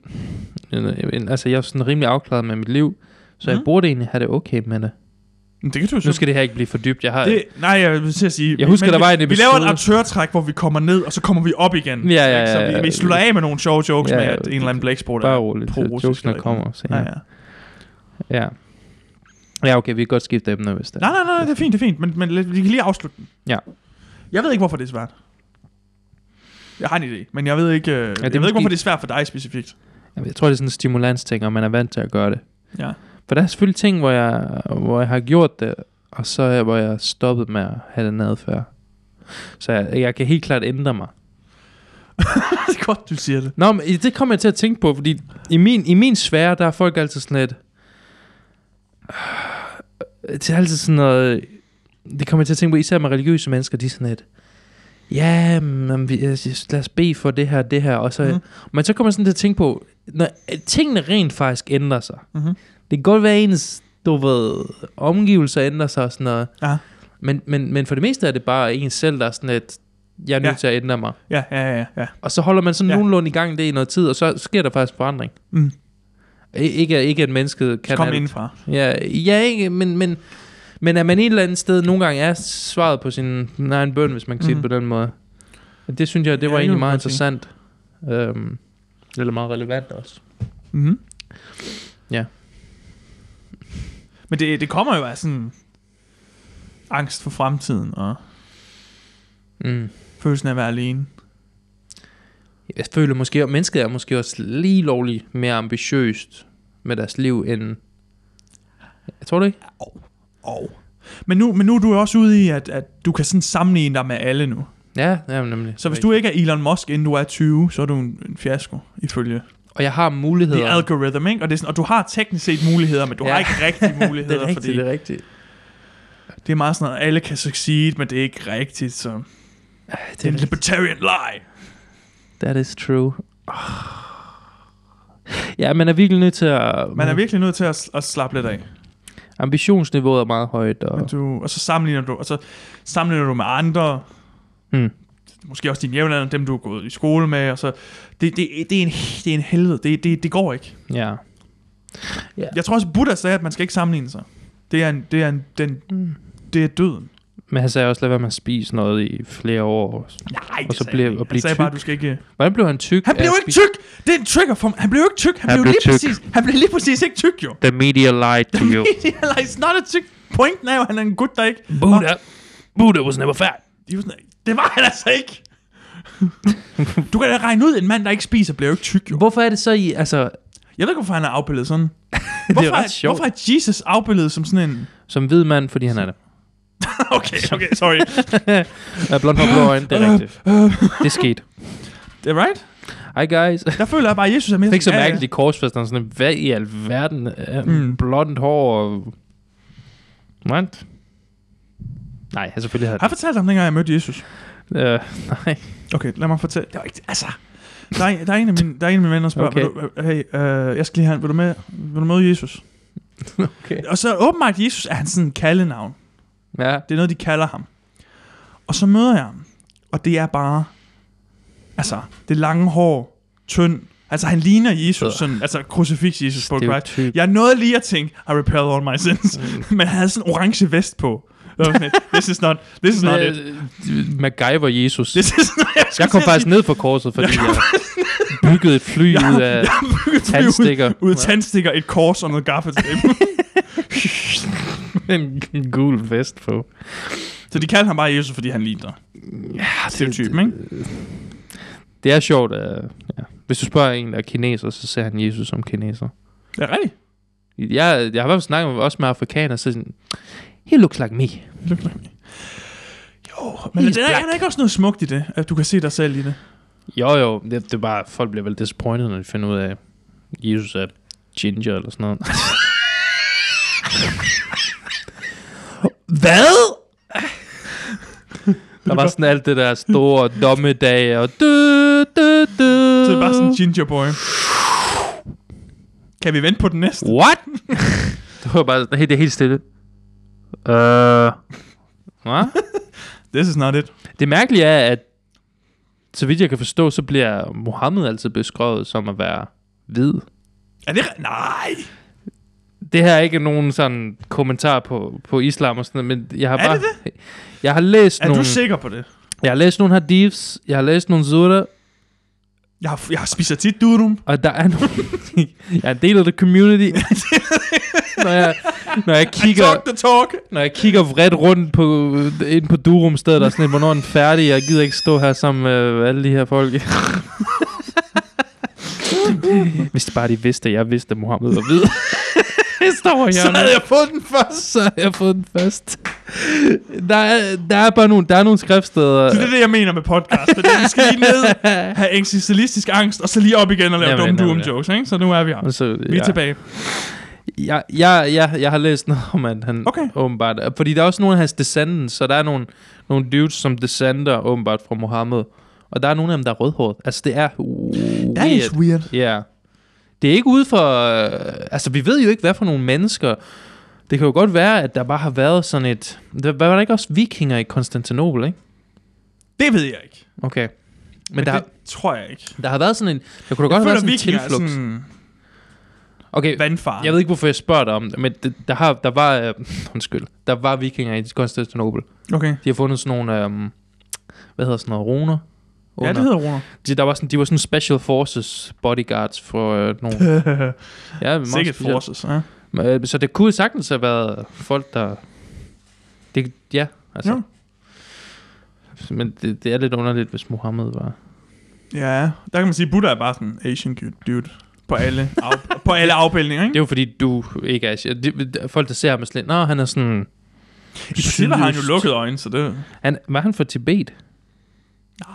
[SPEAKER 1] altså jeg er sådan rimelig afklaret med mit liv, så jeg
[SPEAKER 2] Mhm.
[SPEAKER 1] burde egentlig have det okay med det.
[SPEAKER 2] Men det kan du jo
[SPEAKER 1] Nu
[SPEAKER 2] så-
[SPEAKER 1] skal det her ikke blive for dybt, jeg har...
[SPEAKER 2] det, nej, jeg vil til at sige...
[SPEAKER 1] Jeg husker,
[SPEAKER 2] men
[SPEAKER 1] der var
[SPEAKER 2] vi-
[SPEAKER 1] en
[SPEAKER 2] Vi laver et
[SPEAKER 1] episode-
[SPEAKER 2] aktørtræk, hvor vi kommer ned, og så kommer vi op igen.
[SPEAKER 1] Ja, ja, ja,
[SPEAKER 2] Ikke? Så
[SPEAKER 1] ja.
[SPEAKER 2] vi, vi slutter af med nogle sjove jokes
[SPEAKER 1] Ja,
[SPEAKER 2] med,
[SPEAKER 1] ja.
[SPEAKER 2] at en eller anden blæksport
[SPEAKER 1] bare
[SPEAKER 2] er
[SPEAKER 1] roligt, så
[SPEAKER 2] pro-russisk
[SPEAKER 1] jokesene
[SPEAKER 2] eller
[SPEAKER 1] kommer
[SPEAKER 2] Ja,
[SPEAKER 1] senere.
[SPEAKER 2] ja.
[SPEAKER 1] ja. ja. Ja, okay, vi kan godt skifte emne, hvis det er.
[SPEAKER 2] Nej, nej, nej, det er fint, det er fint, men, men lad- vi kan lige afslutte den.
[SPEAKER 1] Ja.
[SPEAKER 2] Jeg ved ikke, hvorfor det er svært. Jeg har en idé, men jeg ved ikke, øh, ja, jeg ved ikke
[SPEAKER 1] måske-
[SPEAKER 2] hvorfor det er svært for dig specifikt.
[SPEAKER 1] Jeg tror, det er sådan en stimulansting, og man er vant til at gøre det.
[SPEAKER 2] Ja.
[SPEAKER 1] For der er selvfølgelig ting, hvor jeg, hvor jeg har gjort det, og så er, hvor jeg stoppet med at have den adfærd. Så jeg, jeg kan helt klart ændre mig.
[SPEAKER 2] det er godt, du siger det.
[SPEAKER 1] Nå, men det kommer jeg til at tænke på, fordi i min, i min sfære, der er folk altid sådan lidt... øh, Det er altid sådan noget... Det kommer jeg til at tænke på, især med religiøse mennesker, de er sådan lidt... Ja, men vi- lad os bede for det her, det her, og så...
[SPEAKER 2] Mhm.
[SPEAKER 1] Mm. Men så kommer jeg sådan til at tænke på, når tingene rent faktisk ændrer sig.
[SPEAKER 2] Mhm.
[SPEAKER 1] Det kan godt være ens, du ved, omgivelser ændrer sig og sådan noget.
[SPEAKER 2] Ja.
[SPEAKER 1] Men, men, men for det meste er det bare en selv, der er sådan lidt... Jeg er nødt
[SPEAKER 2] Ja.
[SPEAKER 1] ja. til at ændre mig.
[SPEAKER 2] Ja, ja, ja, ja.
[SPEAKER 1] Og så holder man sådan
[SPEAKER 2] Ja.
[SPEAKER 1] ja. nogenlunde i gang det i noget tid, og så sker der faktisk forandring.
[SPEAKER 2] Mm.
[SPEAKER 1] I- Ikke, ikke at mennesket
[SPEAKER 2] Kan
[SPEAKER 1] kan...
[SPEAKER 2] kom
[SPEAKER 1] alt.
[SPEAKER 2] indenfra.
[SPEAKER 1] Ja, ja ikke, men, men, men at man et eller andet sted nogle gange er svaret på sin sin egen bøn, hvis man kan sige
[SPEAKER 2] Mhm.
[SPEAKER 1] det på den måde. Og Det synes jeg, det
[SPEAKER 2] Ja,
[SPEAKER 1] var
[SPEAKER 2] det kan
[SPEAKER 1] egentlig
[SPEAKER 2] man
[SPEAKER 1] meget
[SPEAKER 2] godt sige.
[SPEAKER 1] interessant. Øhm, eller meget relevant også.
[SPEAKER 2] Mm-hmm.
[SPEAKER 1] Ja.
[SPEAKER 2] Men det, det kommer jo af sådan angst for fremtiden og
[SPEAKER 1] Mm.
[SPEAKER 2] følelsen af at være alene.
[SPEAKER 1] Jeg føler måske, at mennesket er måske også lige lovligt mere ambitiøst med deres liv end... Jeg tror det ikke.
[SPEAKER 2] Og. Men nu, men nu er du jo også ude i, at, at du kan sådan sammenligne dig med alle nu.
[SPEAKER 1] Ja, ja nemlig.
[SPEAKER 2] Så hvis du ikke er Elon Musk, inden du er 20, så er du en, en fiasko, ifølge
[SPEAKER 1] Og jeg har muligheder.
[SPEAKER 2] The algorithm, ikke? Og, det er sådan, og du har teknisk set muligheder, men du ja.
[SPEAKER 1] Ja.
[SPEAKER 2] har ikke rigtige muligheder,
[SPEAKER 1] det er rigtigt,
[SPEAKER 2] fordi
[SPEAKER 1] det er rigtigt.
[SPEAKER 2] det er meget sådan, at alle kan succeed, men det er ikke rigtigt, så det
[SPEAKER 1] Det
[SPEAKER 2] er
[SPEAKER 1] er
[SPEAKER 2] en
[SPEAKER 1] rigtigt.
[SPEAKER 2] libertarian lie.
[SPEAKER 1] That is true. Oh. Ja, man er virkelig nødt til at...
[SPEAKER 2] Man er virkelig nødt til at, at slappe lidt af.
[SPEAKER 1] Mm. Ambitionsniveauet er meget højt, og...
[SPEAKER 2] Men du, og så sammenligner du, og så sammenligner du med andre,
[SPEAKER 1] Mm.
[SPEAKER 2] måske også dine jævnaldrende, dem du er gået i skole med, og så, det, det, det, er, en, det er en helvede, det, det, det går ikke.
[SPEAKER 1] Ja.
[SPEAKER 2] Jeg tror også, Buddha sagde, at man skal ikke sammenligne sig. Det er, en, det er, en, den,
[SPEAKER 1] Mm.
[SPEAKER 2] det er døden.
[SPEAKER 1] Men han sagde også, lad være med at spise noget i flere år.
[SPEAKER 2] Nej, det
[SPEAKER 1] Og så
[SPEAKER 2] sagde
[SPEAKER 1] bliver-
[SPEAKER 2] han ikke.
[SPEAKER 1] og
[SPEAKER 2] Han
[SPEAKER 1] blive
[SPEAKER 2] sagde bare,
[SPEAKER 1] tyk.
[SPEAKER 2] du skal ikke...
[SPEAKER 1] Hvordan blev han tyk?
[SPEAKER 2] Han blev
[SPEAKER 1] af at
[SPEAKER 2] ikke
[SPEAKER 1] spise-
[SPEAKER 2] tyk! Det er en trigger for mig. Han blev jo ikke tyk. Han,
[SPEAKER 1] Han
[SPEAKER 2] blev,
[SPEAKER 1] blev
[SPEAKER 2] lige
[SPEAKER 1] tyk.
[SPEAKER 2] præcis... Han blev lige præcis ikke tyk, jo.
[SPEAKER 1] The media lied to you.
[SPEAKER 2] like, it's not a tyk. Pointen er jo, at han er en gut, der ikke...
[SPEAKER 1] Buddha. Buddha was never fat.
[SPEAKER 2] De var sådan, Det var han altså ikke. du kan da regne ud, en mand, der ikke spiser, bliver jo ikke tyk, jo.
[SPEAKER 1] Hvorfor er det så i, altså,
[SPEAKER 2] Jeg ved ikke, hvorfor han er afbildet sådan.
[SPEAKER 1] det er
[SPEAKER 2] Hvorfor,
[SPEAKER 1] jo ret sjovt,
[SPEAKER 2] hvorfor er Jesus afbildet som sådan en...
[SPEAKER 1] som hvid mand, fordi han er det.
[SPEAKER 2] okay, okay, sorry.
[SPEAKER 1] Er blond hår, blå øjne, det
[SPEAKER 2] Øh,
[SPEAKER 1] er rigtigt. Det skete.
[SPEAKER 2] Det er right?
[SPEAKER 1] Hej guys.
[SPEAKER 2] Der føler jeg bare, at Jesus er mere...
[SPEAKER 1] Det er ikke så
[SPEAKER 2] sådan, ja, ja.
[SPEAKER 1] mærkeligt i korsfesterne, sådan, hvad i alverden er
[SPEAKER 2] Mm.
[SPEAKER 1] mm. blondt hår og... What? Nej, jeg selvfølgelig har
[SPEAKER 2] Har jeg fortalt dig om dengang, jeg mødte Jesus?
[SPEAKER 1] Øh, nej.
[SPEAKER 2] Okay, lad mig fortælle. Det var ikke... Altså... Der er, der, er en af mine, der er en af mine venner, der spørger,
[SPEAKER 1] Okay.
[SPEAKER 2] okay. du, hey, øh, jeg skal lige have, en- vil du, med, vil du møde Jesus?
[SPEAKER 1] Okay.
[SPEAKER 2] Og så åbenbart, Jesus er hans sådan kaldenavn.
[SPEAKER 1] Ja.
[SPEAKER 2] Det er noget, de kalder ham. Og så møder jeg ham, og det er bare, altså, det lange hår, tynd. Altså, han ligner Jesus,
[SPEAKER 1] Så.
[SPEAKER 2] sådan, altså crucifix Jesus på et right.
[SPEAKER 1] Stereotyp.
[SPEAKER 2] Jeg nåede lige at tænke, I repel all my sins.
[SPEAKER 1] Mm.
[SPEAKER 2] Men han havde sådan en orange vest på. Jeg var sådan lidt, This is not, this is not it.
[SPEAKER 1] Øh, MacGyver Jesus.
[SPEAKER 2] This is not, skulle
[SPEAKER 1] Jeg kom
[SPEAKER 2] til at
[SPEAKER 1] faktisk ned fra korset, fordi jeg byggede et fly
[SPEAKER 2] Jeg-
[SPEAKER 1] ud af...
[SPEAKER 2] jeg har bygget et fly
[SPEAKER 1] tandstikker.
[SPEAKER 2] Ud, ud af
[SPEAKER 1] Ja.
[SPEAKER 2] tandstikker, et kors og noget gaffetape.
[SPEAKER 1] en en gul vest på.
[SPEAKER 2] så de kaldte ham bare Jesus, fordi han ligner. Ah,
[SPEAKER 1] Ja,
[SPEAKER 2] Stereotypen, ikke?
[SPEAKER 1] Det er sjovt. Uh, ja. Hvis du spørger en, der er kineser, så ser han Jesus som kineser.
[SPEAKER 2] Det er rigtigt.
[SPEAKER 1] Jeg, jeg har i hvert fald snakket med, også med afrikanere, så er sådan, he looks like me.
[SPEAKER 2] Look like me. Jo, men
[SPEAKER 1] He's
[SPEAKER 2] er der, er der
[SPEAKER 1] black.
[SPEAKER 2] ikke også noget smukt i det, at du kan se dig selv i det?
[SPEAKER 1] Jo, jo, det, det er bare, folk bliver vel disappointed, når de finder ud af, at Jesus er ginger eller sådan noget. Hvad? Der var sådan alt det der store dommedag og du, du, du.
[SPEAKER 2] Så det er bare sådan ginger boy. Kan vi vente på den næste?
[SPEAKER 1] What? det var bare helt, det er helt stille. Øh. Hva?
[SPEAKER 2] This is not it.
[SPEAKER 1] Det mærkelige er, at så vidt jeg kan forstå, så bliver Mohammed altid beskrevet som at være hvid.
[SPEAKER 2] Er det... re- Nej!
[SPEAKER 1] Det her er ikke nogen sådan kommentar på, på islam og sådan noget, men jeg har
[SPEAKER 2] Er
[SPEAKER 1] bare...
[SPEAKER 2] det
[SPEAKER 1] det? Jeg har læst
[SPEAKER 2] Er
[SPEAKER 1] nogle...
[SPEAKER 2] du sikker på det?
[SPEAKER 1] Jeg har læst nogle hadiths, jeg har læst nogle surah,
[SPEAKER 2] Jeg, har, jeg spiser tit durum.
[SPEAKER 1] og der er nogle... jeg er en del af the community. når, jeg, når jeg
[SPEAKER 2] I
[SPEAKER 1] kigger...
[SPEAKER 2] talk the talk.
[SPEAKER 1] Når jeg kigger vredt rundt på, ind på Durum stedet, og sådan lidt, hvornår er den færdig? Jeg gider ikke stå her sammen med øh, alle de her folk. Hvis det bare de vidste, at jeg vidste, at Mohammed var hvid. jeg står over
[SPEAKER 2] Så havde
[SPEAKER 1] hjørnet.
[SPEAKER 2] jeg fået den først.
[SPEAKER 1] Så har jeg fået den først. Der er, der er bare nogle, der er nogle skriftsteder.
[SPEAKER 2] Så det er det, jeg mener med podcast. Det er, vi skal lige ned, have eksistentialistisk angst, og så lige op igen og lave
[SPEAKER 1] Jamen,
[SPEAKER 2] dumme durum
[SPEAKER 1] jamen,
[SPEAKER 2] jokes. Ikke? Så nu er vi her.
[SPEAKER 1] Og så,
[SPEAKER 2] Vi er tilbage.
[SPEAKER 1] Jeg, jeg, jeg, jeg har læst noget om, at han
[SPEAKER 2] Okay.
[SPEAKER 1] okay. åbenbart... Fordi der er også nogle af hans descendants, så der er nogle, nogle dudes, som descender åbenbart fra Mohammed. Og der er nogle af dem, der er rødhåret. Altså, det er
[SPEAKER 2] That is
[SPEAKER 1] weird.
[SPEAKER 2] weird.
[SPEAKER 1] Ja. Yeah. Det er ikke ude for... Øh, altså, vi ved jo ikke, hvad for nogle mennesker... Det kan jo godt være, at der bare har været sådan et... Der, var der ikke også vikinger i Konstantinopel, ikke?
[SPEAKER 2] Det ved jeg ikke.
[SPEAKER 1] Okay. Men,
[SPEAKER 2] Men
[SPEAKER 1] Men der,
[SPEAKER 2] det tror jeg ikke.
[SPEAKER 1] der har været sådan en... Der kunne da
[SPEAKER 2] Jeg
[SPEAKER 1] godt have været
[SPEAKER 2] føler,
[SPEAKER 1] sådan en
[SPEAKER 2] vikinger er
[SPEAKER 1] tilflugt. Sådan...
[SPEAKER 2] sådan
[SPEAKER 1] Okay,
[SPEAKER 2] vandfar.
[SPEAKER 1] Jeg ved ikke, hvorfor jeg spørger dig om det, men det, der, har, der var... Øh, undskyld. Der var vikinger i Konstantinopel.
[SPEAKER 2] Okay.
[SPEAKER 1] De har fundet sådan nogle... Øh, hvad hedder sådan noget? Runer?
[SPEAKER 2] Ja, det hedder Roner.
[SPEAKER 1] de, der var sådan, de var sådan special forces bodyguards for øh, nogle... ja, meget
[SPEAKER 2] Sikkert
[SPEAKER 1] specielt.
[SPEAKER 2] forces. Ja.
[SPEAKER 1] Men, øh, Så det kunne sagtens have været folk, der... Det, ja, altså...
[SPEAKER 2] Ja.
[SPEAKER 1] Men det, det, er lidt underligt, hvis Mohammed var...
[SPEAKER 2] Ja, der kan man sige, Buddha er bare sådan en Asian dude- dude på alle, af, på alle afbildninger,
[SPEAKER 1] Det
[SPEAKER 2] ikke?
[SPEAKER 1] er jo fordi, du ikke er... asi- De, folk, der ser ham er sådan lidt... Nå, han er sådan...
[SPEAKER 2] I princippet har han jo
[SPEAKER 1] sydøst."
[SPEAKER 2] lukkede øjne, så det...
[SPEAKER 1] Han, var han fra Tibet?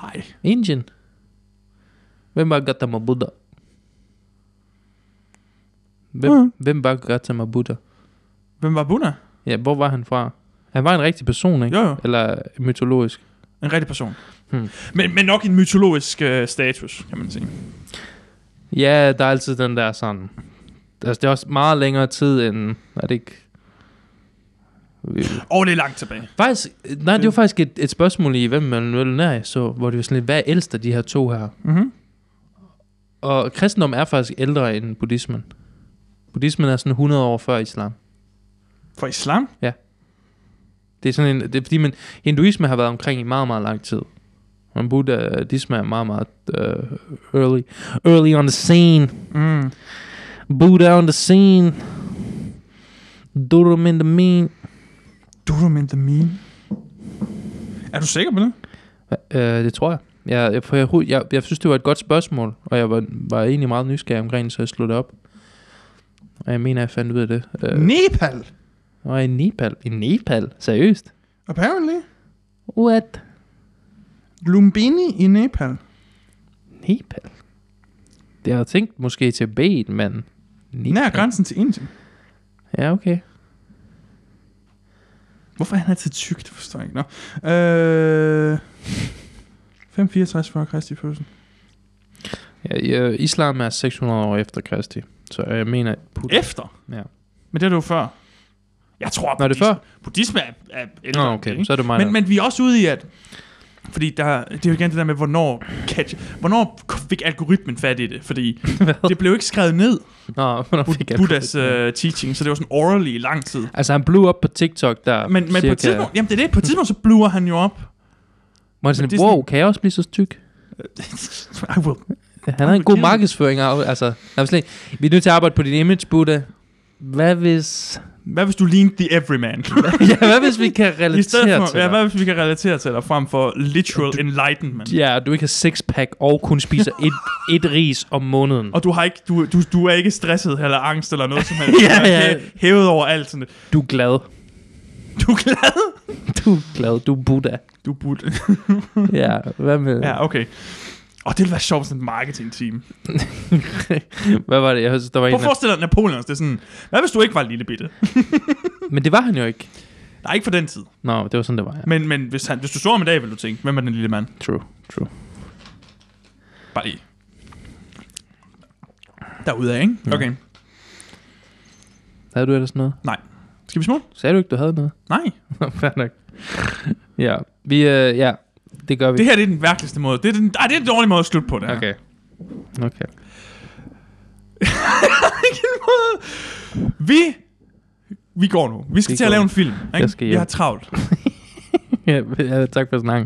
[SPEAKER 2] Nej.
[SPEAKER 1] Indien? Hvem var Gautama Buddha? Hvem,
[SPEAKER 2] Mhm.
[SPEAKER 1] hvem var Gautama Buddha?
[SPEAKER 2] Hvem var Buddha?
[SPEAKER 1] Ja, hvor var E, han fra? Han var en rigtig person, ikke?
[SPEAKER 2] Jo, jo.
[SPEAKER 1] Eller mytologisk.
[SPEAKER 2] En rigtig person.
[SPEAKER 1] Hmm.
[SPEAKER 2] Men, men nok en mytologisk øh, status, kan man sige.
[SPEAKER 1] Ja, der er altid den der sådan... Altså, det er også meget længere tid end... Er det ikke...
[SPEAKER 2] Og det er langt tilbage.
[SPEAKER 1] Faktisk, nej, det var faktisk et, et spørgsmål i, hvem man vil nær så, hvor det var sådan lidt, hvad er ældst af de her to her?
[SPEAKER 2] Mm-hmm.
[SPEAKER 1] Og kristendom er faktisk ældre end buddhismen. Buddhismen er sådan 100 år før islam.
[SPEAKER 2] For islam?
[SPEAKER 1] Ja. Det er sådan en, det er fordi, man, hinduisme har været omkring i meget, meget lang tid. Men buddhisme er meget, meget uh, early, early on the scene.
[SPEAKER 2] Mm.
[SPEAKER 1] Buddha on the scene. Durum in the mean.
[SPEAKER 2] Durum in the mean. Er du sikker på det?
[SPEAKER 1] Øh, det tror jeg. Jeg, jeg, for jeg, hu- jeg. jeg synes, det var et godt spørgsmål, og jeg var, var egentlig meget nysgerrig omkring det, så jeg slog det op. Og jeg mener, jeg fandt ud af det. Øh,
[SPEAKER 2] Nepal.
[SPEAKER 1] og i Nepal. I Nepal? Seriøst?
[SPEAKER 2] Apparently.
[SPEAKER 1] What?
[SPEAKER 2] Lumbini i Nepal.
[SPEAKER 1] Nepal? Jeg havde tænkt måske Tibet, men... Nepal.
[SPEAKER 2] Nær grænsen til Indien.
[SPEAKER 1] Ja, okay.
[SPEAKER 2] Hvorfor er han altid tyk? Det forstår jeg ikke. Nå. Øh, 564 før Kristi fødsel.
[SPEAKER 1] Ja, ja, islam er 600 år efter Kristi, så jeg mener... Put-
[SPEAKER 2] Efter?
[SPEAKER 1] Ja.
[SPEAKER 2] Men det er det jo før. Jeg tror,
[SPEAKER 1] Nå, er det
[SPEAKER 2] buddhisme-
[SPEAKER 1] før?
[SPEAKER 2] Buddhisme er, er ældre.
[SPEAKER 1] Nå,
[SPEAKER 2] end det,
[SPEAKER 1] okay,
[SPEAKER 2] ikke?
[SPEAKER 1] så er det mig.
[SPEAKER 2] Men, men vi er også ude i, at... Fordi der, det er jo igen det der med, hvornår, catch, hvornår fik algoritmen fat i det? Fordi det blev ikke skrevet ned,
[SPEAKER 1] Nå, hvornår fik
[SPEAKER 2] Bud-
[SPEAKER 1] jeg-
[SPEAKER 2] Buddhas uh, teaching, så det var sådan orally i lang tid.
[SPEAKER 1] Altså, han blew op på TikTok der.
[SPEAKER 2] Men, men på
[SPEAKER 1] cirka-
[SPEAKER 2] et tidspunkt, jamen det er det, på et tidspunkt, så bluer han jo op.
[SPEAKER 1] Hvor han sådan,
[SPEAKER 2] det er
[SPEAKER 1] wow, kan jeg også blive så tyk?
[SPEAKER 2] I will.
[SPEAKER 1] Han har en god
[SPEAKER 2] Jamen,
[SPEAKER 1] markedsføring af, altså, jeg slet, ikke- vi er nødt til at arbejde på dit image, Buddha. Hvad hvis...
[SPEAKER 2] Hvad hvis du lignede the everyman?
[SPEAKER 1] ja, hvad hvis vi kan
[SPEAKER 2] I
[SPEAKER 1] relatere
[SPEAKER 2] stedet for,
[SPEAKER 1] til
[SPEAKER 2] ja,
[SPEAKER 1] dig?
[SPEAKER 2] hvad hvis vi kan relatere til dig, frem for literal enlightenment?
[SPEAKER 1] Ja, du ikke har sixpack og kun spiser et, et ris om måneden.
[SPEAKER 2] Og du, har ikke, du, du, du er ikke stresset eller angst eller noget som helst.
[SPEAKER 1] Ja,
[SPEAKER 2] Du er
[SPEAKER 1] ja.
[SPEAKER 2] hæ- Hævet over alt sådan det.
[SPEAKER 1] Du er glad.
[SPEAKER 2] Du er glad.
[SPEAKER 1] Du er glad. Du er Buddha.
[SPEAKER 2] Du er budt.
[SPEAKER 1] Ja, hvad med...
[SPEAKER 2] Ja, okay. Og det ville være sjovt sådan et marketing-team.
[SPEAKER 1] hvad var det? Jeg hørte, der var en...
[SPEAKER 2] Prøv at forestille dig Napoleon, det er sådan, hvad hvis du ikke var lille bitte?
[SPEAKER 1] Men det var han jo ikke.
[SPEAKER 2] Nej, ikke for den tid.
[SPEAKER 1] Nå, det var sådan, det var. Ja.
[SPEAKER 2] Men, men hvis, han, hvis du så ham i dag, ville du tænke, hvem er den lille mand?
[SPEAKER 1] True, true.
[SPEAKER 2] Bare E. lige. Derude af, ikke?
[SPEAKER 1] Ja.
[SPEAKER 2] Okay.
[SPEAKER 1] Havde du ellers noget?
[SPEAKER 2] Skal vi smutte?
[SPEAKER 1] Sagde du ikke, du havde noget?
[SPEAKER 2] Nej.
[SPEAKER 1] Nå, fair nok. ja, vi... Øh, ja, det gør vi.
[SPEAKER 2] Det her det er den værkeligste måde. Det er den, ej, det er den dårlige måde at slutte på, det her.
[SPEAKER 1] Okay. Okay.
[SPEAKER 2] Vi, vi går nu. Vi skal
[SPEAKER 1] Vi
[SPEAKER 2] til at
[SPEAKER 1] går.
[SPEAKER 2] lave en film. Ikke?
[SPEAKER 1] Jeg skal
[SPEAKER 2] vi
[SPEAKER 1] hjem.
[SPEAKER 2] har travlt.
[SPEAKER 1] ja, tak for snakken.